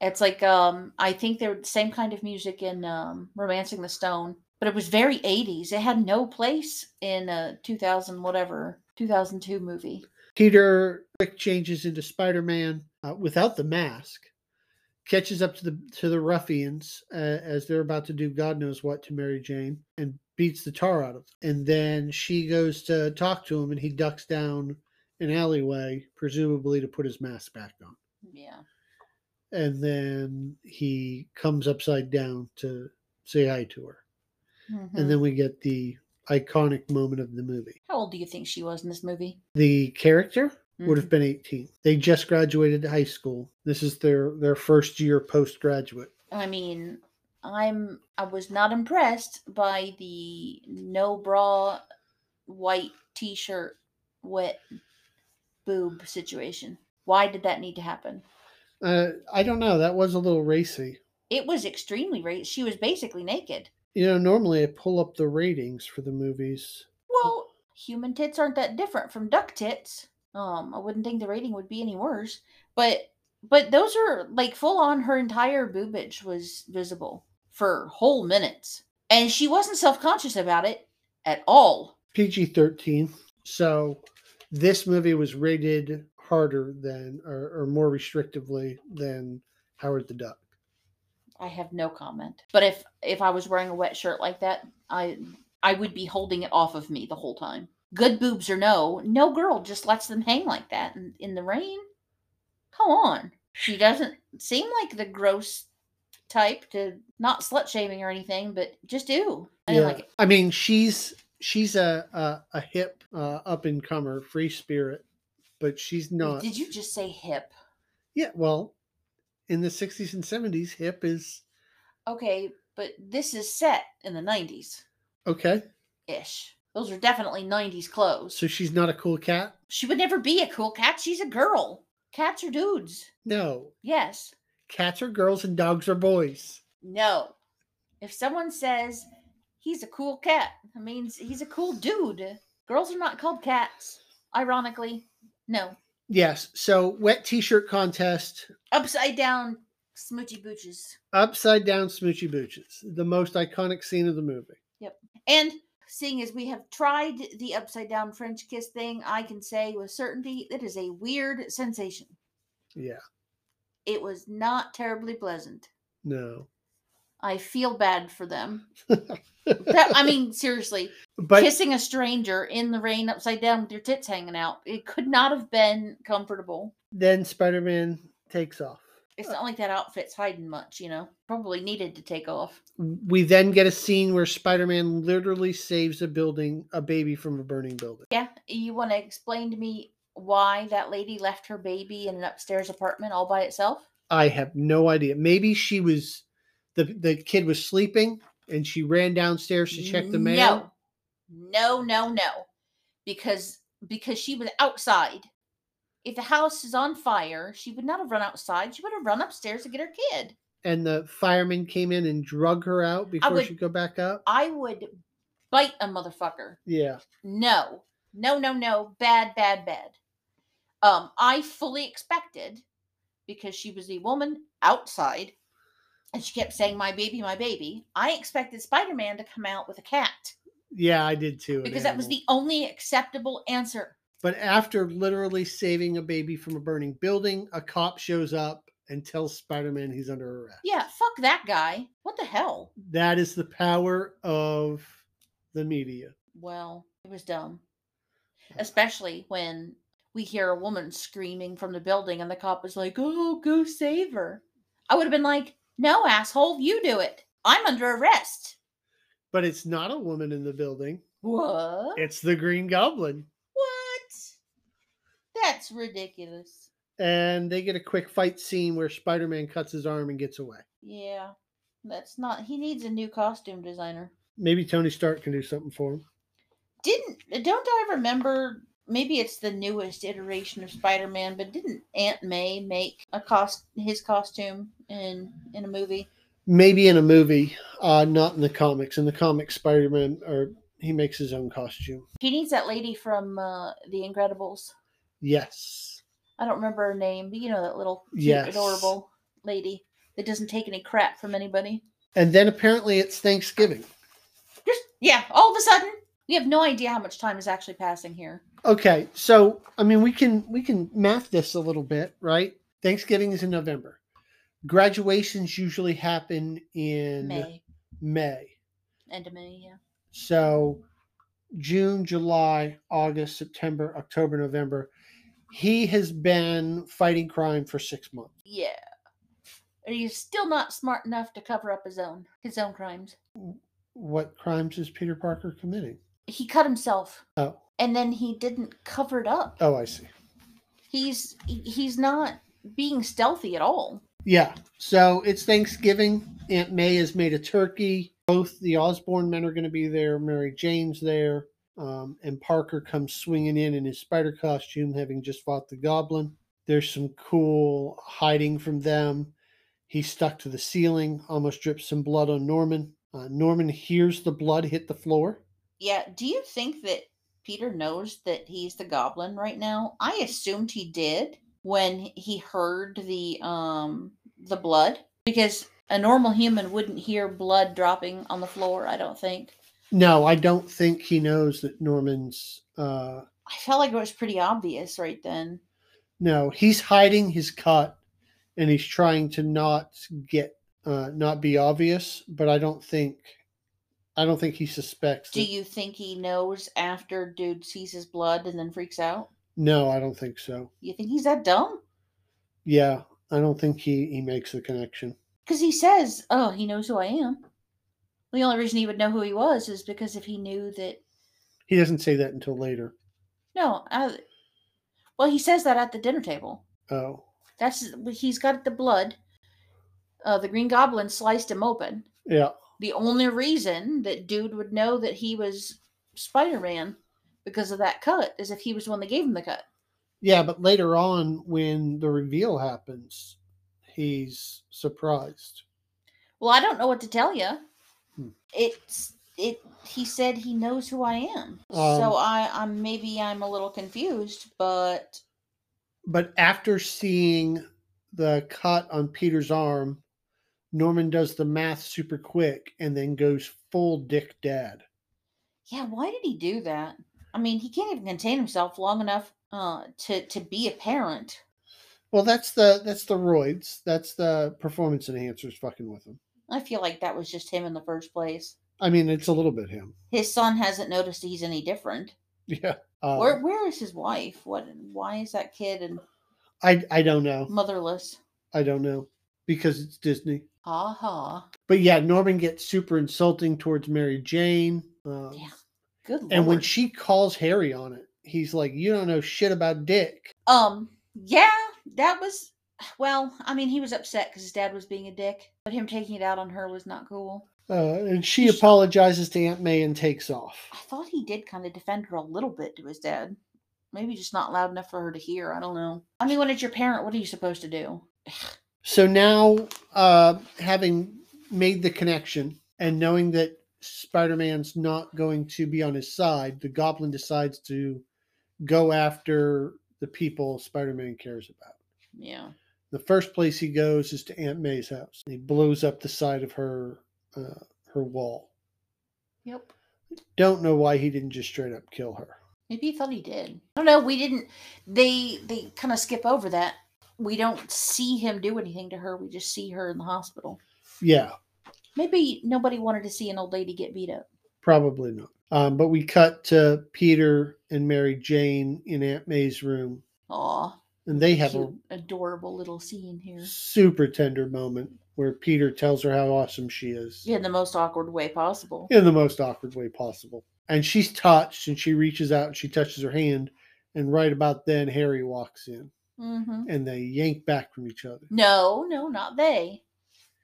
Speaker 2: it's like um, I think they were the same kind of music in um, Romancing the Stone, but it was very 80s. It had no place in a 2000 whatever 2002 movie.
Speaker 1: Peter quick changes into Spider Man uh, without the mask, catches up to the to the ruffians uh, as they're about to do God knows what to Mary Jane, and beats the tar out of them. And then she goes to talk to him, and he ducks down an alleyway, presumably to put his mask back on.
Speaker 2: Yeah,
Speaker 1: and then he comes upside down to say hi to her
Speaker 2: Mhm.
Speaker 1: and then we get the iconic moment of the movie
Speaker 2: how old do you think she was in this movie?
Speaker 1: the character would
Speaker 2: Mhm.
Speaker 1: have been 18 they just graduated high school this is their their first year postgraduate
Speaker 2: I mean, I'm I was not impressed by the no bra, white t-shirt, wet boob situation. Why did that need to happen?
Speaker 1: uh, i don't know that was a little racy
Speaker 2: It was extremely right. She was basically naked.
Speaker 1: you know normally i pull up the ratings for the movies
Speaker 2: Well, human tits aren't that different from duck tits. Um, I wouldn't think the rating would be any worse, but but those are like full on. Her entire boobage was visible for whole minutes, and she wasn't self conscious about it at all.
Speaker 1: pg-13 so this movie was rated harder than or, or more restrictively than howard the duck
Speaker 2: I have no comment. But if if I was wearing a wet shirt like that, I I would be holding it off of me the whole time. Good boobs or no, no girl just lets them hang like that in, in the rain. Come on. She doesn't seem like the gross type to not slut shaming or anything, but just do. I didn't like it.
Speaker 1: I mean, she's she's a a, a hip uh, up and comer, free spirit, but she's not.
Speaker 2: Did you just say hip?
Speaker 1: Yeah, well, in the '60s and '70s, hip is
Speaker 2: Okay, but this is set in the 90s
Speaker 1: okay.
Speaker 2: ish. Those are definitely 90s clothes.
Speaker 1: So she's not a cool cat.
Speaker 2: She would never be a cool cat. She's a girl. Cats are dudes.
Speaker 1: No,
Speaker 2: Yes.
Speaker 1: cats are girls and dogs are boys.
Speaker 2: No. If someone says he's a cool cat, that means he's a cool dude. Girls are not called cats. Ironically, no.
Speaker 1: Yes. So wet t-shirt contest,
Speaker 2: Upside down smoochy booches.
Speaker 1: upside down smoochy booches, the most iconic scene of the movie.
Speaker 2: And seeing as we have tried the upside down French kiss thing, I can say with certainty it is a weird sensation.
Speaker 1: Yeah.
Speaker 2: It was not terribly pleasant.
Speaker 1: No.
Speaker 2: I feel bad for them. That- I mean, seriously,
Speaker 1: But
Speaker 2: kissing a stranger in the rain upside down with your tits hanging out, it could not have been comfortable.
Speaker 1: then Spider-Man takes off.
Speaker 2: It's not like that outfit's hiding much, you know. Probably needed to take off.
Speaker 1: We then get a scene where Spider-Man literally saves a building, a baby from a burning building.
Speaker 2: Yeah, you want to explain to me why that lady left her baby in an upstairs apartment all by itself?
Speaker 1: I have no idea. Maybe she was the the kid was sleeping and she ran downstairs to check
Speaker 2: Mm,
Speaker 1: the mail.
Speaker 2: No, no, no, no, because because she was outside. If the house is on fire, she would not have run outside. She would have run upstairs to get her kid.
Speaker 1: And the fireman came in and drug her out before
Speaker 2: would-
Speaker 1: she could go back up.
Speaker 2: I would bite a motherfucker.
Speaker 1: yeah.
Speaker 2: No, no, no, no, bad, bad, bad. Um, I fully expected because she was a woman outside, and she kept saying "my baby, my baby." I expected Spider Man to come out with a cat
Speaker 1: Yeah, I did too. an
Speaker 2: because that was
Speaker 1: animal.
Speaker 2: the only acceptable answer.
Speaker 1: But after literally saving a baby from a burning building, a cop shows up and tells Spider-Man he's under arrest.
Speaker 2: Yeah, fuck that guy. What the hell?
Speaker 1: That is the power of the media.
Speaker 2: Well, it was dumb. Especially when we hear a woman screaming from the building and the cop is like, oh, go save her. I would have been like, no, asshole, you do it. I'm under arrest.
Speaker 1: But it's not a woman in the building.
Speaker 2: What?
Speaker 1: It's the Green Goblin.
Speaker 2: What? That's ridiculous.
Speaker 1: And they get a quick fight scene where Spider-Man cuts his arm and gets away.
Speaker 2: Yeah, that's not. He needs a new costume designer.
Speaker 1: Maybe Tony Stark can do something for him.
Speaker 2: Didn't, don't I remember? Maybe it's the newest iteration of Spider-Man, but didn't Aunt May make a cost his costume in in a movie?
Speaker 1: Maybe in a movie, uh, not in the comics. In the comics, Spider-Man or he makes his own costume.
Speaker 2: He needs that lady from uh, The Incredibles.
Speaker 1: Yes.
Speaker 2: I don't remember her name, but you know that little cute,
Speaker 1: Yes.
Speaker 2: adorable lady that doesn't take any crap from anybody.
Speaker 1: And then apparently it's Thanksgiving.
Speaker 2: Just yeah, all of a sudden we have no idea how much time is actually passing here.
Speaker 1: Okay, so I mean we can we can math this a little bit, right? Thanksgiving is in November. Graduations usually happen in
Speaker 2: May,
Speaker 1: May.
Speaker 2: end of May, yeah.
Speaker 1: So June, July, August, September, October, November. He has been fighting crime for six months.
Speaker 2: Yeah. And he's still not smart enough to cover up his own his own crimes.
Speaker 1: What crimes is Peter Parker committing?
Speaker 2: He cut himself.
Speaker 1: Oh,
Speaker 2: and then he didn't cover it up.
Speaker 1: oh, I see.
Speaker 2: He's he- he's not being stealthy at all.
Speaker 1: Yeah. So it's Thanksgiving. Aunt May has made a turkey. Both the Osborne men are going to be there. Mary Jane's there. Um, and Parker comes swinging in in his spider costume, having just fought the goblin. There's some cool hiding from them. He's stuck to the ceiling, almost drips some blood on Norman. Uh, Norman hears the blood hit the floor.
Speaker 2: Yeah. Do you think that Peter knows that he's the Goblin right now? I assumed he did when he heard the um the blood because a normal human wouldn't hear blood dropping on the floor. I don't think.
Speaker 1: No, I don't think he knows that Norman's. Uh,
Speaker 2: I felt like it was pretty obvious right then.
Speaker 1: No, he's hiding his cut and he's trying to not get uh, not be obvious, but I don't think I don't think he suspects.
Speaker 2: Do
Speaker 1: that-
Speaker 2: you think he knows after dude sees his blood and then freaks out?
Speaker 1: No, I don't think so.
Speaker 2: You think he's that dumb?
Speaker 1: Yeah, I don't think he he makes the connection.
Speaker 2: Because he says, "Oh, he knows who I am." The only reason he would know who he was is because if he knew that.
Speaker 1: He doesn't say that until later.
Speaker 2: No, I, well, he says that at the dinner table.
Speaker 1: Oh,
Speaker 2: That's he's got the blood. Uh, the Green Goblin sliced him open.
Speaker 1: yeah,
Speaker 2: The only reason that dude would know that he was Spider Man because of that cut is if he was the one that gave him the cut.
Speaker 1: yeah. But later on, when the reveal happens, he's surprised.
Speaker 2: Well, I don't know what to tell you.
Speaker 1: Hmm.
Speaker 2: It's it. He said he knows who I am, so
Speaker 1: Um,
Speaker 2: I I'm maybe I'm a little confused, but
Speaker 1: But after seeing the cut on Peter's arm, Norman does the math super quick and then goes full dick dad.
Speaker 2: yeah, why did he do that? I mean, he can't even contain himself long enough uh, to to be a parent.
Speaker 1: Well, that's the that's the roids. That's the performance enhancers fucking with him.
Speaker 2: I feel like that was just him in the first place.
Speaker 1: I mean, it's a little bit him.
Speaker 2: His son hasn't noticed he's any different.
Speaker 1: Yeah. Uh,
Speaker 2: Where where is his wife? What why is that kid and
Speaker 1: I I don't know.
Speaker 2: motherless?
Speaker 1: I don't know because it's Disney.
Speaker 2: Aha.
Speaker 1: But yeah, Norman gets super insulting towards Mary Jane. Um,
Speaker 2: Yeah, Good lord.
Speaker 1: and when she calls Harry on it, he's like, "You don't know shit about dick."
Speaker 2: um yeah, that was well, I mean he was upset cuz his dad was being a dick, but him taking it out on her was not cool.
Speaker 1: Uh, and she
Speaker 2: Just-
Speaker 1: apologizes to Aunt May and takes
Speaker 2: I
Speaker 1: off.
Speaker 2: thought he did kind of defend her a little bit to his dad. Maybe just not loud enough for her to hear, I don't know. I mean when it's your parent, what are you supposed to do?
Speaker 1: So now, uh, having made the connection and knowing that Spider-Man's not going to be on his side, the Goblin decides to go after the people Spider-Man cares about.
Speaker 2: Yeah.
Speaker 1: The first place he goes is to Aunt May's house. He blows up the side of her uh, her wall.
Speaker 2: Yep.
Speaker 1: Don't know why he didn't just straight up kill her.
Speaker 2: Maybe he thought he did. I don't know. We didn't. They they kind of skip over that. We don't see him do anything to her. We just see her in the hospital.
Speaker 1: Yeah,
Speaker 2: Maybe nobody wanted to see an old lady get beat up.
Speaker 1: probably not. Um, but we cut to Peter and Mary Jane in Aunt May's room,
Speaker 2: Aw,
Speaker 1: and they have
Speaker 2: cute, adorable little scene
Speaker 1: a
Speaker 2: here.
Speaker 1: super tender moment where Peter tells her how awesome she is
Speaker 2: In the most awkward way possible.
Speaker 1: in the most awkward way possible. And she's touched, and she reaches out and she touches her hand, and right about then Harry walks in,
Speaker 2: Mm-hmm.
Speaker 1: and they yank back from each other.
Speaker 2: No, no, not they.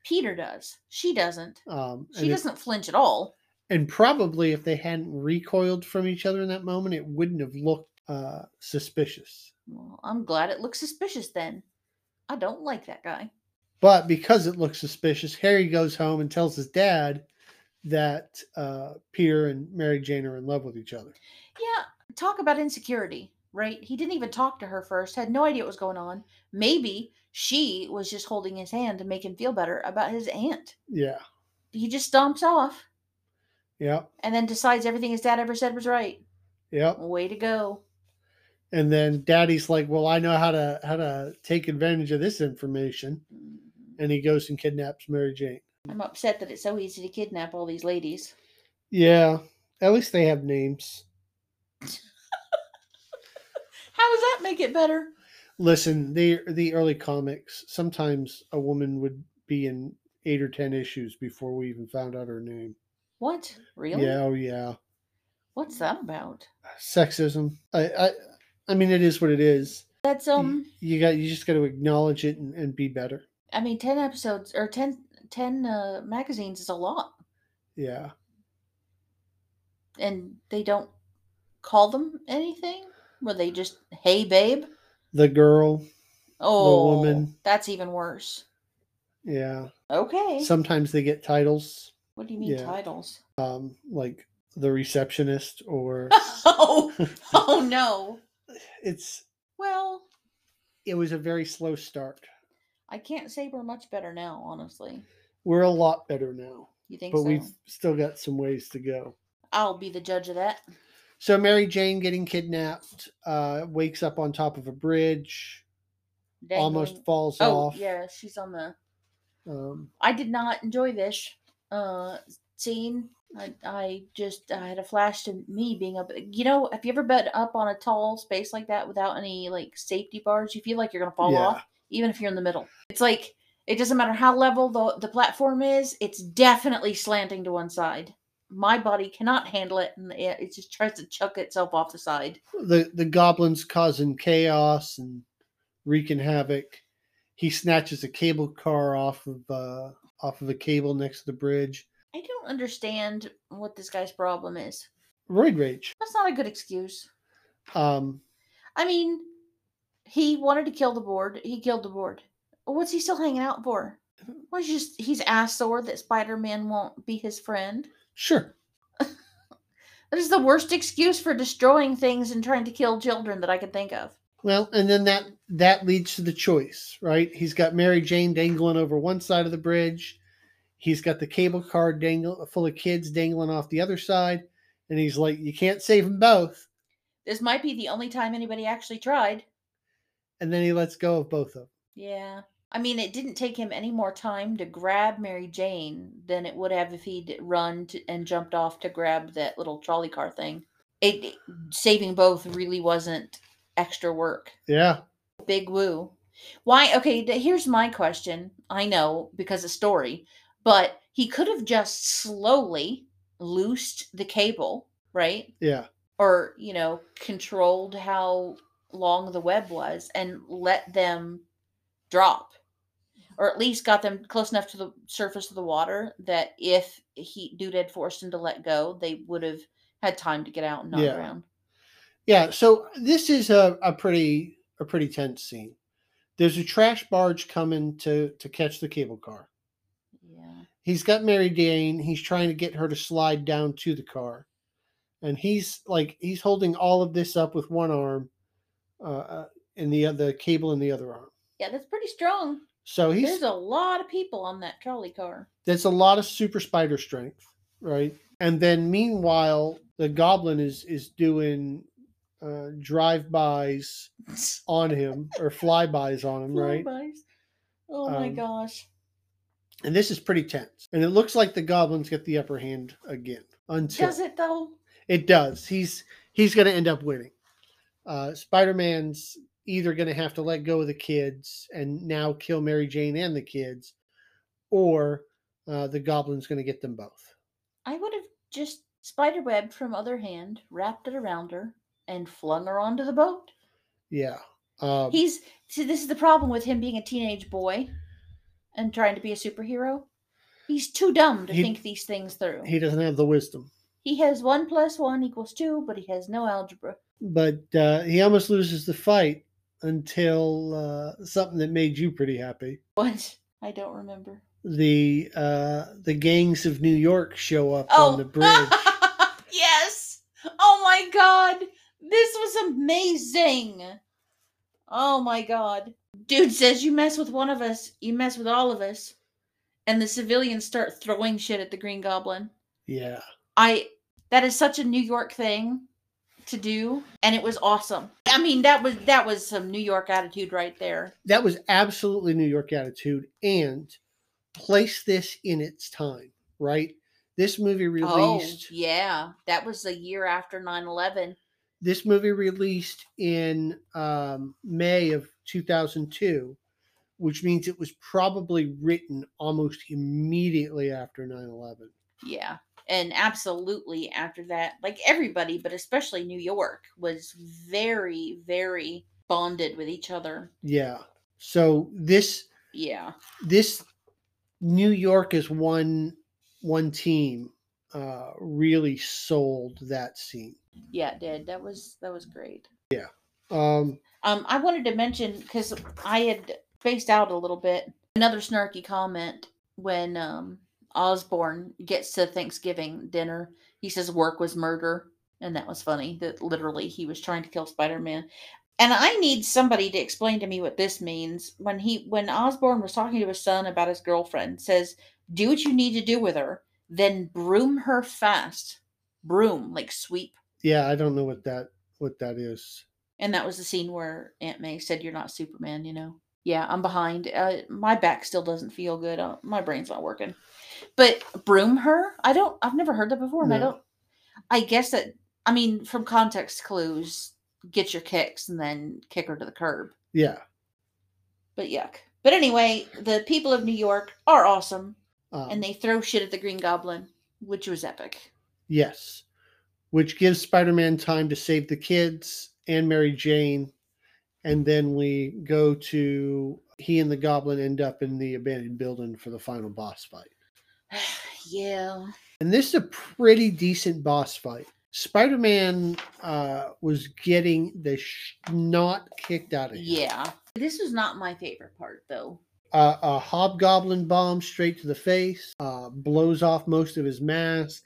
Speaker 2: Peter does. She doesn't.
Speaker 1: Um,
Speaker 2: She
Speaker 1: and if-
Speaker 2: doesn't flinch at all.
Speaker 1: and probably if they hadn't recoiled from each other in that moment, it wouldn't have looked uh, suspicious.
Speaker 2: Well, I'm glad it looks suspicious then. I don't like that guy.
Speaker 1: But because it looked suspicious, Harry goes home and tells his dad that uh, Peter and Mary Jane are in love with each other.
Speaker 2: Yeah, talk about insecurity, right? He didn't even talk to her first, had no idea what was going on. Maybe she was just holding his hand to make him feel better about his aunt.
Speaker 1: Yeah,
Speaker 2: He just stomps off
Speaker 1: yeah,
Speaker 2: and then decides everything his dad ever said was right.
Speaker 1: yeah.
Speaker 2: Way to go.
Speaker 1: And then Daddy's like, "Well, I know how to how to take advantage of this information," and he goes and kidnaps Mary Jane.
Speaker 2: I'm upset that it's so easy to kidnap all these ladies.
Speaker 1: Yeah, at least they have names.
Speaker 2: How does that make it better?
Speaker 1: Listen, the the early comics, sometimes a woman would be in eight or ten issues before we even found out her name.
Speaker 2: What? Really?
Speaker 1: Yeah, oh yeah.
Speaker 2: What's that about?
Speaker 1: Sexism. I I, I mean it is what it is.
Speaker 2: That's
Speaker 1: You-
Speaker 2: um
Speaker 1: you, got you just gotta acknowledge it and, and be better.
Speaker 2: I mean 10 episodes or 10 10 uh, magazines is a lot
Speaker 1: Yeah.
Speaker 2: and they don't call them anything? Were they just, hey, babe?
Speaker 1: The girl.
Speaker 2: Oh,
Speaker 1: woman.
Speaker 2: that's even worse.
Speaker 1: Yeah.
Speaker 2: Okay.
Speaker 1: Sometimes they get titles,
Speaker 2: what do you mean
Speaker 1: yeah.
Speaker 2: titles?
Speaker 1: um, like the receptionist or
Speaker 2: oh, oh no.
Speaker 1: it's
Speaker 2: Well,
Speaker 1: it was a very slow start.
Speaker 2: I can't say we're much better now, honestly.
Speaker 1: We're a lot better now.
Speaker 2: You think
Speaker 1: But
Speaker 2: so?
Speaker 1: we've still got some ways to go.
Speaker 2: I'll be the judge of that.
Speaker 1: So Mary Jane getting kidnapped, uh, wakes up on top of a bridge, almost
Speaker 2: Dangling-
Speaker 1: falls
Speaker 2: Oh,
Speaker 1: off.
Speaker 2: yeah, she's on the
Speaker 1: Um,
Speaker 2: I did not enjoy this uh, scene. I, I just I had a flash to me being up. You know, have you ever been up on a tall space like that without any like safety bars? You feel like you're gonna fall
Speaker 1: Yeah.
Speaker 2: off, even if you're in the middle. It's like it doesn't matter how level the the platform is; it's definitely slanting to one side. My body cannot handle it, and it, it just tries to chuck itself off the side.
Speaker 1: the the goblins causing chaos and wreaking havoc. He snatches a cable car off of uh, off of a cable next to the bridge.
Speaker 2: I don't understand what this guy's problem is.
Speaker 1: Roid rage.
Speaker 2: That's not a good excuse.
Speaker 1: Um,
Speaker 2: I mean, he wanted to kill the board. He killed the board. What's he still hanging out for? Why just he's ass sore that Spider Man won't be his friend?
Speaker 1: sure.
Speaker 2: That is the worst excuse for destroying things and trying to kill children that I can think of.
Speaker 1: Well, and then that that leads to the choice, right? He's got Mary Jane dangling over one side of the bridge. He's got the cable car dangle full of kids dangling off the other side, and he's like, "You can't save them both."
Speaker 2: This might be the only time anybody actually tried.
Speaker 1: And then he lets go of both of them.
Speaker 2: Yeah. I mean, it didn't take him any more time to grab Mary Jane than it would have if he'd run to, and jumped off to grab that little trolley car thing. It, it- saving both really wasn't extra work.
Speaker 1: Yeah,
Speaker 2: Big woo. Why? Okay, th- here's my question. I know because of story, but he could have just slowly loosed the cable, right?
Speaker 1: yeah.
Speaker 2: or you know controlled how long the web was and let them drop or at least got them close enough to the surface of the water that if he dude had forced him to let go they would have had time to get out and not
Speaker 1: Yeah.
Speaker 2: drown
Speaker 1: Yeah, so this is a, a pretty a pretty tense scene. There's a trash barge coming to to catch the cable car.
Speaker 2: yeah
Speaker 1: He's got Mary Jane. He's trying to get her to slide down to the car, and he's like he's holding all of this up with one arm, uh, uh, and the other cable in the other arm.
Speaker 2: yeah that's pretty strong
Speaker 1: So he's
Speaker 2: there's a lot of people on that trolley car
Speaker 1: that's a lot of super spider strength, right? And then meanwhile, the goblin is is doing uh, drive bys on him or flybys on him, right?
Speaker 2: Flybys. oh my
Speaker 1: Um,
Speaker 2: gosh
Speaker 1: And this is pretty tense. And it looks like the goblins get the upper hand again. Until
Speaker 2: does it though
Speaker 1: It does. He's he's going to end up winning. Uh, Spider Man's either going to have to let go of the kids and now kill Mary Jane and the kids, or uh, the goblin's going to get them both.
Speaker 2: I would have just spiderwebbed from other hand, wrapped it around her, and flung her onto the boat.
Speaker 1: Yeah. Um,
Speaker 2: He's see, this is the problem with him being a teenage boy and trying to be a superhero. He's too dumb to
Speaker 1: He-
Speaker 2: think these things through.
Speaker 1: he doesn't have the wisdom,
Speaker 2: He has one plus one equals two, but he has no algebra.
Speaker 1: but uh, he almost loses the fight until uh, something that made you pretty happy.
Speaker 2: What? I don't remember.
Speaker 1: The uh, the gangs of New York show up on the bridge.
Speaker 2: Oh. yes. Oh my god. This was amazing. Oh my god. Dude says you mess with one of us, you mess with all of us. And the civilians start throwing shit at the Green Goblin.
Speaker 1: yeah.
Speaker 2: I that is such a New York thing to do and it was awesome. I mean that was that was some New York attitude right there.
Speaker 1: that was absolutely New York attitude and place this in its time, right? This movie
Speaker 2: Oh,
Speaker 1: released
Speaker 2: yeah. That was a year after 9/11.
Speaker 1: this movie released in um, May of 2002, which means it was probably written almost immediately after 9/11.
Speaker 2: Yeah. And absolutely after that, like everybody, but especially New York, was very, very bonded with each other.
Speaker 1: Yeah. So this
Speaker 2: Yeah.
Speaker 1: this New York is one one team uh really sold that scene.
Speaker 2: Yeah, it did. That was that was great.
Speaker 1: Um
Speaker 2: Um, I wanted to mention because I had spaced out a little bit. Another snarky comment when um Osborne gets to Thanksgiving dinner, he says work was murder, and that was funny. That literally he was trying to kill Spider Man. And I need somebody to explain to me what this means. When he when Osborne was talking to his son about his girlfriend, says, Do what you need to do with her, then broom her fast. Broom, like sweep
Speaker 1: yeah, I don't know what that what that is.
Speaker 2: And that was the scene where Aunt May said, You're not Superman, you know? yeah, I'm behind. Uh, my back still doesn't feel good. Uh, my brain's not working. But broom her? I don't. I've never heard that before, and I
Speaker 1: No.
Speaker 2: don't. I guess that. I mean, from context clues, get your kicks and then kick her to the curb.
Speaker 1: Yeah.
Speaker 2: But yuck. But anyway, the people of New York are awesome,
Speaker 1: Um,
Speaker 2: and they throw shit at the Green Goblin, which was epic.
Speaker 1: Yes, which gives Spider Man time to save the kids and Mary Jane. And then we go to he and the goblin end up in the abandoned building for the final boss fight.
Speaker 2: yeah.
Speaker 1: And this is a pretty decent boss fight. Spider Man uh, was getting the sh- not kicked out of him.
Speaker 2: Yeah. This was not my favorite part, though.
Speaker 1: Uh, a hobgoblin bomb straight to the face, uh, blows off most of his mask.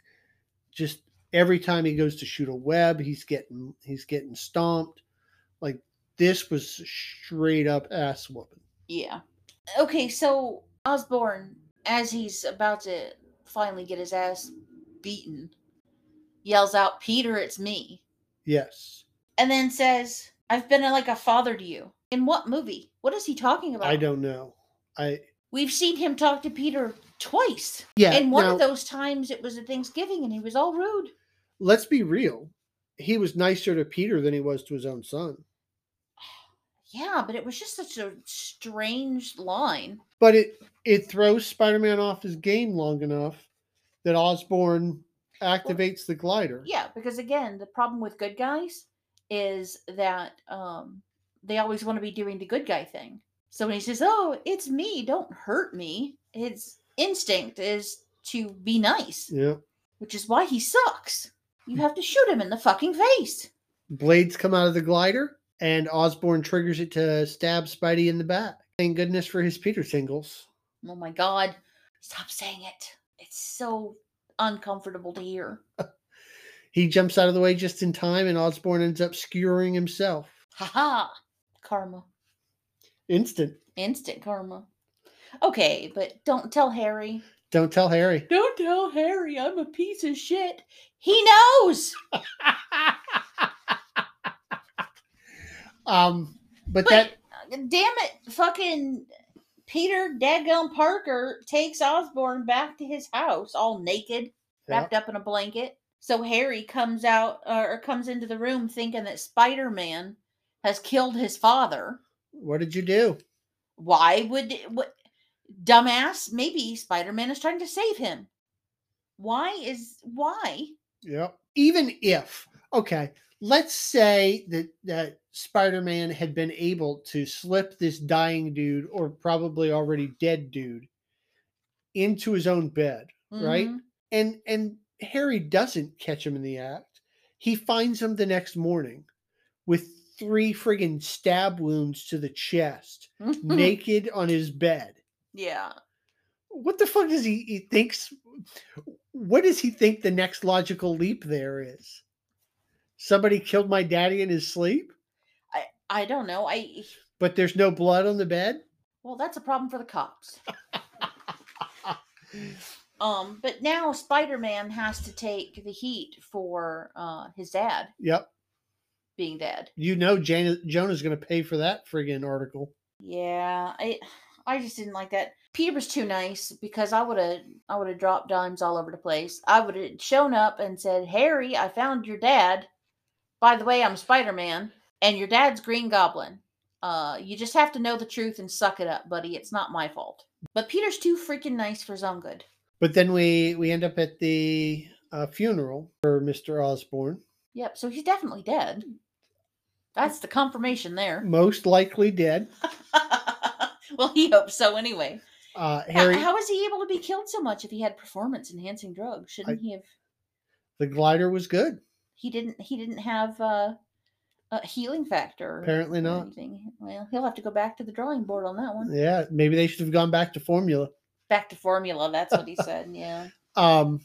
Speaker 1: Just every time he goes to shoot a web, he's getting he's getting stomped. Like this was straight up ass whooping.
Speaker 2: Yeah. Okay, so Osborne, as he's about to finally get his ass beaten, yells out, Peter, it's me.
Speaker 1: Yes,
Speaker 2: And then says, I've been like a father to you. In what movie? What is he talking about?
Speaker 1: I don't know. I
Speaker 2: We've seen him talk to Peter twice.
Speaker 1: yeah.
Speaker 2: and one of
Speaker 1: now,
Speaker 2: those times it was a Thanksgiving and he was all rude.
Speaker 1: let's be real. He was nicer to Peter than he was to his own son.
Speaker 2: Yeah, but it was just such a strange line.
Speaker 1: but it it throws Spider-Man off his game long enough that Osborn activates the glider.
Speaker 2: Yeah, because again, the problem with good guys is that um, they always want to be doing the good guy thing. So when he says, "Oh, it's me, don't hurt me," his instinct is to be nice,
Speaker 1: Yeah.
Speaker 2: which is why he sucks. You have to shoot him in the fucking face.
Speaker 1: Blades come out of the glider and Osborn triggers it to stab Spidey in the back. Thank goodness for his Peter tingles.
Speaker 2: Oh my god, stop saying it. It's so uncomfortable to hear.
Speaker 1: He jumps out of the way just in time and Osborn ends up skewering himself.
Speaker 2: Haha, karma.
Speaker 1: Instant.
Speaker 2: Instant karma. Okay, but don't tell Harry.
Speaker 1: Don't tell Harry.
Speaker 2: Don't tell Harry I'm a piece of shit. He knows.
Speaker 1: um but
Speaker 2: But
Speaker 1: that
Speaker 2: uh, damn it, fucking Peter Daggum Parker takes Osborne back to his house all naked,
Speaker 1: Yeah.
Speaker 2: wrapped up in a blanket. So Harry comes out uh, or or comes into the room thinking that Spider Man has killed his father.
Speaker 1: what did you do?
Speaker 2: why would what dumbass maybe spider-man is trying to save him why is why
Speaker 1: Yep. Even if, okay, let's say that that Spider-Man had been able to slip this dying dude or probably already dead dude into his own bed, Right?
Speaker 2: Mhm.
Speaker 1: and and Harry doesn't catch him in the act. He finds him the next morning with three friggin' stab wounds to the chest,
Speaker 2: Hmm.
Speaker 1: naked on his bed.
Speaker 2: Mm-hmm. yeah
Speaker 1: What the fuck does he, he thinks? What does he think the next logical leap there is? Somebody killed my daddy in his sleep,
Speaker 2: i don't know i
Speaker 1: but there's no blood on the bed.
Speaker 2: well that's a problem for the cops um but now spider-man has to take the heat for uh his dad
Speaker 1: Yep,
Speaker 2: being dead
Speaker 1: you know Jana, Jonah's going to pay for that friggin' article.
Speaker 2: yeah i i just didn't like that peter was too nice because i would have i would have dropped dimes all over the place i would have shown up and said harry i found your dad by the way i'm spider-man and your dad's green goblin uh you just have to know the truth and suck it up buddy it's not my fault but peter's too freaking nice for his own good
Speaker 1: But then we we end up at the uh, funeral for Mister Osborne,
Speaker 2: yep so he's definitely dead that's the confirmation there
Speaker 1: most likely dead.
Speaker 2: well he hopes so anyway
Speaker 1: Uh,
Speaker 2: Yeah,
Speaker 1: Harry,
Speaker 2: How is he able to be killed so much if he had performance enhancing drugs? Shouldn't he have?
Speaker 1: the glider was good.
Speaker 2: He didn't. He didn't have uh, a healing factor. or-
Speaker 1: Apparently
Speaker 2: or
Speaker 1: not.
Speaker 2: Anything. Well, he'll have to go back to the drawing board on that one.
Speaker 1: Yeah, maybe they should have gone back to formula.
Speaker 2: Back to formula. That's what he said. Yeah.
Speaker 1: Um,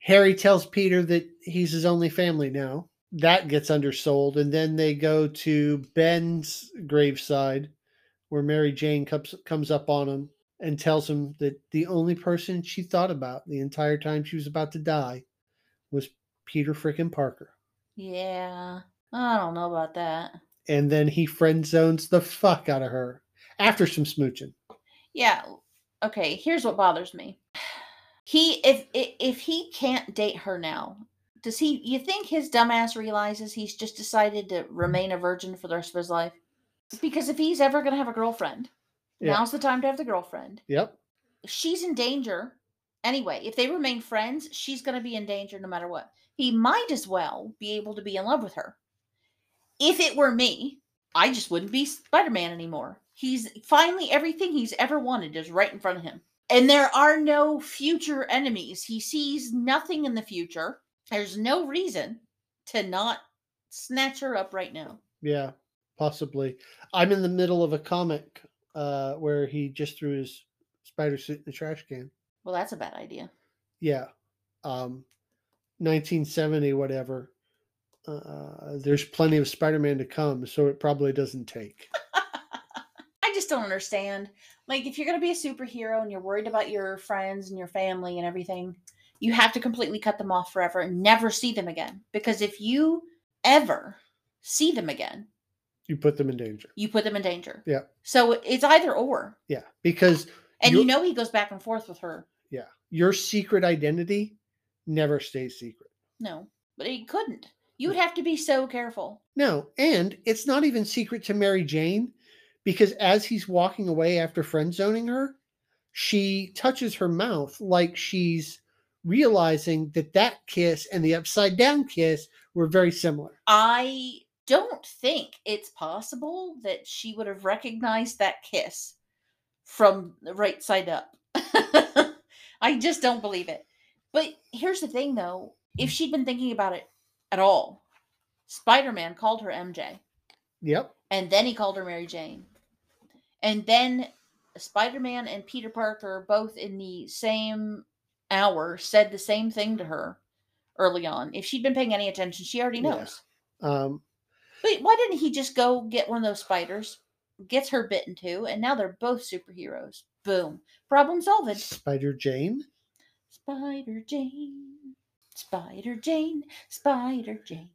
Speaker 1: Harry tells Peter that he's his only family now. That gets undersold, and then they go to Ben's graveside, where Mary Jane comes comes up on him and tells him that the only person she thought about the entire time she was about to die was Peter frickin' Parker.
Speaker 2: Yeah. I don't know about that.
Speaker 1: And then he friend zones the fuck out of her after some smooching.
Speaker 2: Yeah. Okay. Here's what bothers me. He if i- if he can't date her now, does he? You think his dumbass realizes he's just decided to remain a virgin for the rest of his life? Because if he's ever gonna have a girlfriend,
Speaker 1: Yeah.
Speaker 2: now's the time to have the girlfriend.
Speaker 1: Yep.
Speaker 2: She's in danger anyway. If they remain friends, she's gonna be in danger no matter what. He might as well be able to be in love with her. If it were me, I just wouldn't be Spider Man anymore. He's finally everything he's ever wanted is right in front of him. And there are no future enemies. He sees nothing in the future. There's no reason to not snatch her up right now.
Speaker 1: Yeah, possibly. I'm in the middle of a comic uh, where he just threw his spider suit in the trash can.
Speaker 2: Well, that's a bad idea.
Speaker 1: Yeah, um, 1970, whatever. Uh, there's plenty of Spider-Man to come, so it probably doesn't take.
Speaker 2: I just don't understand. Like, if you're going to be a superhero and you're worried about your friends and your family and everything, you have to completely cut them off forever and never see them again. Because if you ever see them again,
Speaker 1: You put them in danger.
Speaker 2: you put them in danger.
Speaker 1: Yeah.
Speaker 2: So it's either or.
Speaker 1: Yeah, because
Speaker 2: And you
Speaker 1: You're-
Speaker 2: know he goes back and forth with her.
Speaker 1: yeah, your secret identity never stays secret.
Speaker 2: No, but he couldn't. You would have to be so careful.
Speaker 1: No, and it's not even secret to Mary Jane because as he's walking away after friend zoning her, she touches her mouth like she's realizing that that kiss and the upside down kiss were very similar.
Speaker 2: I don't think it's possible that she would have recognized that kiss from the right side up. I just don't believe it. But here's the thing though, if she'd been thinking about it at all, Spider Man called her MJ,
Speaker 1: Yep.
Speaker 2: and then he called her Mary Jane. And then Spider Man and Peter Parker, both in the same hour, said the same thing to her early on. If she'd been paying any attention, she already
Speaker 1: Yeah.
Speaker 2: knows.
Speaker 1: Um,
Speaker 2: Wait, why didn't he just go get one of those spiders, gets her bitten too, and now they're both superheroes? Boom. Problem solved.
Speaker 1: Spider Jane.
Speaker 2: Spider Jane. Spider Jane. Spider Jane.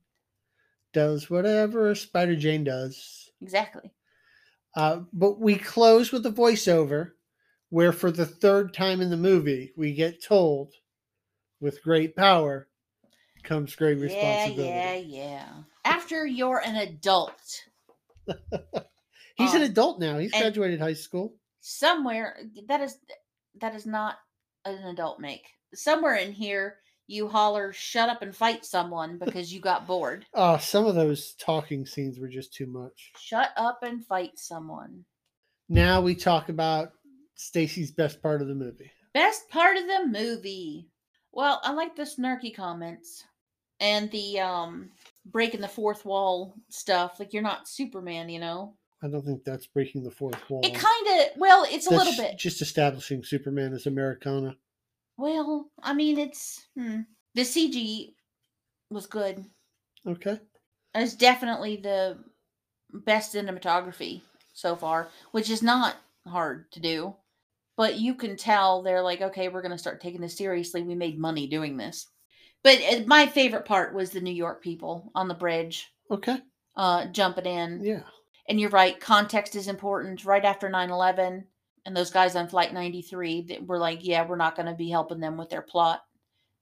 Speaker 1: does whatever Spider Jane does.
Speaker 2: Exactly.
Speaker 1: Uh, but we close with a voiceover where, for the third time in the movie, we get told with great power comes great
Speaker 2: Yeah,
Speaker 1: responsibility.
Speaker 2: yeah, yeah. After you're an adult,
Speaker 1: He's an
Speaker 2: Um,
Speaker 1: adult now, he's
Speaker 2: and-
Speaker 1: graduated high school.
Speaker 2: somewhere that is that is not an adult make. Somewhere in here you holler shut up and fight someone because you got bored.
Speaker 1: Oh, some of those talking scenes were just too much.
Speaker 2: Shut up and fight someone.
Speaker 1: Now we talk about Stacy's best part of the movie.
Speaker 2: Best part of the movie. Well, I like the snarky comments and the um breaking the fourth wall stuff. Like you're not Superman, you know.
Speaker 1: I don't think that's breaking the fourth wall.
Speaker 2: It kind of well, it's a little
Speaker 1: That's
Speaker 2: bit.
Speaker 1: Just establishing Superman as Americana.
Speaker 2: Well, I mean, it's hmm. the CG was good.
Speaker 1: Okay.
Speaker 2: And it's definitely the best cinematography so far, which is not hard to do. But you can tell they're like, okay, we're going to start taking this seriously. We made money doing this. But uh, my favorite part was the New York people on the bridge
Speaker 1: Okay.
Speaker 2: uh, jumping in.
Speaker 1: Yeah.
Speaker 2: And you're right, context is important. Right after 9 11, and those guys on Flight 93 that were like, yeah, we're not going to be helping them with their plot,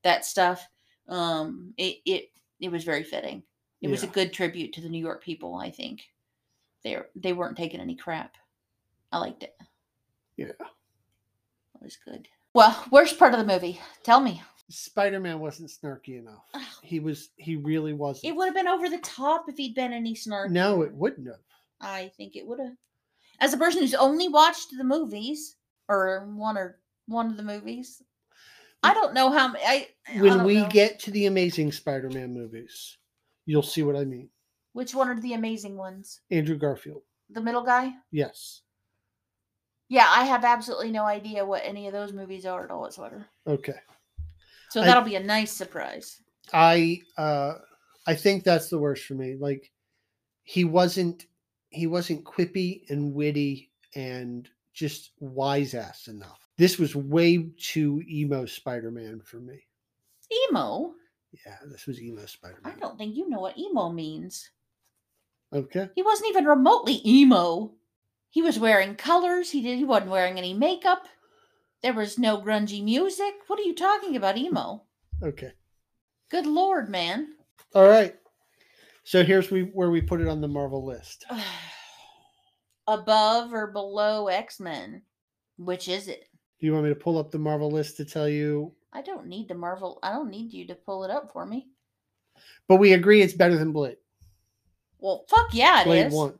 Speaker 2: that stuff. Um, it, it, it was very fitting it was a
Speaker 1: yeah.
Speaker 2: good tribute to the New York people. I think they they weren't taking any crap. I liked it.
Speaker 1: Yeah.
Speaker 2: it was good. Well, worst part of the movie. Tell me,
Speaker 1: Spider-Man wasn't snarky enough.
Speaker 2: Ugh.
Speaker 1: He was he really wasn't.
Speaker 2: it would have been over the top if he'd been any snark.
Speaker 1: No, it wouldn't have.
Speaker 2: I think it would have. As a person who's only watched the movies or one or one of the movies, I don't know how ma- I I
Speaker 1: When
Speaker 2: don't
Speaker 1: we
Speaker 2: know.
Speaker 1: get to the amazing Spider-Man movies, you'll see what I mean.
Speaker 2: which one are the amazing ones?
Speaker 1: Andrew Garfield.
Speaker 2: The middle guy.
Speaker 1: Yes.
Speaker 2: Yeah, I have absolutely no idea what any of those movies are at all whatsoever.
Speaker 1: Okay.
Speaker 2: So
Speaker 1: I-
Speaker 2: that'll be a nice surprise.
Speaker 1: I uh I think that's the worst for me. Like he wasn't he wasn't quippy and witty and just wise ass enough. This was way too emo Spider-Man for me.
Speaker 2: Emo?
Speaker 1: Yeah, this was emo
Speaker 2: I
Speaker 1: Spider-Man.
Speaker 2: don't think you know what emo means.
Speaker 1: Okay.
Speaker 2: He wasn't even remotely emo. He was wearing colors. He did. He wasn't wearing any makeup. There was no grungy music. What are you talking about, emo?
Speaker 1: Okay.
Speaker 2: Good lord, man.
Speaker 1: All right. So here's we where we put it on the Marvel list.
Speaker 2: Above or below X Men? Which is it?
Speaker 1: Do you want me to pull up the Marvel list to tell you?
Speaker 2: I don't need the Marvel. I don't need you to pull it up for me.
Speaker 1: But we agree it's better than Blade.
Speaker 2: Well, fuck yeah, it is.
Speaker 1: Blade one.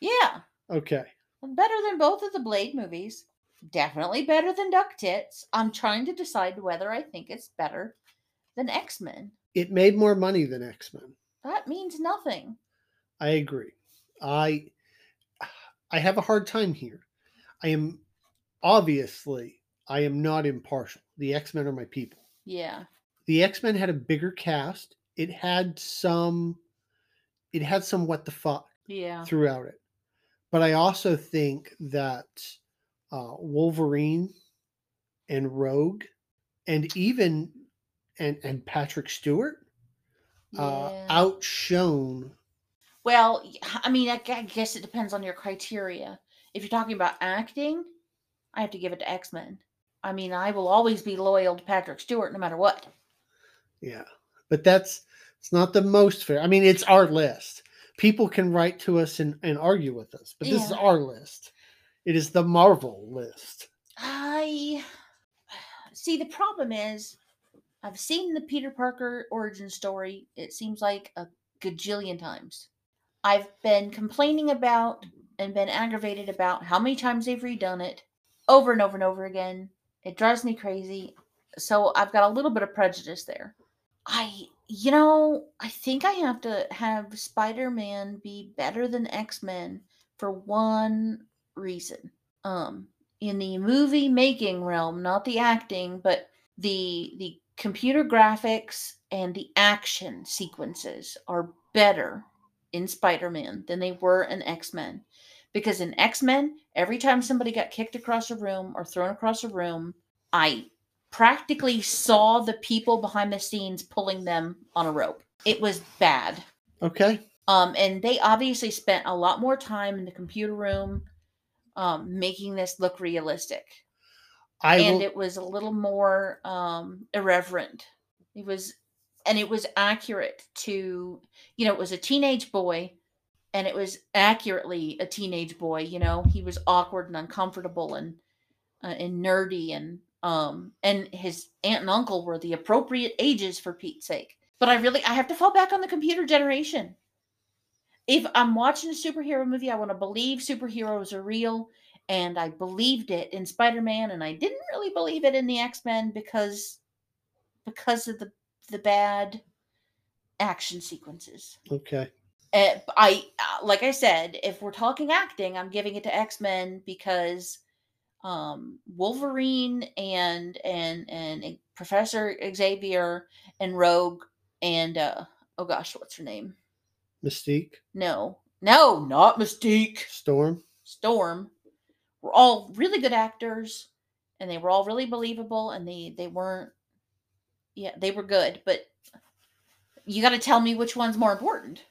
Speaker 2: Yeah,
Speaker 1: Okay.
Speaker 2: better than both of the Blade movies. Definitely better than Duck Tits. I'm trying to decide whether I think it's better than X Men.
Speaker 1: It made more money than X Men.
Speaker 2: That means nothing.
Speaker 1: I agree. I I have a hard time here. I am obviously I am not impartial. The X-Men are my people.
Speaker 2: Yeah.
Speaker 1: The X-Men had a bigger cast. It had some it had some what the fuck
Speaker 2: Yeah.
Speaker 1: throughout it. But I also think that uh, Wolverine and Rogue and even and and Patrick Stewart uh,
Speaker 2: yeah.
Speaker 1: outshone
Speaker 2: Well, y- I mean, I gu- I guess it depends on your criteria. If you're talking about acting, I have to give it to X Men. I mean, I will always be loyal to Patrick Stewart no matter what.
Speaker 1: Yeah. But that's it's not the most fair. I mean, it's our list. People can write to us and, and argue with us, but this is
Speaker 2: Yeah.
Speaker 1: our list. It is the Marvel list.
Speaker 2: I see the problem is I've seen the Peter Parker origin story, it seems like a gajillion times. I've been complaining about and been aggravated about how many times they've redone it over and over and over again. It drives me crazy. So I've got a little bit of prejudice there. I, you know, I think I have to have Spider Man be better than X Men for one reason. Um, in the movie making realm, not the acting, but the the computer graphics and the action sequences are better in Spider-Man than they were in X-Men. Because in X-Men, every time somebody got kicked across a room or thrown across a room, I practically saw the people behind the scenes pulling them on a rope. It was bad.
Speaker 1: Okay.
Speaker 2: Um, and they obviously spent a lot more time in the computer room um, making this look realistic.
Speaker 1: I
Speaker 2: and
Speaker 1: will
Speaker 2: it was a little more um, irreverent. It was, and it was accurate to, you know, it was a teenage boy and it was accurately a teenage boy. You know, he was awkward and uncomfortable and, uh, and nerdy and, um, and his aunt and uncle were the appropriate ages for Pete's sake. But I really, I have to fall back on the computer generation if I'm watching a superhero movie, I want to believe superheroes are real. And I believed it in Spider Man, and I didn't really believe it in the X Men because because of the the bad action sequences.
Speaker 1: okay.
Speaker 2: Uh, b- I uh, like I said, if we're talking acting, I'm giving it to X Men because um, Wolverine and and and uh, Professor Xavier and Rogue and uh, oh gosh, what's her name?
Speaker 1: Mystique,
Speaker 2: No, no, not Mystique.
Speaker 1: Storm.
Speaker 2: Storm were all really good actors, and they were all really believable, and they they weren't. Yeah, they were good, but you got to tell me which one's more important.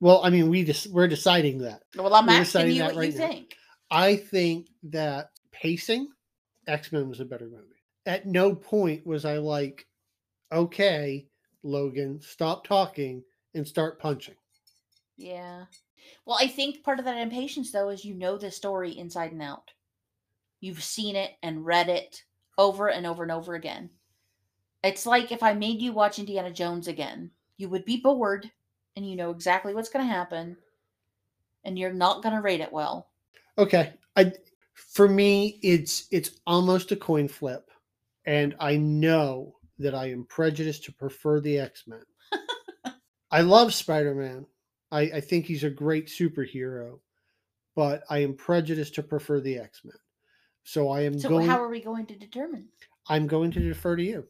Speaker 1: Well, I mean, we just we're deciding that.
Speaker 2: Well, I'm
Speaker 1: We're
Speaker 2: asking
Speaker 1: deciding
Speaker 2: you
Speaker 1: that
Speaker 2: what you
Speaker 1: right now.
Speaker 2: think.
Speaker 1: I think that pacing, X Men was a better movie. At no point was I like, okay, Logan, stop talking and start punching.
Speaker 2: Yeah. Well, I think part of that impatience though is you know the story inside and out. You've seen it and read it over and over and over again. It's like if I made you watch Indiana Jones again, you would be bored and you know exactly what's going to happen and you're not going to rate it well.
Speaker 1: Okay. I for me it's it's almost a coin flip and I know that I am prejudiced to prefer the X-Men. I love Spider-Man. I, I think he's a great superhero, but I am prejudiced to prefer the X-Men. So I am
Speaker 2: So
Speaker 1: going
Speaker 2: how are we going to determine?
Speaker 1: I'm going to defer to you.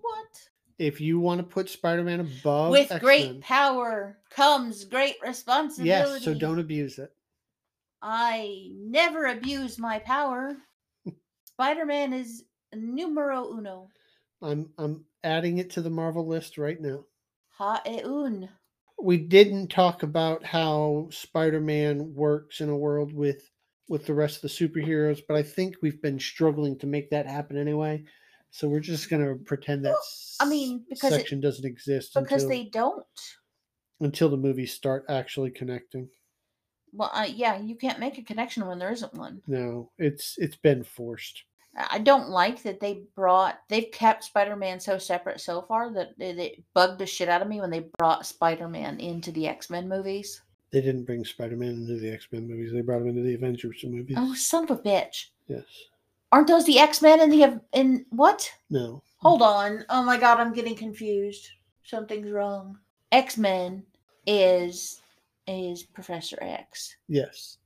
Speaker 2: What?
Speaker 1: If you want to put Spider-Man above
Speaker 2: With great
Speaker 1: X-Men,
Speaker 2: power comes great responsibility.
Speaker 1: yes, so don't abuse it.
Speaker 2: I never abuse my power. Spider Man is numero uno.
Speaker 1: I'm I'm adding it to the Marvel list right now.
Speaker 2: Ha e un.
Speaker 1: we didn't talk about how spider-man works in a world with with the rest of the superheroes, but I think we've been struggling to make that happen anyway. So we're just going to pretend that
Speaker 2: Well, I mean,
Speaker 1: s-
Speaker 2: because it-
Speaker 1: section doesn't exist
Speaker 2: because
Speaker 1: until,
Speaker 2: they don't.
Speaker 1: until the movies start actually connecting.
Speaker 2: Well, uh, yeah, you can't make a connection when there isn't one.
Speaker 1: No, it's it's been forced.
Speaker 2: I I don't like that they brought they've kept Spider-Man so separate so far that it, it bugged the shit out of me when they brought Spider-Man into the X-Men movies.
Speaker 1: They didn't bring Spider-Man into the X-Men movies. They brought him into the Avengers movies.
Speaker 2: Oh, son of a bitch!
Speaker 1: Yes.
Speaker 2: Aren't those the X-Men in the Av- in what?
Speaker 1: No.
Speaker 2: Hold on. Oh my god, I'm getting confused. Something's wrong. X-Men is is Professor X,
Speaker 1: Yes.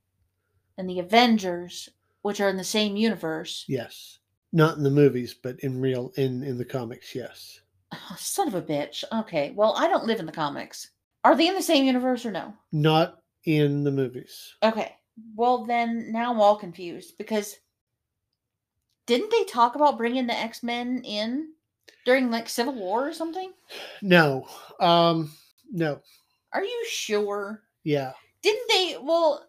Speaker 2: and the Avengers, which are in the same universe.
Speaker 1: Yes. Not in the movies, but in real in in the comics. Yes.
Speaker 2: Oh, son of a bitch. Okay. Well, I don't live in the comics. Are they in the same universe or no?
Speaker 1: Not in the movies.
Speaker 2: Okay. Well, then now I'm all confused because didn't they talk about bringing the X Men in during like Civil War or something?
Speaker 1: No. Um no.
Speaker 2: Are you sure?
Speaker 1: Yeah.
Speaker 2: Didn't they? Well,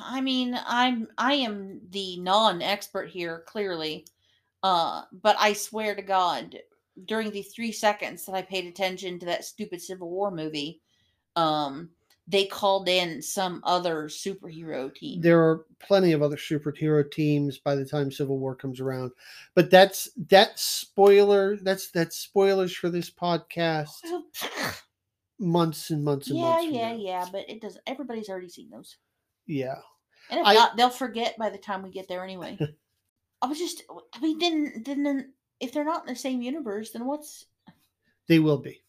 Speaker 2: I mean, I'm I am the non-expert here, clearly, uh, but I swear to God, during the three seconds that I paid attention to that stupid Civil War movie, um, they called in some other superhero team.
Speaker 1: There are plenty of other superhero teams by the time Civil War comes around. But that's that's spoiler that's that's spoilers for this podcast months and months and
Speaker 2: yeah,
Speaker 1: months. from
Speaker 2: yeah,
Speaker 1: now.
Speaker 2: yeah, but it doesn't. Everybody's already seen those,
Speaker 1: Yeah.
Speaker 2: and if
Speaker 1: I-
Speaker 2: not, they'll forget by the time we get there anyway. I was just, I mean, then, then, then, if they're not in the same universe, then what's
Speaker 1: They will be.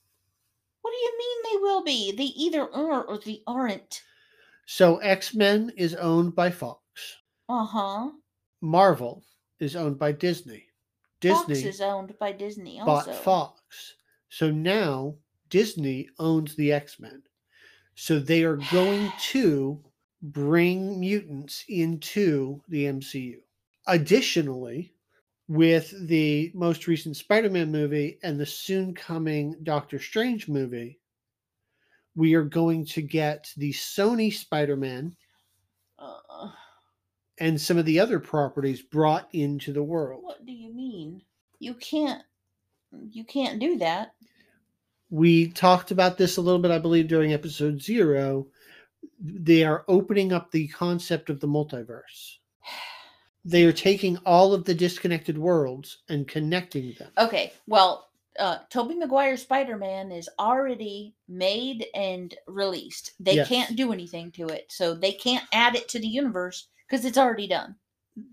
Speaker 2: What do you mean they will be? They either are or they aren't.
Speaker 1: So X-Men is owned by Fox.
Speaker 2: Uh huh.
Speaker 1: Marvel is owned by Disney. Disney
Speaker 2: Fox is owned by Disney
Speaker 1: bought
Speaker 2: also.
Speaker 1: Fox. So now Disney owns the X Men. So they are going to bring mutants into the MCU. Additionally, with the most recent Spider Man movie and the soon coming Doctor Strange movie, we are going to get the Sony Spider Man
Speaker 2: Uh,
Speaker 1: and some of the other properties brought into the world.
Speaker 2: what do you mean? You can't. You can't do that.
Speaker 1: we talked about this a little bit, I believe, during episode zero. They are opening up the concept of the multiverse. They are taking all of the disconnected worlds and connecting them.
Speaker 2: Okay. Well, uh, Toby Maguire's Spider Man is already made and released. They
Speaker 1: Yes.
Speaker 2: can't do anything to it, so they can't add it to the universe because it's already done.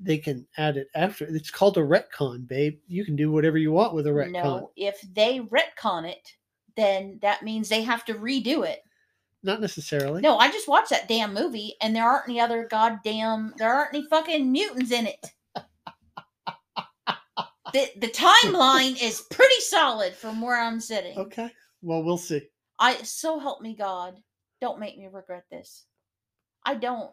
Speaker 1: They can add it after. It's called a retcon, babe. You can do whatever you want with a retcon.
Speaker 2: No, if they retcon it, then that means they have to redo it.
Speaker 1: Not necessarily.
Speaker 2: No, I just watched that damn movie, and there aren't any other goddamn. There aren't any fucking mutants in it. the The timeline is pretty solid from where I'm sitting.
Speaker 1: Okay. Well, we'll see.
Speaker 2: I so help me God, don't make me regret this. I don't.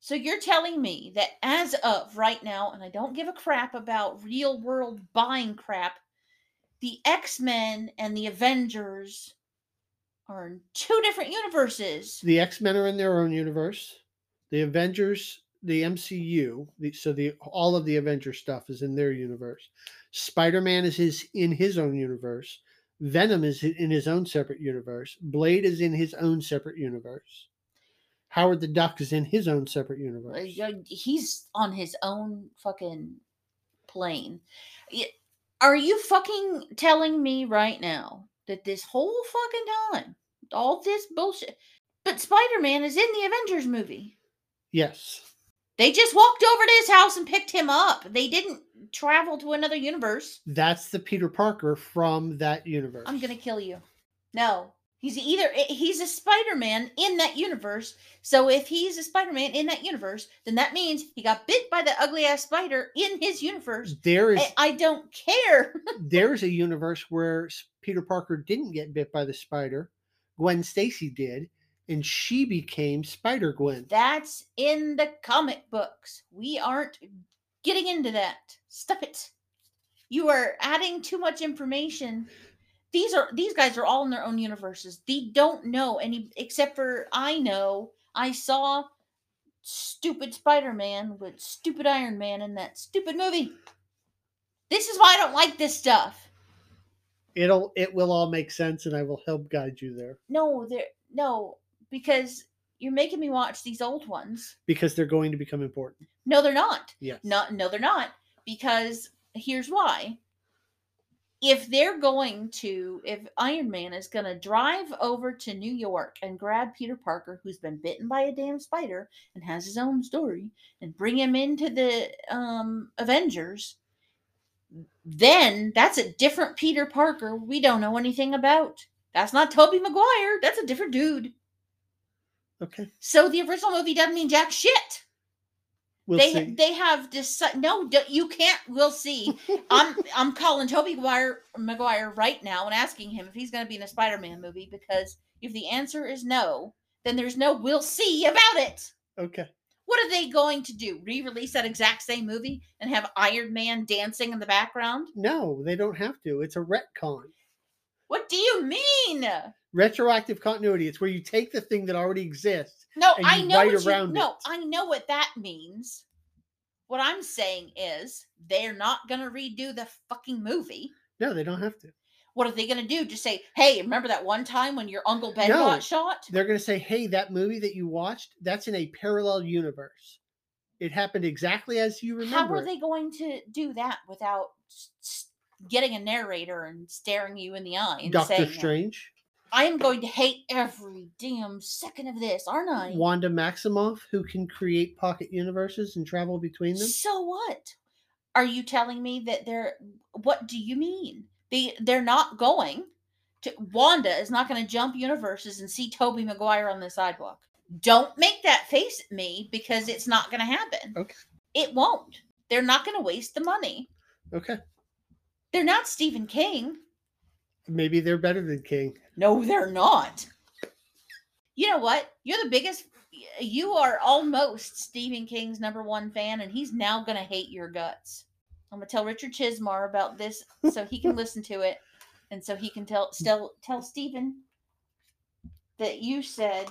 Speaker 2: So you're telling me that as of right now, and I don't give a crap about real world buying crap, the X Men and the Avengers are in two different universes.
Speaker 1: The X Men are in their own universe. The Avengers, the MCU, the, so the all of the Avengers stuff is in their universe. Spider Man is his in his own universe. Venom is hi- in his own separate universe. Blade is in his own separate universe. Howard the Duck is in his own separate
Speaker 2: Uh,
Speaker 1: universe.
Speaker 2: yo- he's on his own fucking plane. Y- Are you fucking telling me right now that this whole fucking time, all this bullshit, but Spider Man is in the Avengers movie?
Speaker 1: Yes,
Speaker 2: They just walked over to his house and picked him up. They didn't travel to another universe.
Speaker 1: that's the Peter Parker from that universe.
Speaker 2: I'm gonna kill you. No, he's either i- he's a Spider-Man in that universe. So if he's a Spider-Man in that universe, then that means he got bit by the ugly ass spider in his universe.
Speaker 1: There is
Speaker 2: I, I don't care.
Speaker 1: there is a universe where S- Peter Parker didn't get bit by the spider. Gwen Stacy did, and she became Spider Gwen.
Speaker 2: That's in the comic books. We aren't getting into that. Stop it. You are adding too much information. These are these guys are all in their own universes. They don't know any except for I know. I saw stupid Spider Man with stupid Iron Man in that stupid movie. This is why I don't like this stuff.
Speaker 1: It'll it will all make sense, and I will help guide you there
Speaker 2: No, there no, because you're making me watch these old ones.
Speaker 1: because they're going to become important.
Speaker 2: No, they're not.
Speaker 1: Yes.
Speaker 2: Not no, they're not. Because here's why. If they're going to, if Iron Man is going to drive over to New York and grab Peter Parker, who's been bitten by a damn spider and has his own story, and bring him into the um, Avengers, then that's a different Peter Parker we don't know anything about. That's not Tobey Maguire. That's a different dude.
Speaker 1: Okay.
Speaker 2: So the original movie doesn't mean jack shit
Speaker 1: We'll
Speaker 2: they
Speaker 1: see.
Speaker 2: they have decided no d- you can't we'll see i'm i'm calling toby Maguire, Maguire right now and asking him if he's going to be in a spider-man movie because if the answer is no then there's no we'll see about it
Speaker 1: okay.
Speaker 2: what are they going to do re-release that exact same movie and have iron man dancing in the background
Speaker 1: No, they don't have to. It's a retcon.
Speaker 2: what do you mean
Speaker 1: Retroactive continuity. It's where you take the thing that already exists.
Speaker 2: no
Speaker 1: And
Speaker 2: i
Speaker 1: you
Speaker 2: know
Speaker 1: write
Speaker 2: what you,
Speaker 1: around
Speaker 2: no
Speaker 1: it.
Speaker 2: i know what that means what i'm saying is they're not going to redo the fucking movie
Speaker 1: No, they don't have to.
Speaker 2: what are they going to do? Just say, hey, remember that one time when your Uncle Ben
Speaker 1: No.
Speaker 2: got shot?
Speaker 1: They're going to say, "Hey, that movie that you watched, that's in a parallel universe. It happened exactly as you
Speaker 2: How
Speaker 1: remember."
Speaker 2: are
Speaker 1: it."
Speaker 2: they going to do that without s- s- getting a narrator and staring you in the eye and
Speaker 1: Doctor
Speaker 2: saying, that?
Speaker 1: Strange,
Speaker 2: I am going to hate every damn second of this, aren't I?
Speaker 1: Wanda Maximoff, who can create pocket universes and travel between them.
Speaker 2: So what? Are you telling me that they're what do you mean? They they're not going to Wanda is not going to jump universes and see Toby Maguire on the sidewalk. Don't make that face at me because it's not going to happen.
Speaker 1: Okay.
Speaker 2: It won't. They're not going to waste the money.
Speaker 1: Okay,
Speaker 2: They're not Stephen King.
Speaker 1: maybe they're better than King.
Speaker 2: No, they're not. You know what? You're the biggest you are almost Stephen King's number one fan, and he's now gonna hate your guts. I'm gonna tell Richard Chismar about this so he can listen to it, and so he can tell still tell Stephen that you said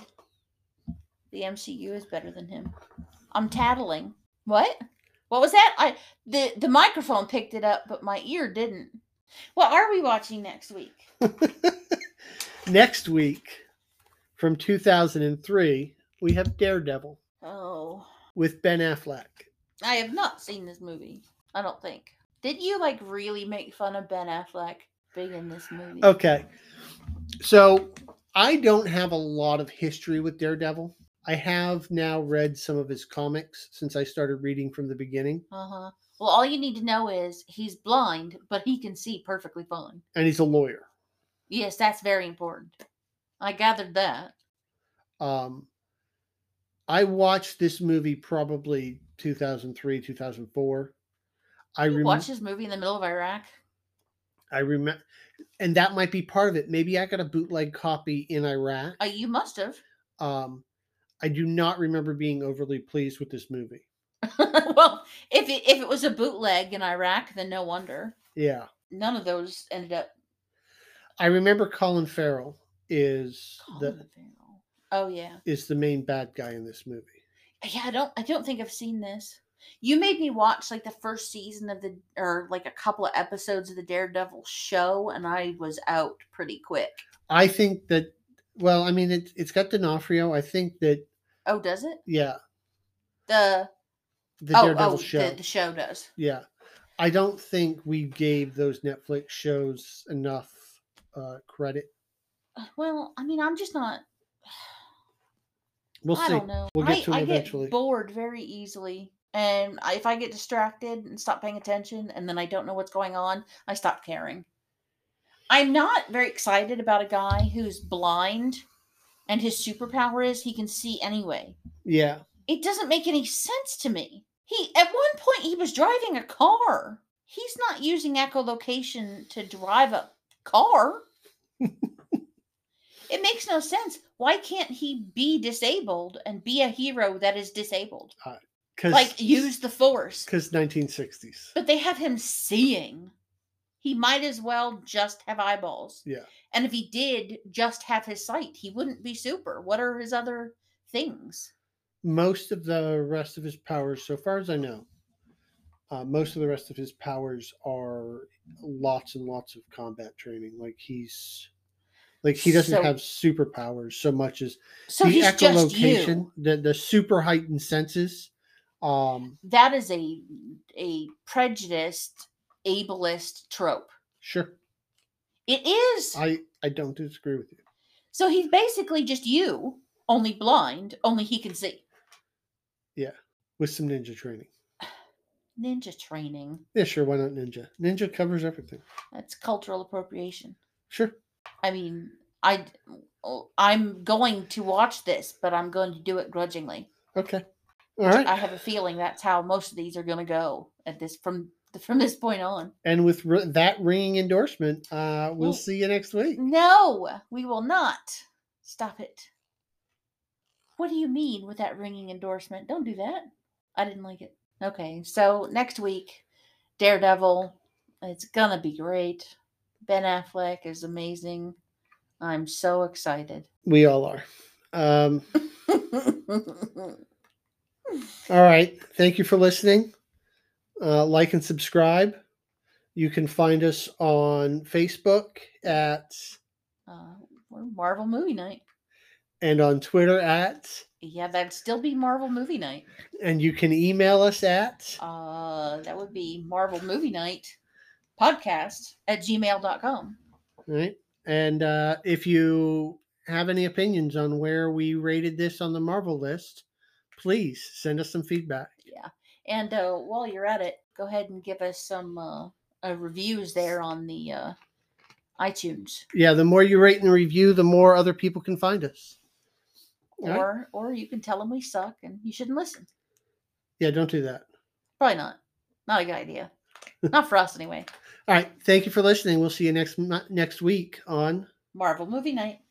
Speaker 2: the MCU is better than him. I'm tattling. What? What was that? I the the microphone picked it up, but my ear didn't. What are we watching next week?
Speaker 1: Next week, from 2003, we have Daredevil
Speaker 2: Oh,
Speaker 1: with Ben Affleck.
Speaker 2: I have not seen this movie. I don't think. Did you like really make fun of Ben Affleck being in this movie?
Speaker 1: Okay. So I don't have a lot of history with Daredevil. I have now read some of his comics since I started reading from the beginning,
Speaker 2: Uh huh. Well, all you need to know is he's blind, but he can see perfectly fine.
Speaker 1: and he's a lawyer.
Speaker 2: Yes, that's very important. I gathered that.
Speaker 1: Um, I watched this movie probably 2003, 2004. I
Speaker 2: I you
Speaker 1: remember.
Speaker 2: watch this movie in the middle of Iraq.
Speaker 1: I remember, and that might be part of it. Maybe I got a bootleg copy in Iraq.
Speaker 2: Uh, you must have.
Speaker 1: Um, I do not remember being overly pleased with this movie.
Speaker 2: well, if it, if it was a bootleg in Iraq, then no wonder.
Speaker 1: Yeah,
Speaker 2: None of those ended up.
Speaker 1: I remember Colin Farrell is the
Speaker 2: Colin Farrell. Oh yeah.
Speaker 1: is the main bad guy in this movie.
Speaker 2: yeah i don't i don't think i've seen this you made me watch like the first season of the or like a couple of episodes of the daredevil show and i was out pretty quick
Speaker 1: I think that. Well, I mean, it, it's got D'Onofrio. I think that
Speaker 2: oh does it
Speaker 1: yeah,
Speaker 2: the
Speaker 1: the
Speaker 2: oh,
Speaker 1: Daredevil
Speaker 2: oh
Speaker 1: show.
Speaker 2: The, the show does
Speaker 1: Yeah, I don't think we gave those Netflix shows enough uh, credit.
Speaker 2: Uh, well i mean i'm just not
Speaker 1: We'll
Speaker 2: i
Speaker 1: see.
Speaker 2: don't know
Speaker 1: We'll get to
Speaker 2: I,
Speaker 1: it
Speaker 2: I get
Speaker 1: eventually.
Speaker 2: bored very easily and I, if i get distracted and stop paying attention and then i don't know what's going on i stop caring i'm not very excited about a guy who's blind and his superpower is he can see anyway
Speaker 1: Yeah,
Speaker 2: it doesn't make any sense to me. He at one point he was driving a car. He's not using echolocation to drive a car. it makes no sense. Why can't he be disabled and be a hero that is disabled?
Speaker 1: because
Speaker 2: Like use the force.
Speaker 1: because 1960s.
Speaker 2: But they have him seeing. He might as well just have eyeballs.
Speaker 1: Yeah.
Speaker 2: And if he did just have his sight, he wouldn't be super. What are his other things?
Speaker 1: most of the rest of his powers, so far as I know, uh, most of the rest of his powers are lots and lots of combat training. Like he's like he doesn't
Speaker 2: So-
Speaker 1: have superpowers so much as
Speaker 2: So
Speaker 1: the
Speaker 2: he's just
Speaker 1: echolocation,
Speaker 2: you.
Speaker 1: the the super heightened senses. Um,
Speaker 2: That is a a prejudiced, ableist trope.
Speaker 1: sure,
Speaker 2: It is.
Speaker 1: I I don't disagree with you.
Speaker 2: So he's basically just you, only blind, only he can see.
Speaker 1: With some ninja training,
Speaker 2: Ninja training.
Speaker 1: yeah, sure. Why not ninja? Ninja covers everything.
Speaker 2: That's cultural appropriation.
Speaker 1: Sure,
Speaker 2: I mean, I oh, I'm going to watch this, but I'm going to do it grudgingly.
Speaker 1: okay, all right.
Speaker 2: I have a feeling that's how most of these are going to go at this from from this point on.
Speaker 1: and with r- that ringing endorsement, uh, we'll
Speaker 2: Well-
Speaker 1: see you next week.
Speaker 2: No, we will not. Stop it. What do you mean with that ringing endorsement? Don't do that. I didn't like it. Okay, so next week, Daredevil. It's gonna be great. Ben Affleck is amazing. I'm so excited. Uh,
Speaker 1: We all are. Um, all right. Thank you for listening. Uh, like and subscribe. You can find us on Facebook at
Speaker 2: uh, we're Marvel movie night.
Speaker 1: and on Twitter at,
Speaker 2: Yeah, that'd still be Marvel movie night.
Speaker 1: and you can email us at.
Speaker 2: Uh, that would be Marvel movie night podcast at gmail.com.
Speaker 1: Right. And uh, if you have any opinions on where we rated this on the Marvel list, please send us some feedback.
Speaker 2: Yeah. And uh, while you're at it, go ahead and give us some uh, uh, reviews there on the uh, iTunes.
Speaker 1: Yeah, the more you rate and review, the more other people can find us. All right.
Speaker 2: Or or you can tell them we suck and you shouldn't listen.
Speaker 1: Yeah, don't do that.
Speaker 2: Probably not. Not a good idea. not for us anyway.
Speaker 1: All right. Thank you for listening. We'll see you next mo- next week on
Speaker 2: Marvel movie night.